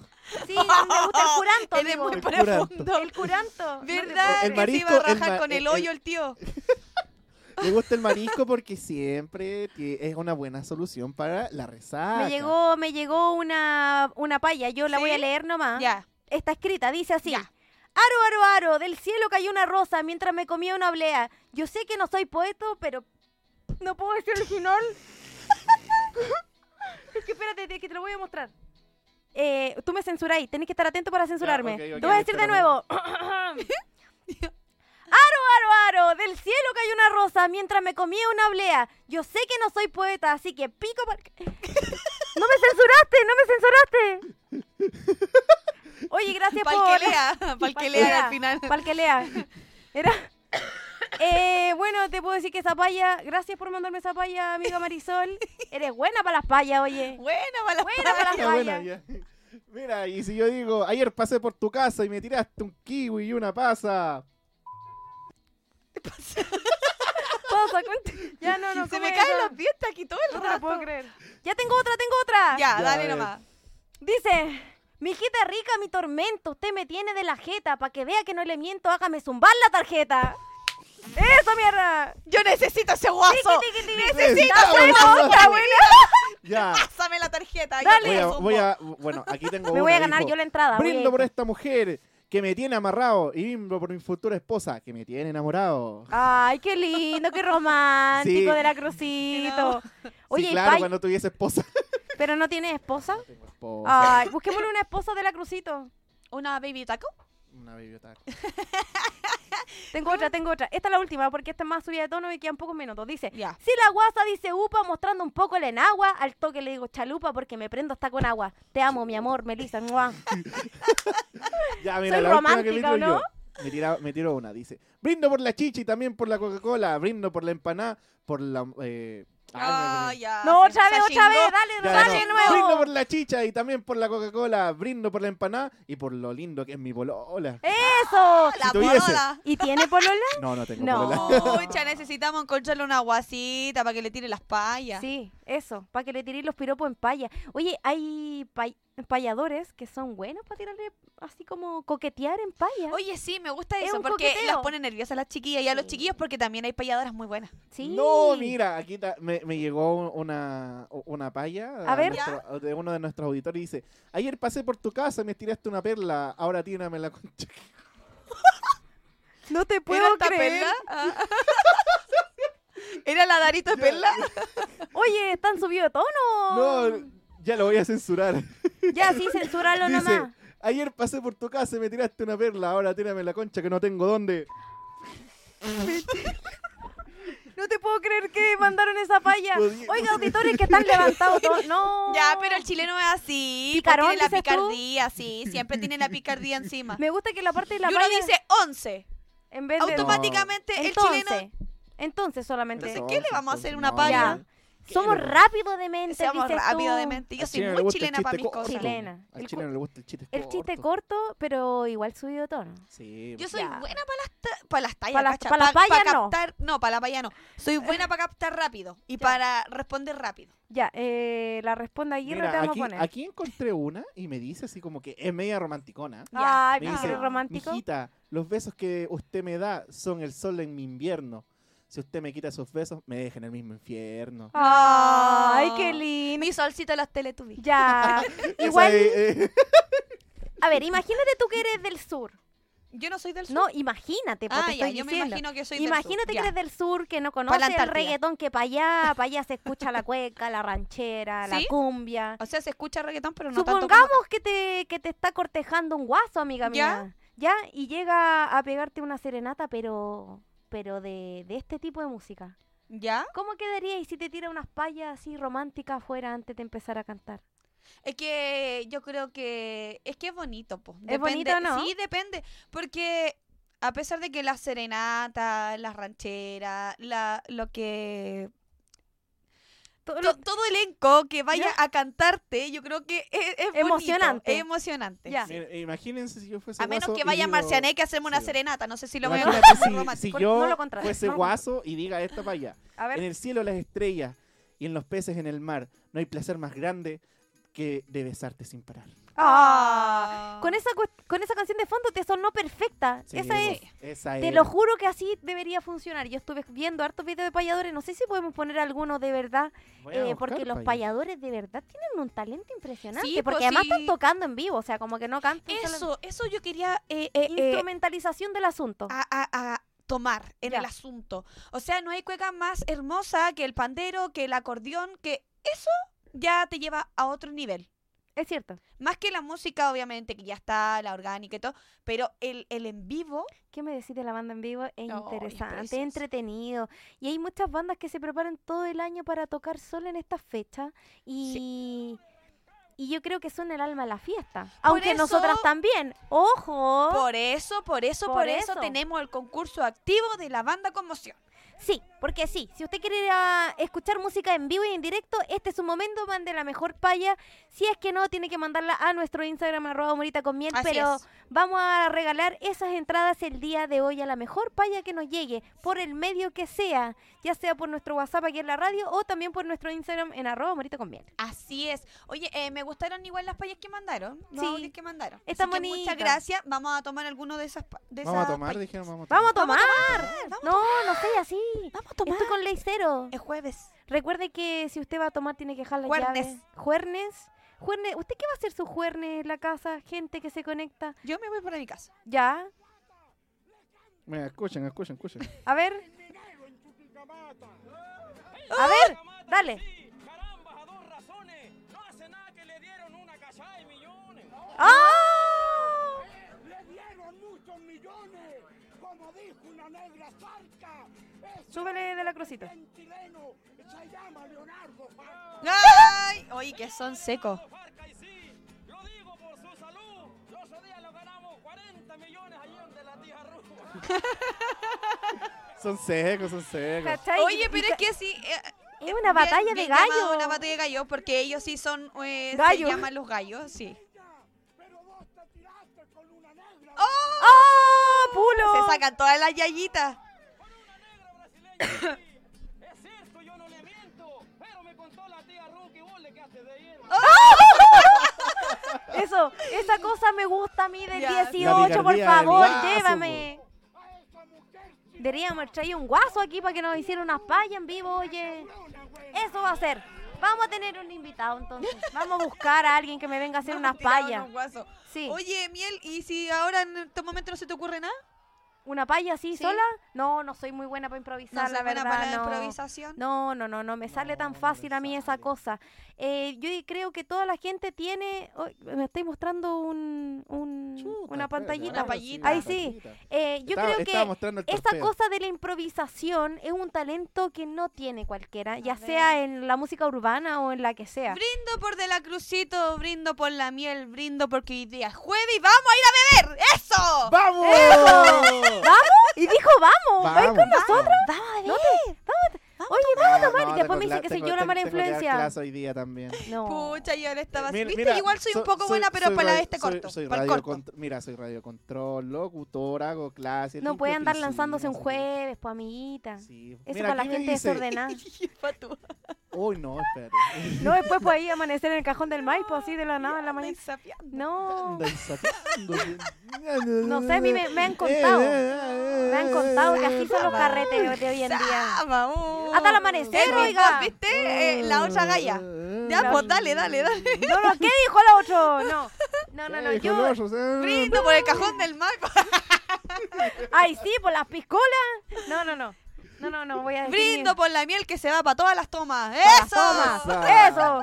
Speaker 1: Sí, me gusta el curanto,
Speaker 2: Eres
Speaker 1: amigo.
Speaker 2: muy
Speaker 3: El
Speaker 2: profundo.
Speaker 1: El curanto. no te
Speaker 2: ¿Verdad?
Speaker 1: puedo
Speaker 3: El
Speaker 1: creer.
Speaker 2: que se iba a
Speaker 3: marisco, el
Speaker 2: rajar
Speaker 3: ma- eh,
Speaker 2: con el
Speaker 3: el-
Speaker 2: hoyo el tío.
Speaker 3: Me gusta el marisco porque siempre tie- es una buena solución para la resaca.
Speaker 1: Me llegó, me llegó una, una palla, yo la
Speaker 2: ¿Sí?
Speaker 1: voy a leer nomás.
Speaker 2: Ya.
Speaker 1: Está escrita, dice así.
Speaker 2: Ya.
Speaker 1: Aro, aro, aro, del cielo cayó una rosa mientras me comía una oblea. Yo sé que no soy poeta, pero no puedo decir el final. es que espérate, te- que te lo voy a mostrar. Eh, tú me censuráis, tenés que estar atento para censurarme.
Speaker 3: ok, ok,
Speaker 1: te voy a decir de
Speaker 3: espérame.
Speaker 1: nuevo. aro, aro, aro, del cielo cayó una rosa mientras me comía una oblea. Yo sé que no soy poeta, así que pico por... ¡No me censuraste! ¡No me censuraste! Oye, gracias por...
Speaker 2: Para el que lea, para el que lea al final.
Speaker 1: Pa'l que lea. Era. Eh, bueno, te puedo decir que esa paya. Gracias por mandarme esa paya, amiga Marisol. Eres buena para las payas, oye.
Speaker 2: Buena para la
Speaker 1: Buena para las
Speaker 3: Ya, bueno,
Speaker 1: payas.
Speaker 3: ya. Mira, y si yo digo, ayer pasé por tu casa y me tiraste un kiwi y una pasa.
Speaker 1: Pasa, cuente. Ya no, no,
Speaker 2: Se
Speaker 1: ¿cómo
Speaker 2: me
Speaker 1: es
Speaker 2: caen
Speaker 1: eso?
Speaker 2: los dientes aquí todo el
Speaker 1: No te lo
Speaker 2: rato.
Speaker 1: puedo creer. Ya tengo otra, tengo otra.
Speaker 2: Ya,
Speaker 3: Ya,
Speaker 2: dale
Speaker 3: a ver.
Speaker 2: nomás.
Speaker 1: Dice. Mi hijita rica, mi tormento, usted me tiene de la jeta, para que vea que no le miento, hágame zumbar la tarjeta. ¡Eso, mierda!
Speaker 2: Yo necesito ese guaso.
Speaker 1: Tiqui, tiqui, tiqui.
Speaker 3: Necesitamos
Speaker 1: ¡Está bueno,
Speaker 3: zumbar.
Speaker 1: está bueno!
Speaker 3: Ya.
Speaker 2: Pásame la tarjeta. yo
Speaker 1: Dale.
Speaker 3: Voy a,
Speaker 2: zumbo.
Speaker 3: voy a- bueno, aquí tengo
Speaker 1: Me voy a
Speaker 3: una,
Speaker 1: ganar
Speaker 3: dijo,
Speaker 1: yo la entrada. voy a
Speaker 3: Brindo
Speaker 1: ir.
Speaker 3: por esta mujer que me tiene amarrado y brindo por mi futura esposa que me tiene enamorado.
Speaker 1: Ay, qué lindo, qué romántico
Speaker 3: Sí.
Speaker 1: de la Crucito. Oye,
Speaker 3: sí,
Speaker 1: y
Speaker 3: claro,
Speaker 1: Pai,
Speaker 3: cuando tuviese esposa.
Speaker 1: pero no tiene esposa.
Speaker 3: Tengo
Speaker 1: Oh.
Speaker 3: esposa.
Speaker 1: Ay, busquémosle una esposa de la Crucito.
Speaker 2: Una baby taco.
Speaker 3: Una biblioteca.
Speaker 1: Tengo otra, tengo otra. Esta es la última porque esta es más subida de tono y quedan pocos minutos. Dice,
Speaker 2: Ya.
Speaker 1: si la guasa dice upa mostrando un poco el enagua, al toque le digo chalupa porque me prendo hasta con agua. Te amo, mi amor, Melissa. mua".
Speaker 3: Ya, mira,
Speaker 1: Soy
Speaker 3: la última que me
Speaker 1: romántica,
Speaker 3: tiro
Speaker 1: ¿o no?
Speaker 3: yo. Me, tira- me tiro una, dice. Brindo por la chichi y también por la Coca-Cola. Brindo por la empanada, por la... Eh...
Speaker 2: Ah,
Speaker 3: ay,
Speaker 2: ya.
Speaker 1: No,
Speaker 2: se-
Speaker 1: otra
Speaker 2: se
Speaker 1: vez, otra
Speaker 2: chingó.
Speaker 1: vez. Dale,
Speaker 3: Ya,
Speaker 1: dale de
Speaker 3: no. Brindo
Speaker 1: nuevo.
Speaker 3: por la chicha y también por la Coca-Cola. Brindo por la empanada y por lo lindo que es mi polola.
Speaker 1: Eso.
Speaker 2: La
Speaker 3: tuviese.
Speaker 2: boda.
Speaker 1: ¿Y tiene polola?
Speaker 3: No, no tengo
Speaker 1: No.
Speaker 3: polola.
Speaker 2: Pucha, necesitamos encontrarle una guasita para que le tire las payas.
Speaker 1: Sí, eso, para que le tiréis los piropos en paya. Oye, hay pay- payadores que son buenos para tirarle así como coquetear en paya.
Speaker 2: Oye, sí, me gusta
Speaker 1: Es
Speaker 2: eso
Speaker 1: un
Speaker 2: porque
Speaker 1: coqueteo.
Speaker 2: las pone nerviosas a las chiquillas y a los
Speaker 1: Sí.
Speaker 2: chiquillos porque también hay payadoras muy buenas.
Speaker 1: sí.
Speaker 3: No, mira, aquí ta- me, me llegó una, una paya
Speaker 1: A ver.
Speaker 3: nuestro- de uno de nuestros auditores y dice, ayer pasé por tu casa, me tiraste una perla, ahora tírame la concha.
Speaker 1: No te
Speaker 2: ¿Era
Speaker 1: puedo
Speaker 2: esta
Speaker 1: creer.
Speaker 2: perla? Ah. ¿Era la darito de perla?
Speaker 1: Oye, están subido de tono.
Speaker 3: No, ya lo voy a censurar.
Speaker 1: Ya, sí, censúralo
Speaker 3: dice,
Speaker 1: nomás.
Speaker 3: ayer pasé por tu casa, me tiraste una perla, ahora tírame la concha que no tengo dónde.
Speaker 1: No te puedo creer que mandaron esa paya.
Speaker 3: Podía-
Speaker 1: Oiga, auditores que están levantados todos. No.
Speaker 2: Ya, pero el chileno es así. pues,
Speaker 1: ¿Picarón,
Speaker 2: tiene la
Speaker 1: dices tú?
Speaker 2: picardía, sí. Siempre tiene la picardía encima.
Speaker 1: Me gusta que la parte de la
Speaker 2: y uno
Speaker 1: paya
Speaker 2: dice 11.
Speaker 1: en vez de
Speaker 2: Automáticamente el
Speaker 1: entonces,
Speaker 2: chileno.
Speaker 1: entonces solamente
Speaker 2: Entonces, ¿qué le vamos a hacer una paya?
Speaker 1: ya. Somos rápido de mente,
Speaker 2: Seamos
Speaker 1: dices
Speaker 2: rápido
Speaker 1: tú.
Speaker 2: de mente. Yo
Speaker 3: Al
Speaker 2: soy
Speaker 3: chileno le
Speaker 2: muy
Speaker 3: gusta el
Speaker 2: chilena para
Speaker 3: chiste
Speaker 2: mis cosas.
Speaker 3: corto.
Speaker 1: Chilena.
Speaker 3: Al
Speaker 1: El
Speaker 3: chileno le gusta el chiste
Speaker 1: El
Speaker 3: corto.
Speaker 1: chiste corto, pero igual subido de tono.
Speaker 3: Sí,
Speaker 2: Yo soy
Speaker 1: Ya.
Speaker 2: buena para las, ta- para las tallas,
Speaker 1: Pa' las-
Speaker 2: cacha,
Speaker 1: pa' las
Speaker 2: pa- pa'
Speaker 1: payas no.
Speaker 2: captar, no. para la paya no. Soy buena para captar rápido y para responder rápido.
Speaker 1: Ya, eh, la responda Aguirre
Speaker 3: Mira,
Speaker 1: te vamos
Speaker 3: aquí,
Speaker 1: a poner.
Speaker 3: aquí encontré una y me dice así como que es media romanticona.
Speaker 1: Ay,
Speaker 3: Me
Speaker 1: pero
Speaker 3: dice,
Speaker 1: eres romántico.
Speaker 3: Mijita, los besos que usted me da son el sol en mi invierno. Si usted me quita esos besos, me deja en el mismo infierno.
Speaker 1: Ay,
Speaker 2: No.
Speaker 1: qué
Speaker 2: Y
Speaker 1: lindo.
Speaker 2: mi solcito de los teletubbies.
Speaker 1: Ya.
Speaker 3: Esa
Speaker 1: Igual,
Speaker 3: es, eh,
Speaker 1: A ver, imagínate tú que eres del sur.
Speaker 2: Yo no soy del sur.
Speaker 1: No, imagínate, porque
Speaker 2: ah, ya,
Speaker 1: Pues estoy
Speaker 2: yo me
Speaker 1: diciendo.
Speaker 2: imagino que soy
Speaker 1: Imagínate
Speaker 2: del sur.
Speaker 1: que
Speaker 2: ya.
Speaker 1: eres del sur, que no
Speaker 2: la
Speaker 1: conoces el
Speaker 2: Antártida.
Speaker 1: reggaetón, que para allá, para allá se escucha la cueca, la ranchera, la
Speaker 2: ¿Sí?
Speaker 1: cumbia.
Speaker 2: O sea, se escucha reggaetón, pero no tanto
Speaker 1: Supongamos que te, que te está cortejando un guaso, amiga
Speaker 2: ¿Ya?
Speaker 1: mía. ¿Ya? Y llega a pegarte una serenata, pero pero de, de este tipo de música.
Speaker 2: como... ¿Ya?
Speaker 1: ¿Cómo quedaríais si te tira unas payas así románticas afuera antes de empezar a cantar?
Speaker 2: Es que yo creo que es que es bonito, po.
Speaker 1: ¿Es bonito o no?
Speaker 2: Sí, depende, porque a pesar de que las serenatas, las rancheras, la lo que
Speaker 1: Todo
Speaker 2: to-
Speaker 1: lo-
Speaker 2: todo elenco que vaya a cantarte, yo creo que es, es bonito,
Speaker 1: Emocionante.
Speaker 2: es emocionante.
Speaker 1: Ya.
Speaker 2: sí.
Speaker 3: Mira, Imagínense si yo fuese
Speaker 2: A menos
Speaker 3: guaso
Speaker 2: que
Speaker 3: y
Speaker 2: vaya
Speaker 3: digo-
Speaker 2: Marcianeque a hacerme una
Speaker 3: sí.
Speaker 2: serenata, no sé si lo veo
Speaker 3: Imagínate si-
Speaker 2: romántico.
Speaker 3: si,
Speaker 1: Con-
Speaker 3: yo
Speaker 1: no lo contradigas,
Speaker 3: fuese
Speaker 1: no lo
Speaker 3: guaso y diga esta para allá.
Speaker 1: a ver,
Speaker 3: En el cielo las estrellas y en los peces en el mar no hay placer más grande que de besarte sin parar.
Speaker 1: Ah,
Speaker 2: Ah.
Speaker 1: con, esa, cuest- con esa canción de fondo te sonó perfecta.
Speaker 3: Sí,
Speaker 1: esa es.
Speaker 3: vos,
Speaker 2: eh.
Speaker 3: Esa
Speaker 1: Te
Speaker 3: es.
Speaker 1: lo juro que así debería funcionar. Yo estuve viendo hartos videos de payadores. No sé si podemos poner alguno de verdad.
Speaker 3: Voy a
Speaker 1: eh, porque
Speaker 3: buscar
Speaker 1: los
Speaker 3: pa' allá.
Speaker 1: payadores de verdad tienen un talento impresionante.
Speaker 2: Sí,
Speaker 1: porque
Speaker 2: pues
Speaker 1: además
Speaker 2: sí.
Speaker 1: están tocando en vivo. O sea, como que no cantan. solo-
Speaker 2: Eso, eso yo quería eh, eh, ah. eh,
Speaker 1: Instrumentalización del asunto.
Speaker 2: a, a- a tomar en
Speaker 1: Ya.
Speaker 2: el asunto. O sea, no hay cueca más hermosa que el pandero, que el acordeón, que eso ya te lleva a otro nivel.
Speaker 1: Es cierto.
Speaker 2: Más que la música, obviamente, que ya está, la orgánica y todo, pero el, el en vivo,
Speaker 1: ¿Qué me decís de la banda en vivo? Es
Speaker 2: No, es
Speaker 1: interesante, es
Speaker 2: precioso.
Speaker 1: entretenido. Y hay muchas bandas que se preparan todo el año para tocar solo en esta fecha. Y, y yo creo que son el alma de la fiesta. Aunque
Speaker 2: eso-
Speaker 1: nosotras también. ¡Ojo!
Speaker 2: por eso, por eso, por,
Speaker 1: Por
Speaker 2: eso.
Speaker 1: eso.
Speaker 2: tenemos el concurso activo de la banda Conmoción.
Speaker 1: Sí, porque sí, si usted quiere ir a escuchar música en vivo y en directo, este es su momento, mande la mejor paya. Si es que no, tiene que mandarla a nuestro Instagram, arroba morita con miel,
Speaker 2: Así
Speaker 1: pero
Speaker 2: es.
Speaker 1: vamos a regalar esas entradas el día de hoy a la mejor paya que nos llegue, por el medio que sea, ya sea por nuestro WhatsApp aquí en la radio o también por nuestro Instagram en arroba morita con miel.
Speaker 2: Así es. Oye, eh, me gustaron igual las payas que mandaron, los
Speaker 1: Sí.
Speaker 2: audios que mandaron. Así
Speaker 1: Están
Speaker 2: que muchas
Speaker 1: bonitas.
Speaker 2: gracias. Vamos a tomar alguno de esas pa- de
Speaker 3: Vamos a
Speaker 2: esas
Speaker 3: tomar,
Speaker 2: payas.
Speaker 3: dijeron, vamos a tomar.
Speaker 1: ¡Vamos a tomar!
Speaker 2: Vamos,
Speaker 1: No, no sé, así.
Speaker 2: vamos a tomar.
Speaker 1: Estoy con ley cero.
Speaker 2: Es jueves.
Speaker 1: Recuerde que si usted va a tomar tiene que dejar la
Speaker 2: Juernes.
Speaker 1: llave. Juernes. Juernes. ¿Usted qué va a hacer su juernes en la casa? Gente que se conecta.
Speaker 2: Yo me voy para mi casa.
Speaker 1: Ya.
Speaker 3: Mira, escuchen, escuchen, escuchen.
Speaker 1: A ver.
Speaker 2: ¡Ah!
Speaker 1: A ver. Dale.
Speaker 4: Sí, caramba, a dos razones. No hace nada que le dieron una cachada de millones.
Speaker 1: ¡Ah!
Speaker 6: Le dieron muchos millones, como dijo una negra zarca. Ese
Speaker 1: Súbele de la crucita.
Speaker 6: presidente chileno se llama Leonardo Farca.
Speaker 2: ¡Ay! Oye, que son secos.
Speaker 4: Farca y sí, lo digo por su salud. Los otros días lo ganamos 40 millones allí donde la tía Ruth.
Speaker 3: Son secos, son secos.
Speaker 1: ¿Cachai?
Speaker 2: Oye,
Speaker 1: Y-
Speaker 2: pero
Speaker 1: y
Speaker 2: es
Speaker 1: ca-
Speaker 2: que sí. eh,
Speaker 1: Es una
Speaker 2: bien-
Speaker 1: batalla de
Speaker 2: bien llamado
Speaker 1: gallos.
Speaker 2: Una batalla de gallos, porque ellos sí son. Eh,
Speaker 1: Gallos.
Speaker 2: Se llaman los gallos, sí.
Speaker 6: Pero vos te tiraste con una negra.
Speaker 1: ¡Ah,
Speaker 2: Se
Speaker 1: pulo!
Speaker 2: sacan todas las yayitas.
Speaker 4: Es cierto, yo no le miento, pero me contó la tía Ruth que vos le quedaste de hierro.
Speaker 1: Eso, esa cosa me gusta a mí del
Speaker 2: Ya.
Speaker 1: 18,
Speaker 3: La
Speaker 1: por
Speaker 3: picardía
Speaker 1: favor,
Speaker 3: del guaso,
Speaker 1: llévame.
Speaker 6: A esa mujer
Speaker 1: Deberíamos traer un guaso aquí para que nos hiciera unas payas en vivo, oye.
Speaker 6: chilena, güey.
Speaker 1: Eso va a ser. Vamos a tener un invitado entonces. Vamos a buscar a alguien que me venga a hacer
Speaker 2: Nos
Speaker 1: unas
Speaker 2: tiraron
Speaker 1: payas.
Speaker 2: un guaso.
Speaker 1: Sí.
Speaker 2: Oye, Miel, ¿y si ahora en este momento no se te ocurre nada?
Speaker 1: ¿Una paya así
Speaker 2: Sí.
Speaker 1: sola? No, no soy muy buena para
Speaker 2: No
Speaker 1: improvisar,
Speaker 2: se
Speaker 1: la
Speaker 2: van a
Speaker 1: verdad.
Speaker 2: para la
Speaker 1: no.
Speaker 2: improvisación.
Speaker 1: No, no, no, no me sale tan
Speaker 3: No, no le
Speaker 1: fácil a mí esa
Speaker 3: sale.
Speaker 1: cosa. Eh, yo y- creo que toda la gente tiene. Ay, me estoy mostrando un, un-
Speaker 3: Chuta,
Speaker 1: una
Speaker 3: espera,
Speaker 1: pantallita.
Speaker 2: Una pallita.
Speaker 1: Ahí sí.
Speaker 3: pantallita.
Speaker 1: Eh, yo
Speaker 3: Estaba-
Speaker 1: creo
Speaker 3: estaba
Speaker 1: que
Speaker 3: mostrando el
Speaker 1: esta
Speaker 3: torpedo.
Speaker 1: cosa de la improvisación es un talento que no tiene cualquiera, ya
Speaker 2: ver.
Speaker 1: sea en la música urbana o en la que sea.
Speaker 2: Brindo por De la Crucito, brindo por la miel, brindo porque hoy día es jueves y vamos a ir a beber. ¡Eso!
Speaker 3: ¡Vamos!
Speaker 1: ¡Vamos! Y dijo, vamos, ¿vais
Speaker 3: Vamos,
Speaker 1: con nosotros.
Speaker 2: ¡Vamos a beber!
Speaker 1: No te- Oye,
Speaker 3: Ah,
Speaker 1: vamos a tomar.
Speaker 3: no,
Speaker 1: y después
Speaker 3: tengo
Speaker 1: me dicen
Speaker 3: cla-
Speaker 1: que soy
Speaker 3: tengo-
Speaker 1: yo la
Speaker 3: tengo-
Speaker 1: mala
Speaker 3: tengo que dar
Speaker 1: influencia.
Speaker 3: clase hoy día también.
Speaker 1: No.
Speaker 2: Pucha, yo le estaba
Speaker 3: Eh, Mira,
Speaker 2: ¿Viste?
Speaker 3: mira,
Speaker 2: Igual soy un
Speaker 3: so-
Speaker 2: poco
Speaker 3: soy-
Speaker 2: buena, pero
Speaker 3: soy
Speaker 2: para
Speaker 3: radio-
Speaker 2: este
Speaker 3: soy-
Speaker 2: corto.
Speaker 3: soy
Speaker 2: para el
Speaker 3: radio
Speaker 2: corto.
Speaker 3: contr- mira, soy radiocontrol, locutora, hago clases.
Speaker 1: No
Speaker 3: limpio
Speaker 1: puede andar
Speaker 3: piscina,
Speaker 1: lanzándose un
Speaker 3: no sé qué.
Speaker 1: jueves, pues, amiguita.
Speaker 3: Sí.
Speaker 1: Eso
Speaker 3: Mira,
Speaker 1: para la
Speaker 3: aquí me
Speaker 1: gente
Speaker 3: dice-
Speaker 1: desordenada.
Speaker 2: Pa' tú.
Speaker 3: Uy, no, espérate.
Speaker 1: No, después pues ahí amanecer en el cajón del Maipo, así de la nada en la mañana.
Speaker 2: Andáis sapeando.
Speaker 1: No.
Speaker 3: Andan sapeando.
Speaker 1: No sé, a mí me- me han contado. Me han contado que así
Speaker 3: Eh,
Speaker 1: son los carretes de hoy en día.
Speaker 2: Zapa, uh.
Speaker 1: Hasta el amanecer,
Speaker 2: El Big
Speaker 1: oiga.
Speaker 2: Boss,
Speaker 3: eh,
Speaker 2: Eh, ¿viste? Eh, la otra galla. Ya,
Speaker 1: La-
Speaker 2: pues dale, dale, dale.
Speaker 1: No, no, ¿qué dijo el otro? No. No,
Speaker 3: ¿Qué
Speaker 1: no,
Speaker 3: eh.
Speaker 1: no.
Speaker 3: dijo
Speaker 1: eh, Yo.
Speaker 3: el oso? O sea,
Speaker 2: Brindo por el cajón del mar.
Speaker 1: Ay, sí, por las piscolas. No, no, no. No, no, no. Voy a decir ni-
Speaker 2: Brindo pues, ah. por la miel que se va para todas las tomas.
Speaker 1: por las
Speaker 2: ¡Eso!
Speaker 1: tomas.
Speaker 3: Esa.
Speaker 1: Eso.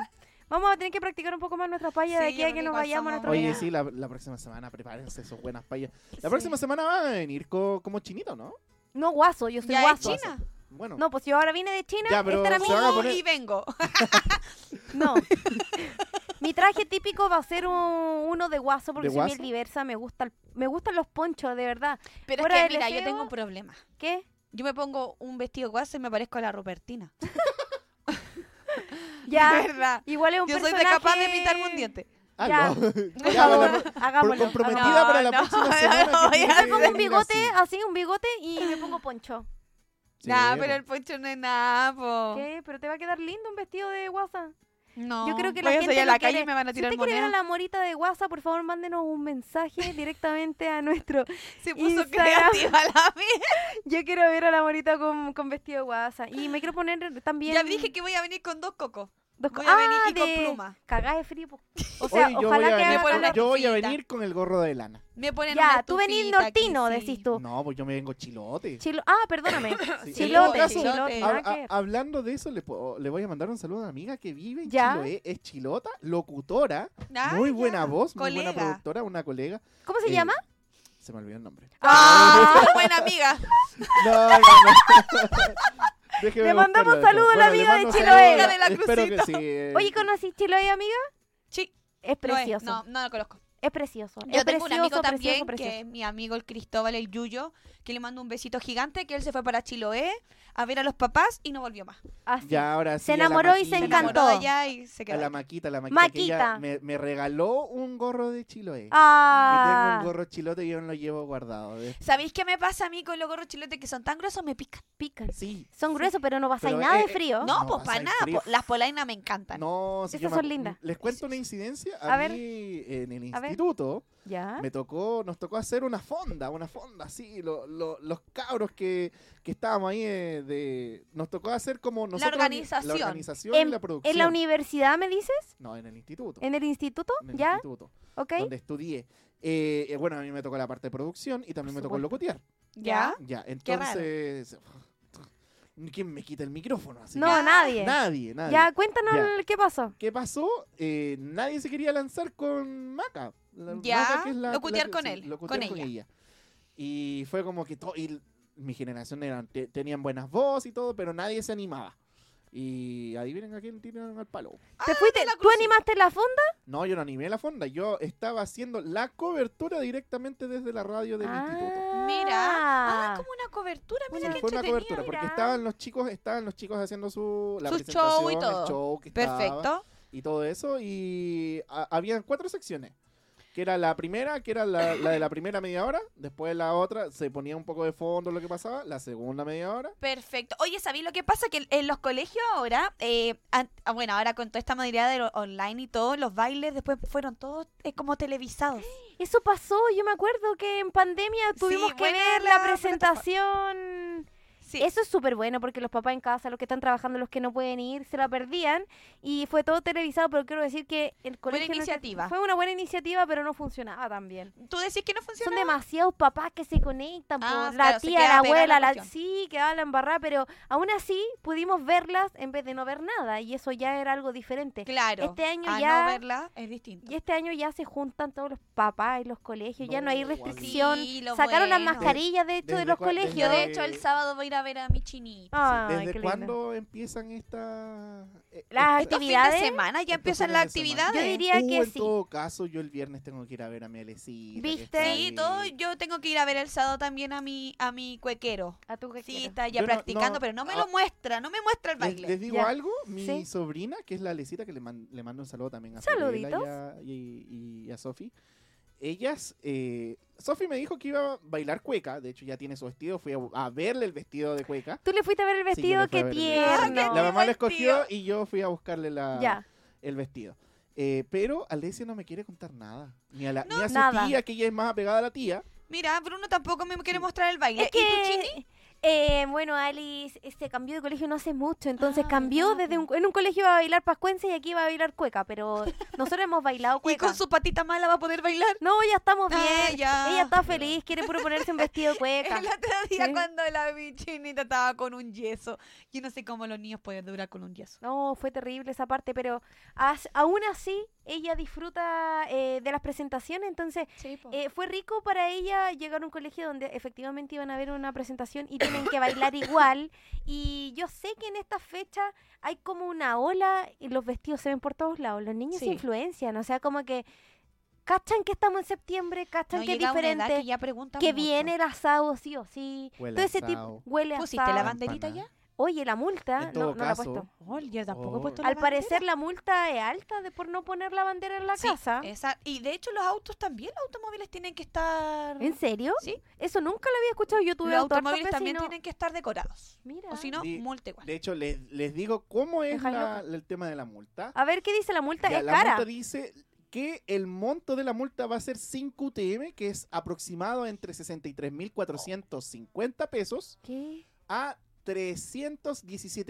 Speaker 1: Vamos a tener que practicar un poco más nuestra palla de
Speaker 2: Sí,
Speaker 1: aquí a que
Speaker 2: porque
Speaker 1: nos
Speaker 2: igual
Speaker 1: vayamos a
Speaker 2: somos-
Speaker 1: nuestro
Speaker 3: Oye,
Speaker 1: viaje.
Speaker 3: sí, la, la próxima semana prepárense sus buenas payas. La
Speaker 1: Sí.
Speaker 3: próxima semana va a venir co- como chinito, ¿no?
Speaker 1: No guaso, yo soy
Speaker 2: Ya es
Speaker 1: guaso.
Speaker 2: China.
Speaker 3: Bueno,
Speaker 1: No, pues yo ahora vine de China.
Speaker 3: Ya, pero
Speaker 1: esta era
Speaker 3: se
Speaker 1: mi...
Speaker 3: van a
Speaker 2: Uh,
Speaker 3: poner-
Speaker 2: Y vengo.
Speaker 1: No. mi traje típico va a ser un- uno de guaso porque
Speaker 3: ¿De
Speaker 1: soy
Speaker 3: guaso?
Speaker 1: bien diversa. Me, gusta el- me gustan los ponchos, de verdad.
Speaker 2: Pero
Speaker 1: Fuera
Speaker 2: es
Speaker 1: del
Speaker 2: que, mira, yo
Speaker 1: deseo.
Speaker 2: tengo un problema.
Speaker 1: ¿Qué?
Speaker 2: Yo me pongo un vestido guaso y me parezco a la Robertina.
Speaker 1: Ya.
Speaker 2: De verdad.
Speaker 1: Igual es un
Speaker 2: Yo soy
Speaker 1: personaje...
Speaker 2: de capaz de pintarme un diente.
Speaker 3: ah,
Speaker 1: ya.
Speaker 3: no.
Speaker 1: Por
Speaker 3: Ya,
Speaker 1: favor,
Speaker 3: bueno,
Speaker 1: hagámoslo.
Speaker 3: comprometida
Speaker 1: hagámoslo.
Speaker 3: para la
Speaker 2: No,
Speaker 3: próxima
Speaker 2: no,
Speaker 3: semana.
Speaker 2: no,
Speaker 3: que
Speaker 2: ya.
Speaker 1: Yo
Speaker 3: tiene que
Speaker 1: me pongo un
Speaker 3: venir
Speaker 1: bigote,
Speaker 3: así.
Speaker 1: así, un bigote y me pongo poncho.
Speaker 3: Sí,
Speaker 1: Ah,
Speaker 2: nah,
Speaker 3: bueno.
Speaker 2: pero el poncho no es nada, po.
Speaker 1: ¿Qué? Pero te va a quedar lindo un vestido de guasa.
Speaker 2: No.
Speaker 1: Yo creo que la
Speaker 2: voy a
Speaker 1: gente
Speaker 2: salir a
Speaker 1: lo
Speaker 2: la calle
Speaker 1: quiere.
Speaker 2: y me van a
Speaker 1: Si
Speaker 2: tirar
Speaker 1: usted quiere ver a
Speaker 2: monedas.
Speaker 1: la morita de guasa, por favor, mándenos un mensaje directamente a nuestro.
Speaker 2: Se puso
Speaker 1: Instagram.
Speaker 2: creativa la mía.
Speaker 1: Yo quiero ver a la morita con, con vestido de guasa. Y me quiero poner también.
Speaker 2: Ya dije que voy a venir con dos cocos.
Speaker 1: dos
Speaker 2: voy
Speaker 1: co-
Speaker 2: a venir y
Speaker 1: Ah,
Speaker 2: con
Speaker 1: de-
Speaker 2: pluma.
Speaker 1: Cagá de frío. po. O sea,
Speaker 3: Oye, yo voy
Speaker 1: ojalá
Speaker 3: a
Speaker 1: que
Speaker 3: venir
Speaker 1: haga
Speaker 2: Me ponen
Speaker 3: con-
Speaker 2: una
Speaker 1: calor.
Speaker 3: Yo voy a
Speaker 2: estufita.
Speaker 3: venir con el gorro de lana.
Speaker 2: Me ponen una
Speaker 1: Ya, tú venís
Speaker 2: estufita aquí,
Speaker 1: nortino,
Speaker 2: sí.
Speaker 1: decís tú.
Speaker 3: No, pues yo me vengo chilote.
Speaker 1: Chilo- ah, perdóname.
Speaker 3: Sí.
Speaker 1: Chilote,
Speaker 2: Sí,
Speaker 1: chilote.
Speaker 2: chilote.
Speaker 1: nada
Speaker 3: Hab-
Speaker 1: que
Speaker 3: a-
Speaker 1: ver.
Speaker 3: hablando de eso, le, puedo- le voy a mandar un saludo a una amiga que vive en
Speaker 1: ¿Ya?
Speaker 3: Chiloé. Es chilota, locutora,
Speaker 2: Ah,
Speaker 3: muy
Speaker 2: ya.
Speaker 3: buena voz, muy
Speaker 2: Colega.
Speaker 3: buena productora, una colega.
Speaker 1: ¿Cómo se
Speaker 3: Eh,
Speaker 1: llama?
Speaker 3: Se me olvidó el nombre.
Speaker 2: Ah, buena amiga.
Speaker 3: No, no, no. Déjeme
Speaker 1: Le mandamos
Speaker 3: buscarlo
Speaker 1: saludo a la
Speaker 3: después.
Speaker 1: amiga
Speaker 3: le
Speaker 1: de
Speaker 3: mando
Speaker 1: Chiloé.
Speaker 3: saludo a-
Speaker 2: De la
Speaker 3: Espero que
Speaker 2: Crucito.
Speaker 3: sí. eh,
Speaker 1: Oye, ¿conocí Chiloé, amiga?
Speaker 2: Sí,
Speaker 1: Es
Speaker 2: no es,
Speaker 1: precioso.
Speaker 2: No, no lo conozco.
Speaker 1: Es precioso.
Speaker 2: Yo
Speaker 1: es
Speaker 2: tengo un
Speaker 1: precioso,
Speaker 2: amigo
Speaker 1: precioso,
Speaker 2: también,
Speaker 1: precioso.
Speaker 2: que es mi amigo el Cristóbal, el Yuyo, que le mando un besito gigante, que él se fue para Chiloé a ver a los papás y no volvió más.
Speaker 1: Así.
Speaker 3: Ya, ahora sí,
Speaker 1: Se
Speaker 3: a la
Speaker 1: enamoró y se
Speaker 3: Maquita.
Speaker 1: encantó.
Speaker 2: enamoró de allá y se
Speaker 3: A
Speaker 2: quedó.
Speaker 3: la
Speaker 2: aquí.
Speaker 3: maquita, la maquita. que ella
Speaker 1: Maquita.
Speaker 3: me, me regaló un gorro de Chiloé. Y
Speaker 1: Ah,
Speaker 3: tengo un gorro chilote y yo lo llevo guardado. de-
Speaker 2: ¿Sabéis qué me pasa a mí con los gorros chilotes que son tan grosos? Me pican.
Speaker 1: pican.
Speaker 3: Sí.
Speaker 1: Son gruesos, pero no pasáis
Speaker 3: Pero,
Speaker 1: nada
Speaker 3: eh,
Speaker 1: de
Speaker 3: eh,
Speaker 1: frío.
Speaker 2: No,
Speaker 3: No,
Speaker 2: pues
Speaker 3: pasa
Speaker 2: para
Speaker 3: el
Speaker 2: nada.
Speaker 3: frío.
Speaker 2: po. Las polainas me encantan.
Speaker 3: No, si yo
Speaker 1: Esas
Speaker 3: me
Speaker 1: son
Speaker 3: acu-
Speaker 1: lindas.
Speaker 3: Les cuento una incidencia.
Speaker 1: A
Speaker 3: A,
Speaker 1: ver.
Speaker 3: mí, en el
Speaker 1: A ver.
Speaker 3: instituto,
Speaker 1: Ya.
Speaker 3: me tocó, nos tocó hacer una fonda, una fonda, sí. lo- lo- los cabros que, que estábamos ahí eh, de, Nos tocó hacer como nosotros...
Speaker 2: organización.
Speaker 3: La organización y la producción.
Speaker 1: ¿En la universidad me dices?
Speaker 3: No, en el instituto.
Speaker 1: ¿En el instituto?
Speaker 3: en el
Speaker 1: ¿Ya?
Speaker 3: instituto,
Speaker 1: ¿Ok?
Speaker 3: donde estudié. Eh, eh, bueno, a mí me tocó la parte de producción y también me tocó
Speaker 1: supuesto.
Speaker 3: locutear.
Speaker 2: ¿Ya?
Speaker 3: Ya,
Speaker 2: raro.
Speaker 3: entonces... ¿Quién me quita el micrófono? Así
Speaker 1: No,
Speaker 3: que-
Speaker 2: Ya.
Speaker 1: nadie.
Speaker 3: Nadie, nadie.
Speaker 1: Ya, cuéntanos
Speaker 3: Ya.
Speaker 1: el- qué pasó.
Speaker 3: ¿Qué pasó? Eh, nadie se quería lanzar con Maca. La-
Speaker 2: Ya,
Speaker 3: Maca, que es la-
Speaker 2: locutear
Speaker 3: la-
Speaker 2: con
Speaker 3: sí,
Speaker 2: él,
Speaker 3: locutear
Speaker 2: con ella.
Speaker 3: Y fue como que todo. Y mi generación eran, te- tenían buenas voces y todo, pero nadie se animaba. Y adivinen a quién tiraron al palo.
Speaker 1: ¿Te fuiste?
Speaker 2: Ah, la
Speaker 1: ¿Tú
Speaker 2: crucita.
Speaker 1: animaste la funda?
Speaker 3: No, yo no animé la fonda. Yo estaba haciendo la cobertura directamente desde la radio del
Speaker 2: Ah.
Speaker 3: instituto.
Speaker 2: Mira. Ah, como una cobertura, mira
Speaker 3: Sí,
Speaker 2: qué
Speaker 3: fue una
Speaker 2: entretenido.
Speaker 3: cobertura porque
Speaker 1: mira.
Speaker 3: estaban los chicos, estaban los chicos haciendo su la
Speaker 2: Su
Speaker 3: presentación,
Speaker 2: show y
Speaker 3: el
Speaker 2: todo.
Speaker 3: show que estaba.
Speaker 2: Perfecto.
Speaker 3: y todo eso. Y a- habían cuatro secciones. Que era la primera, que era la, la de la primera media hora. Después la otra, se ponía un poco de fondo lo que pasaba. La segunda media hora.
Speaker 2: Perfecto. Oye, ¿sabéis lo que pasa? Que en los colegios ahora, eh, an- ah, bueno, ahora con toda esta modalidad de lo- online y todo, los bailes después fueron todos eh, como televisados.
Speaker 1: Eso pasó. Yo me acuerdo que en pandemia tuvimos que
Speaker 2: buena
Speaker 1: ver
Speaker 2: la
Speaker 1: la presentación.
Speaker 2: Sí.
Speaker 1: Eso es súper bueno porque los papás en casa, los que están trabajando, los que no pueden ir, se la perdían y fue todo televisado, pero quiero decir que el colegio... en el que-
Speaker 2: iniciativa.
Speaker 1: Fue una buena iniciativa, pero no funcionaba tan bien.
Speaker 2: ¿Tú decís que no funciona?
Speaker 1: Son demasiados papás que se conectan,
Speaker 2: Ah,
Speaker 1: po, la
Speaker 2: claro, se
Speaker 1: tía,
Speaker 2: queda
Speaker 1: la
Speaker 2: pegada
Speaker 1: abuela,
Speaker 2: la
Speaker 1: la,
Speaker 2: cuestión.
Speaker 1: sí, quedaba la embarrada, pero aún así pudimos verlas en vez de no ver nada y eso ya era algo diferente.
Speaker 2: Claro.
Speaker 1: Este año
Speaker 2: a
Speaker 1: ya-
Speaker 2: no verla es distinto.
Speaker 1: Y este año ya se juntan todos los papás y los colegios, ya no hay
Speaker 3: No,
Speaker 1: restricción.
Speaker 2: Sí, lo
Speaker 1: Sacaron las
Speaker 2: bueno.
Speaker 1: mascarillas, de hecho, de
Speaker 3: Desde
Speaker 1: los
Speaker 3: cua- desde-
Speaker 1: colegios.
Speaker 2: Yo, de
Speaker 3: Eh,
Speaker 2: hecho, el sábado voy a ir a ver a mi chinito.
Speaker 1: Ay, qué
Speaker 3: ¿Desde
Speaker 1: lindo.
Speaker 3: cuándo empiezan estas eh,
Speaker 1: Las
Speaker 3: estas-
Speaker 2: Estos fines
Speaker 1: actividades?
Speaker 2: de semana ya
Speaker 3: estos
Speaker 2: empiezan
Speaker 3: fines
Speaker 2: las
Speaker 3: de semana?
Speaker 2: actividades.
Speaker 1: Yo diría
Speaker 3: Uh,
Speaker 1: que
Speaker 3: en
Speaker 1: sí.
Speaker 3: todo caso, yo el viernes tengo que ir a ver a mi Alecita. que
Speaker 1: ¿Viste?
Speaker 3: está
Speaker 2: Sí,
Speaker 3: ahí.
Speaker 2: todo. Yo tengo que ir a ver el sábado también a mi, a mi cuequero.
Speaker 1: A tu que
Speaker 2: Sí,
Speaker 1: quieras.
Speaker 2: está ya
Speaker 3: Yo no-
Speaker 2: practicando,
Speaker 3: no,
Speaker 2: pero no me
Speaker 3: ah,
Speaker 2: lo muestra, no me muestra el
Speaker 3: Les,
Speaker 2: baile.
Speaker 3: les digo
Speaker 1: Ya.
Speaker 3: algo, mi
Speaker 1: Sí.
Speaker 3: sobrina, que es la Alecita, que le, man- le mando un saludo también a Fabiola y a-
Speaker 1: Saluditos.
Speaker 3: y, y a Sofi. Ellas, eh, Sofi me dijo que iba a bailar cueca, de hecho ya tiene su vestido, fui a, a verle el vestido de cueca.
Speaker 1: Tú le fuiste a ver el
Speaker 3: Sí, yo
Speaker 1: vestido,
Speaker 3: le fui a
Speaker 1: qué
Speaker 3: ver el
Speaker 2: vestido.
Speaker 1: tierno.
Speaker 2: Ah,
Speaker 3: La
Speaker 2: lindo
Speaker 3: mamá lo escogió
Speaker 2: vestido.
Speaker 3: y yo fui a buscarle la,
Speaker 1: Ya.
Speaker 3: el vestido. Eh, pero Alesia no me quiere contar nada, ni a, la, ni a su
Speaker 1: Nada.
Speaker 3: tía, que ella es más apegada a la tía.
Speaker 2: Mira, Bruno tampoco me quiere mostrar el baile.
Speaker 1: Es
Speaker 2: ¿Y tu chini?
Speaker 1: que Eh, bueno, Alice eh, se cambió de colegio no hace mucho, entonces
Speaker 2: Ah,
Speaker 1: cambió
Speaker 2: verdad,
Speaker 1: desde un, en un colegio iba a bailar pascuense y aquí iba a bailar cueca, pero nosotros hemos bailado
Speaker 2: Y
Speaker 1: cueca.
Speaker 2: con su patita mala va a poder bailar.
Speaker 1: No, ya estamos bien.
Speaker 2: Ah, ya.
Speaker 1: Ella está feliz, quiere puro ponerse un vestido de cueca.
Speaker 2: El otro día
Speaker 1: Sí.
Speaker 2: cuando la bichinita estaba con un yeso. Yo no sé cómo los niños pueden durar con un yeso.
Speaker 1: No, fue terrible esa parte, pero as- aún así ella disfruta eh, de las presentaciones, entonces
Speaker 2: Oh.
Speaker 1: eh, fue rico para ella llegar a un colegio donde efectivamente iban a ver una presentación y tienen que bailar igual. Y yo sé que en esta fecha hay como una ola y los vestidos se ven por todos lados. Los niños
Speaker 2: Sí.
Speaker 1: se influencian, o sea, como que cachan que estamos en septiembre, cachan
Speaker 2: No
Speaker 1: que es
Speaker 2: llega una edad
Speaker 1: diferente,
Speaker 2: que ya preguntan
Speaker 1: que
Speaker 2: mucho.
Speaker 1: viene el asado sí o sí.
Speaker 3: Huele
Speaker 1: Todo ese
Speaker 3: asado.
Speaker 1: tipo Ah. huele a
Speaker 2: ¿Pusiste la
Speaker 1: asado.
Speaker 2: banderita ya?
Speaker 3: Empanada.
Speaker 1: Oye, la multa,
Speaker 3: En
Speaker 1: no,
Speaker 3: todo
Speaker 1: no la he puesto.
Speaker 3: caso,
Speaker 2: Oh, yo tampoco he
Speaker 3: Oh.
Speaker 2: puesto la
Speaker 1: Al parecer
Speaker 2: bandera.
Speaker 1: la multa es alta de por no poner la bandera en la
Speaker 2: Sí,
Speaker 1: casa.
Speaker 2: esa- y de hecho los autos también, los automóviles tienen que estar...
Speaker 1: ¿En serio?
Speaker 2: Sí.
Speaker 1: Eso nunca lo había escuchado. Yo tuve
Speaker 2: Los
Speaker 1: auto hartas
Speaker 2: automóviles
Speaker 1: veces y
Speaker 2: también
Speaker 1: no-
Speaker 2: tienen que estar decorados.
Speaker 1: Mira.
Speaker 2: O si no,
Speaker 3: Di-
Speaker 2: multa igual.
Speaker 3: De hecho, les, les digo cómo es
Speaker 1: Deja
Speaker 3: la-
Speaker 1: loca.
Speaker 3: el tema de la multa.
Speaker 1: A ver, ¿qué dice la multa?
Speaker 3: Ya,
Speaker 1: es
Speaker 3: la
Speaker 1: cara.
Speaker 3: multa dice que el monto de la multa va a ser 5 UTM, que es aproximado entre 63.450 pesos
Speaker 1: ¿Qué?
Speaker 3: a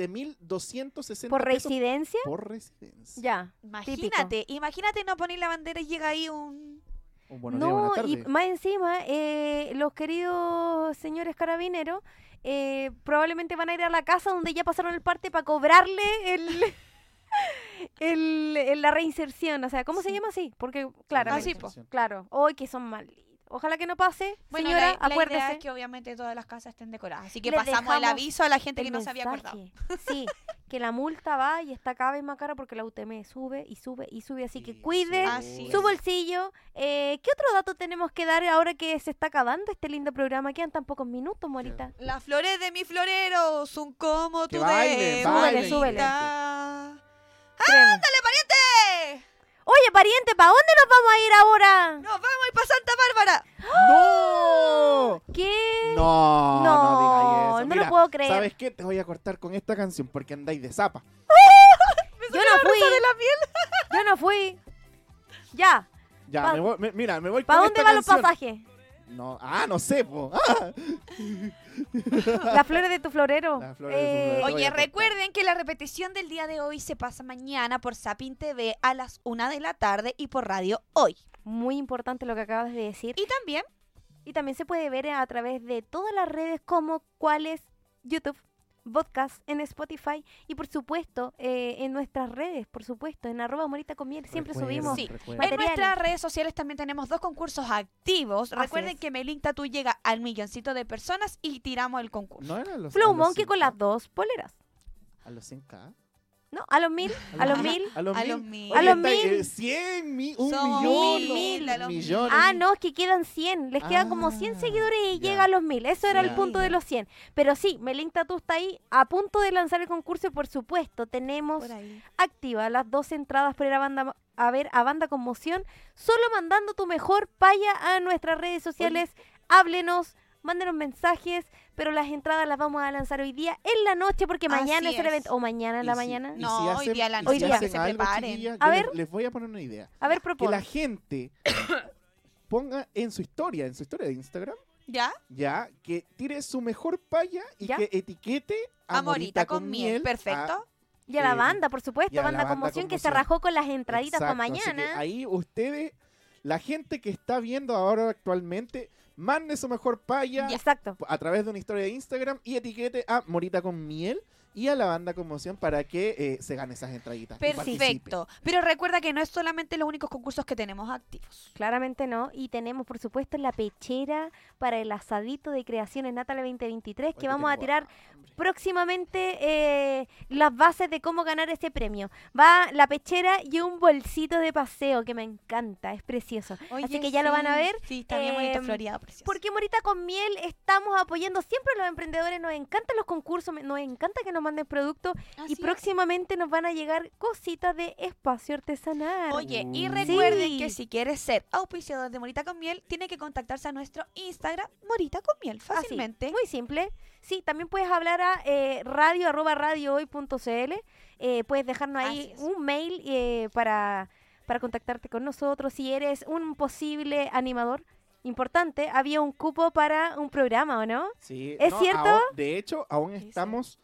Speaker 3: 317.260
Speaker 1: ¿Por
Speaker 3: pesos
Speaker 1: residencia?
Speaker 3: por residencia.
Speaker 1: Ya.
Speaker 2: Imagínate, imagínate no poner la bandera y llega ahí un...
Speaker 3: Un buenos días,
Speaker 1: no,
Speaker 3: buenas
Speaker 1: y
Speaker 3: tardes.
Speaker 1: más encima, eh, los queridos señores carabineros eh, probablemente van a ir a la casa donde ya pasaron el parte para cobrarle el, el- el- la reinserción. O sea, ¿cómo se
Speaker 2: Sí.
Speaker 1: llama así? Porque, claro.
Speaker 2: Así, po.
Speaker 3: reinserción.
Speaker 1: Claro. Hoy que son malditos. Ojalá que no pase.
Speaker 2: Bueno,
Speaker 1: Señora,
Speaker 2: la, la
Speaker 1: acuérdese.
Speaker 2: idea es que obviamente todas las casas estén decoradas. Así que
Speaker 1: Les
Speaker 2: pasamos el
Speaker 1: dejamos
Speaker 2: aviso a la gente
Speaker 1: el
Speaker 2: que no se había acordado.
Speaker 1: mensaje. Sí, que la multa va y está cada vez más cara porque la UTM sube y sube y sube. Así que
Speaker 3: Y
Speaker 1: cuide
Speaker 2: Ah, sí.
Speaker 3: sube.
Speaker 1: su bolsillo. Eh, ¿Qué otro dato tenemos que dar ahora que se está acabando este lindo programa? Quedan tan pocos minutos, Morita.
Speaker 2: Las flores de mi florero, son como
Speaker 3: Que
Speaker 2: tú
Speaker 3: bailen,
Speaker 2: ves.
Speaker 1: bailen, súbele.
Speaker 2: ¡Ándale,
Speaker 1: Créeme.
Speaker 2: pariente!
Speaker 1: Oye, pariente, ¿para dónde nos vamos a ir ahora?
Speaker 2: ¡Eh! ¡Nos vamos a ir para Santa Bárbara!
Speaker 3: ¡No!
Speaker 1: ¿Qué?
Speaker 3: No, no,
Speaker 1: No,
Speaker 3: digáis eso.
Speaker 1: no lo
Speaker 3: Mira,
Speaker 1: puedo creer.
Speaker 3: ¿Sabes qué? Te voy a cortar con esta canción porque andáis de zapa.
Speaker 1: Yo no fui.
Speaker 2: ¡Sale la miel!
Speaker 1: Yo no fui. Ya.
Speaker 3: Ya,
Speaker 1: Pa-
Speaker 3: me voy, me- mira, me voy
Speaker 1: ¿Para
Speaker 3: con
Speaker 1: dónde
Speaker 3: esta
Speaker 1: van los
Speaker 3: canción.
Speaker 1: pasajes?
Speaker 3: No, ah, no sé, po. Ah,
Speaker 1: Las flores de tu florero. Eh,
Speaker 3: Las flores de tu florero. Te voy
Speaker 2: Oye,
Speaker 3: a cortar.
Speaker 2: recuerden que la repetición del día de hoy se pasa mañana por Sapin TV a las 1 de la tarde y por radio hoy.
Speaker 1: Muy importante lo que acabas de decir.
Speaker 2: Y también
Speaker 1: Y también se puede ver a través de todas las redes como cuáles YouTube, podcast en Spotify y por supuesto eh, en nuestras redes, por supuesto, en arroba morita con miel. Siempre
Speaker 3: Recuerden,
Speaker 1: subimos.
Speaker 2: Sí.
Speaker 3: recuerden.
Speaker 1: Materiales.
Speaker 2: En nuestras redes sociales también tenemos dos concursos activos.
Speaker 1: Así
Speaker 2: Recuerden
Speaker 1: es.
Speaker 2: que Melink Tattoo llega al milloncito de personas y tiramos el concurso.
Speaker 3: No eran los. a
Speaker 1: Flow
Speaker 3: los
Speaker 1: Monkey con
Speaker 3: 100K,
Speaker 1: las dos poleras.
Speaker 3: A los 100k.
Speaker 1: No, a los mil, a los
Speaker 2: los-
Speaker 1: mil.
Speaker 3: A los
Speaker 2: A
Speaker 3: mil.
Speaker 2: los mil.
Speaker 1: A los
Speaker 3: Oye, está-
Speaker 1: mil.
Speaker 3: eh, 100 mil. Un
Speaker 2: Somos
Speaker 3: millón.
Speaker 1: mil, mil,
Speaker 2: a los mil.
Speaker 3: millones.
Speaker 1: Ah, no, es que quedan 100. Les quedan como 100
Speaker 3: Ah,
Speaker 1: seguidores y
Speaker 3: ya.
Speaker 1: llega a los 1000. Eso era el
Speaker 3: Ya.
Speaker 1: punto de los 100. Pero sí, Melink Tatu está ahí a punto de lanzar el concurso y por supuesto tenemos
Speaker 2: Por ahí.
Speaker 1: activa las dos entradas para ir a, banda, a ver a Banda Conmoción, solo mandando tu mejor paya a nuestras redes sociales. Háblenos, mándenos mensajes, pero las entradas las vamos a lanzar hoy día en la noche porque mañana es
Speaker 2: Así
Speaker 1: el
Speaker 2: es.
Speaker 1: evento. O mañana en la
Speaker 3: Y si-
Speaker 1: mañana.
Speaker 3: y
Speaker 2: No,
Speaker 3: si
Speaker 2: hoy
Speaker 3: hacen-
Speaker 2: día a la
Speaker 3: y si
Speaker 1: noche, para
Speaker 3: hacen
Speaker 2: que se
Speaker 3: algo,
Speaker 2: preparen.
Speaker 3: chiquillas,
Speaker 1: A
Speaker 3: yo
Speaker 1: ver.
Speaker 3: Les, les voy a poner una idea.
Speaker 1: A ver,
Speaker 3: Que la
Speaker 1: propone.
Speaker 3: gente ponga en su historia, en su historia de Instagram,
Speaker 2: ¿Ya?
Speaker 3: ya, que tire su mejor paya y
Speaker 1: Ya.
Speaker 3: que etiquete a
Speaker 2: Amorita con miel.
Speaker 3: a-
Speaker 2: Perfecto.
Speaker 1: Y a la
Speaker 3: eh,
Speaker 1: banda, por supuesto,
Speaker 3: y a la
Speaker 1: Banda,
Speaker 3: Banda
Speaker 1: Conmoción, que se
Speaker 3: Conmoción.
Speaker 1: rajó con las entraditas para
Speaker 3: Exacto, así que
Speaker 1: mañana.
Speaker 3: ahí ustedes, la gente que está viendo ahora actualmente, mande su mejor paya
Speaker 1: Exacto.
Speaker 3: a través de una historia de Instagram y etiquete a Morita con Miel y a la banda Conmoción para que eh, se gane esas entraditas. y participe.
Speaker 2: Perfecto. Pero recuerda que no es solamente los únicos concursos que tenemos activos.
Speaker 1: Claramente no. Y tenemos, por supuesto, la pechera para el asadito de creaciones Natale 2023,
Speaker 3: Oye,
Speaker 1: que vamos a
Speaker 3: tengo
Speaker 1: tirar
Speaker 3: hambre.
Speaker 1: próximamente eh, las bases de cómo ganar ese premio. Va la pechera y un bolsito de paseo que me encanta, es precioso. Así que ya lo van a ver.
Speaker 2: Sí, está bien bonito,
Speaker 1: Em,
Speaker 2: floreado, precioso.
Speaker 1: Porque Morita con Miel estamos apoyando siempre a los emprendedores, nos encantan los concursos, me- nos encanta que nos manden productos
Speaker 3: Ah,
Speaker 2: Así
Speaker 1: y
Speaker 2: es.
Speaker 1: próximamente nos van a llegar cositas de espacio artesanal.
Speaker 2: Oye, y
Speaker 3: Mm.
Speaker 2: recuerden
Speaker 1: Sí.
Speaker 2: que si quieres ser auspiciador de Morita con Miel, tiene que contactarse a nuestro Instagram, Morita con Miel,
Speaker 1: Así,
Speaker 2: fácilmente.
Speaker 1: muy simple. Sí, también puedes hablar a eh, radio arroba radiohoy.cl. Eh, puedes dejarnos
Speaker 2: Así
Speaker 1: ahí
Speaker 2: es.
Speaker 1: un mail eh, para, para contactarte con nosotros. Si eres un posible animador importante, había un cupo para un programa, ¿o no?
Speaker 3: Sí,
Speaker 1: ¿Es cierto?
Speaker 3: aún- de hecho, aún estamos...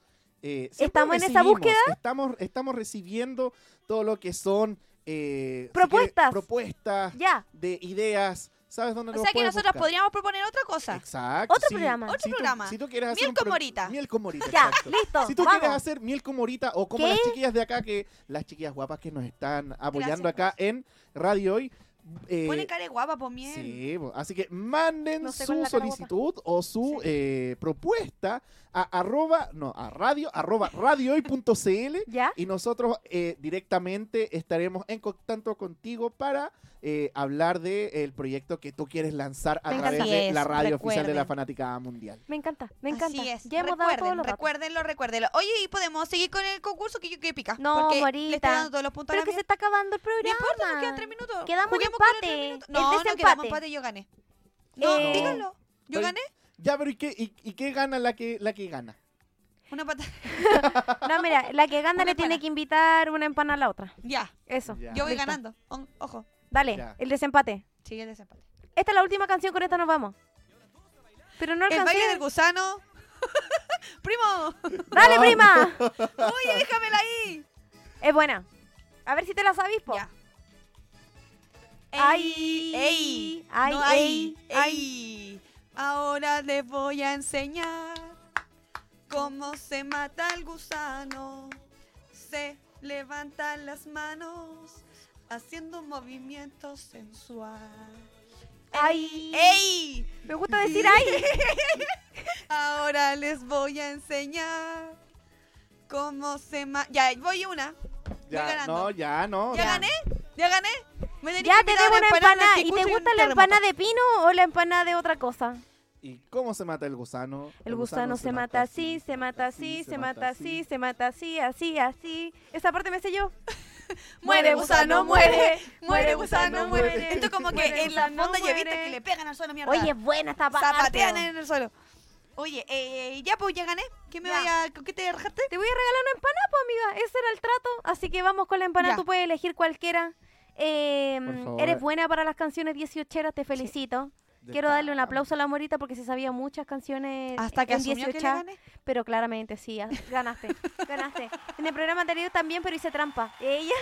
Speaker 3: eh, siempre
Speaker 1: ¿Estamos en esa
Speaker 3: recibimos,
Speaker 1: búsqueda?
Speaker 3: Estamos, estamos recibiendo todo lo que son... eh, si
Speaker 1: Propuestas.
Speaker 3: quieres, propuestas
Speaker 1: Ya.
Speaker 3: de ideas. ¿Sabes dónde
Speaker 2: O
Speaker 3: nos
Speaker 2: sea que
Speaker 3: puedes
Speaker 2: nosotros
Speaker 3: buscar?
Speaker 2: podríamos proponer otra cosa.
Speaker 3: Exacto.
Speaker 1: Otro
Speaker 3: sí.
Speaker 1: programa.
Speaker 2: Otro
Speaker 3: Si tú-
Speaker 2: programa.
Speaker 3: si tú quieres hacer
Speaker 2: Miel
Speaker 3: un
Speaker 2: con
Speaker 3: pro-
Speaker 2: morita.
Speaker 3: Miel con morita.
Speaker 1: Ya,
Speaker 3: exacto.
Speaker 1: listo.
Speaker 3: Si tú
Speaker 1: vamos.
Speaker 3: quieres hacer miel con morita o como
Speaker 1: ¿Qué?
Speaker 3: las chiquillas de acá, que las chiquillas guapas que nos están apoyando
Speaker 2: Gracias.
Speaker 3: acá en Radio Hoy. eh,
Speaker 2: Pone cara de guapa, por miel.
Speaker 3: sí, bo- así que manden
Speaker 1: No sé cuál es
Speaker 3: su
Speaker 1: la cara guapa.
Speaker 3: solicitud o su eh, propuesta a arroba, no, a radio, arroba radiohoy.cl
Speaker 1: ¿Ya?
Speaker 3: y nosotros eh, directamente estaremos en contacto contigo para eh, hablar del proyecto que tú quieres lanzar a
Speaker 1: Me
Speaker 3: través
Speaker 1: encanta.
Speaker 3: de
Speaker 2: Así
Speaker 3: la
Speaker 2: es,
Speaker 3: radio oficial de la
Speaker 2: recuerden.
Speaker 3: Fanaticada Mundial.
Speaker 1: Me encanta, me encanta.
Speaker 2: Así es.
Speaker 1: Ya hemos dado todos
Speaker 2: recuerden,
Speaker 1: los datos.
Speaker 2: recuérdenlo, recuérdenlo. Oye, y podemos seguir con el concurso que yo que pica.
Speaker 1: No,
Speaker 2: porque Le
Speaker 1: Morita.
Speaker 2: estoy dando todos los puntos a
Speaker 1: Pero
Speaker 2: la
Speaker 1: que se
Speaker 2: miel.
Speaker 1: está acabando el programa.
Speaker 2: No importa, nos quedan tres minutos.
Speaker 1: Quedamos en
Speaker 2: Juguemos con los tres
Speaker 1: empate.
Speaker 2: minutos.
Speaker 1: El
Speaker 2: No, no quedamos
Speaker 1: desempate.
Speaker 2: empate, yo gané. No,
Speaker 1: Eh,
Speaker 2: díganlo. ¿Yo
Speaker 3: Estoy-
Speaker 2: gané?
Speaker 3: Ya, pero ¿y qué, y, y qué gana la que, la que gana?
Speaker 2: Una patada.
Speaker 1: No, mira, la que gana
Speaker 2: Una
Speaker 1: le tiene
Speaker 2: empana.
Speaker 1: que invitar una empana a la otra.
Speaker 2: Ya,
Speaker 1: Eso.
Speaker 3: Ya.
Speaker 2: yo voy
Speaker 1: Listo.
Speaker 2: ganando. On- Ojo,
Speaker 1: Dale,
Speaker 3: Ya.
Speaker 1: el desempate.
Speaker 2: sigue el desempate.
Speaker 1: Esta es la última canción, con esta nos vamos. Pero no
Speaker 2: El
Speaker 1: alcancé.
Speaker 2: baile del gusano. Primo,
Speaker 1: ¡Dale, prima!
Speaker 2: oye, déjamela ahí.
Speaker 1: Es buena. A ver si te la sabís, po.
Speaker 2: Ya.
Speaker 1: Ay,
Speaker 2: ey,
Speaker 1: ay,
Speaker 2: no, ay,
Speaker 1: ey, ay.
Speaker 2: ey. Ahora les voy a enseñar cómo se mata el gusano. Se levantan las manos haciendo un movimiento sensual.
Speaker 1: Ay.
Speaker 2: ¡Ey!
Speaker 1: Me gusta decir ay.
Speaker 2: Ahora les voy a enseñar cómo se mata. Ya, voy una. Voy
Speaker 3: Ya,
Speaker 2: ganando.
Speaker 3: no, ya, no.
Speaker 2: ¿Ya gané? ¿Ya gané? Me tenés
Speaker 1: Ya
Speaker 2: que
Speaker 1: te
Speaker 2: invitar a
Speaker 1: debo una empanada. ¿Y
Speaker 2: anticucho
Speaker 1: te
Speaker 2: un
Speaker 1: gusta la
Speaker 2: terremoto.
Speaker 1: empanada de pino o la empanada de otra cosa?
Speaker 3: ¿Y cómo se mata el gusano?
Speaker 1: El gusano se mata así, se mata así, se mata así, se mata así, así, así. Esa parte me sé yo.
Speaker 2: Muere gusano, muere. Muere gusano,
Speaker 1: gusano,
Speaker 2: muere.
Speaker 1: muere.
Speaker 2: Esto como que
Speaker 1: Muere,
Speaker 2: en la
Speaker 1: gusano,
Speaker 2: fonda ya viste
Speaker 1: muere.
Speaker 2: que le pegan al suelo, mierda.
Speaker 1: Oye, buena esta parte.
Speaker 2: zapatean en el suelo. Oye, eh, eh, ya pues ya gané. ¿Qué me
Speaker 1: Ya.
Speaker 2: voy a, con qué te rajaste?
Speaker 1: Te voy a regalar una empanada, pues, amiga. Ese era el trato. Así que vamos con la empanada.
Speaker 2: Ya.
Speaker 1: Tú puedes elegir cualquiera. Eh,
Speaker 3: Por favor.
Speaker 1: eres buena para las canciones 18 te felicito. Quiero darle un aplauso a la morita porque se sabía muchas canciones
Speaker 2: Hasta que
Speaker 1: en
Speaker 2: asumió
Speaker 1: 18
Speaker 2: que le gané.
Speaker 1: Pero claramente sí, ah, ganaste, ganaste. En el programa anterior también, pero hice trampa. Ella,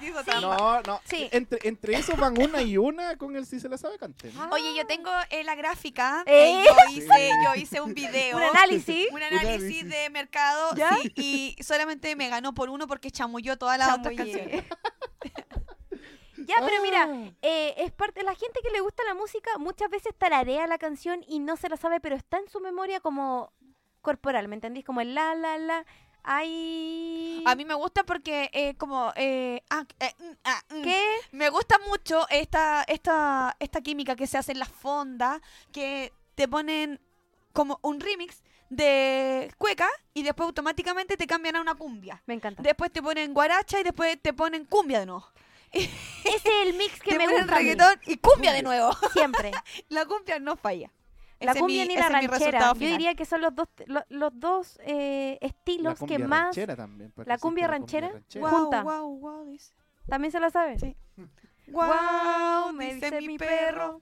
Speaker 2: Dijo, trampa.
Speaker 3: No, no.
Speaker 1: Sí.
Speaker 3: Entre, entre eso van una y una con el si se la sabe cantar.
Speaker 2: Oye, yo tengo eh, la gráfica.
Speaker 1: Ah. Eh.
Speaker 2: Eh, yo, hice, yo hice un video.
Speaker 1: un análisis.
Speaker 2: un análisis
Speaker 3: análisis.
Speaker 2: de mercado
Speaker 1: ¿Ya?
Speaker 2: sí, y solamente me ganó por uno porque chamulló todas las otras
Speaker 1: Chamullé.
Speaker 2: canciones.
Speaker 1: ya, pero
Speaker 3: Ah.
Speaker 1: mira, eh, es parte la gente que le gusta la música muchas veces tararea la canción y no se la sabe, pero está en su memoria como corporal, ¿me entendís? Como el la, la, la, ay...
Speaker 2: A mí me gusta porque eh, como eh, ah, eh, mm, ah, mm.
Speaker 1: ¿Qué?
Speaker 2: Me gusta mucho esta, esta, esta química que se hace en las fondas, que te ponen como un remix de cueca y después automáticamente te cambian a una cumbia.
Speaker 1: Me encanta.
Speaker 2: Después te ponen guaracha y después te ponen cumbia de nuevo.
Speaker 1: Ese es el mix que
Speaker 2: te
Speaker 1: me
Speaker 2: ponen
Speaker 1: gusta a mí,
Speaker 2: reggaetón y cumbia de nuevo.
Speaker 1: siempre.
Speaker 2: La cumbia no falla.
Speaker 1: La
Speaker 2: Ese es
Speaker 1: cumbia
Speaker 2: mi-
Speaker 1: ni
Speaker 2: ese
Speaker 1: la
Speaker 2: es mi
Speaker 1: ranchera.
Speaker 2: resultado
Speaker 1: Yo
Speaker 2: final.
Speaker 1: diría que son los dos, lo- los dos eh,
Speaker 3: La
Speaker 1: estilos
Speaker 3: cumbia
Speaker 1: que más...
Speaker 3: ranchera también, porque
Speaker 1: la
Speaker 3: existe
Speaker 1: cumbia ranchera.
Speaker 2: Guau,
Speaker 1: junta.
Speaker 2: guau, guau, dice.
Speaker 1: ¿También se la sabe?
Speaker 2: Sí. Guau, me dice mi perro.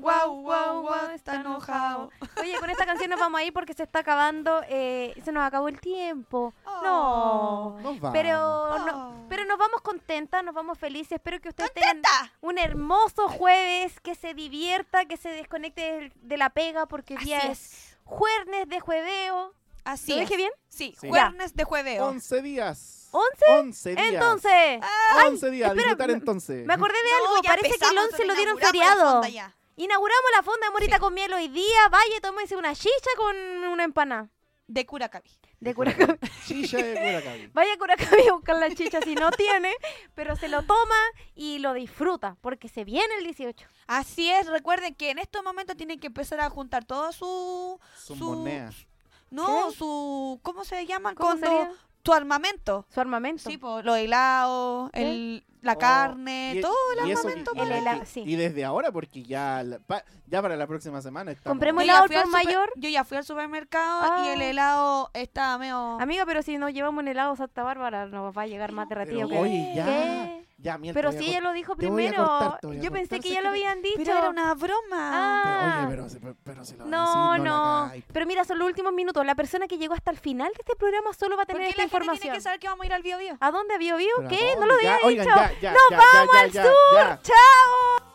Speaker 2: Guau, guau, guau, está enojado.
Speaker 1: Oye, con esta canción nos vamos a ir porque se está acabando, eh, se nos acabó el tiempo. No.
Speaker 3: Nos vamos.
Speaker 1: Pero,
Speaker 2: Oh.
Speaker 1: no, pero nos vamos contentas, nos vamos felices. Espero que ustedes tengan
Speaker 2: ¡Contenta!
Speaker 1: un hermoso jueves, que se divierta, que se desconecte del- de, la pega porque hoy
Speaker 2: Así
Speaker 1: día es
Speaker 2: es.
Speaker 1: jueves de jueveo.
Speaker 2: Así
Speaker 1: ¿Lo
Speaker 2: es.
Speaker 1: dije bien?
Speaker 2: Sí,
Speaker 3: Sí.
Speaker 2: viernes de jueveo.
Speaker 3: 11 días.
Speaker 1: ¿Once?
Speaker 3: 11 días.
Speaker 1: Entonces,
Speaker 2: Ah,
Speaker 3: 11 días.
Speaker 1: espera,
Speaker 3: Disfrutar
Speaker 1: me-
Speaker 3: entonces.
Speaker 1: me acordé de algo,
Speaker 2: No, ya
Speaker 1: parece que el
Speaker 2: empezamos,
Speaker 1: 11 lo
Speaker 2: nosotros
Speaker 1: dieron
Speaker 2: inauguramos la
Speaker 1: feriado.
Speaker 2: fonda ya.
Speaker 1: Inauguramos la fonda de Morita con miel hoy día. Vaya, tómese una chicha con una empana.
Speaker 2: De Curacaví.
Speaker 1: De Curacaví.
Speaker 3: Chicha de Curacaví.
Speaker 1: Vaya a Curacaví a buscar la chicha si no tiene, pero se lo toma y lo disfruta porque se viene el 18.
Speaker 2: Así es, recuerden que en estos momentos tienen que empezar a juntar todo su.
Speaker 3: Su
Speaker 2: Su-
Speaker 3: moneda.
Speaker 2: No, su. ¿Cómo se llaman?
Speaker 1: ¿Cómo
Speaker 2: Cuando-
Speaker 1: sería?
Speaker 2: Tu armamento.
Speaker 1: Su armamento.
Speaker 2: Sí, por los helados, el. la
Speaker 3: Oh,
Speaker 2: carne,
Speaker 3: y-
Speaker 2: todo el
Speaker 3: y eso-
Speaker 2: armamento
Speaker 3: y-
Speaker 1: El
Speaker 2: para
Speaker 3: y-
Speaker 2: la...
Speaker 1: helado, sí.
Speaker 3: Y desde ahora, porque ya, la- pa- ya para la próxima semana estamos.
Speaker 1: Compremos
Speaker 2: Yo
Speaker 1: helado
Speaker 2: ya,
Speaker 1: al
Speaker 2: fui al
Speaker 1: por
Speaker 2: super-
Speaker 1: mayor.
Speaker 2: yo ya fui al supermercado y
Speaker 1: Ah.
Speaker 2: el helado estaba medio...
Speaker 1: Amiga, pero si nos llevamos en helado Santa Bárbara, nos va a llegar más
Speaker 3: Pero,
Speaker 1: derretido que.
Speaker 3: oye, ya.
Speaker 1: ¿Qué?
Speaker 3: Ya, mierda,
Speaker 1: Pero
Speaker 3: voy a
Speaker 1: si ella lo dijo
Speaker 3: te voy a
Speaker 1: primero.
Speaker 3: cortar, te voy a
Speaker 1: Yo pensé
Speaker 3: cortar,
Speaker 1: que
Speaker 3: sé
Speaker 1: ya
Speaker 3: que
Speaker 1: lo
Speaker 3: te-
Speaker 1: habían dicho.
Speaker 2: Pero era una broma.
Speaker 1: Ah.
Speaker 3: Pero, oye, pero, si- pero si lo vas a
Speaker 1: No,
Speaker 3: decir, no. la
Speaker 1: no.
Speaker 3: hagáis. pues.
Speaker 1: Pero mira, son los últimos minutos. La persona que llegó hasta el final de este programa solo va a
Speaker 2: ¿Por
Speaker 1: tener
Speaker 2: qué
Speaker 1: esta
Speaker 2: la gente
Speaker 1: información.
Speaker 2: tiene que saber que vamos a ir al Bio Bio?
Speaker 1: ¿A dónde vio vivo?
Speaker 3: Pero, ¿a
Speaker 1: ¿Qué? No
Speaker 3: dónde?
Speaker 1: lo
Speaker 3: Ya,
Speaker 1: había
Speaker 3: oigan,
Speaker 1: dicho.
Speaker 3: ya, ya,
Speaker 1: ¡Nos
Speaker 3: ya, ya,
Speaker 1: vamos
Speaker 3: ya,
Speaker 1: al
Speaker 3: ya,
Speaker 1: sur!
Speaker 3: ya.
Speaker 1: ¡Chao!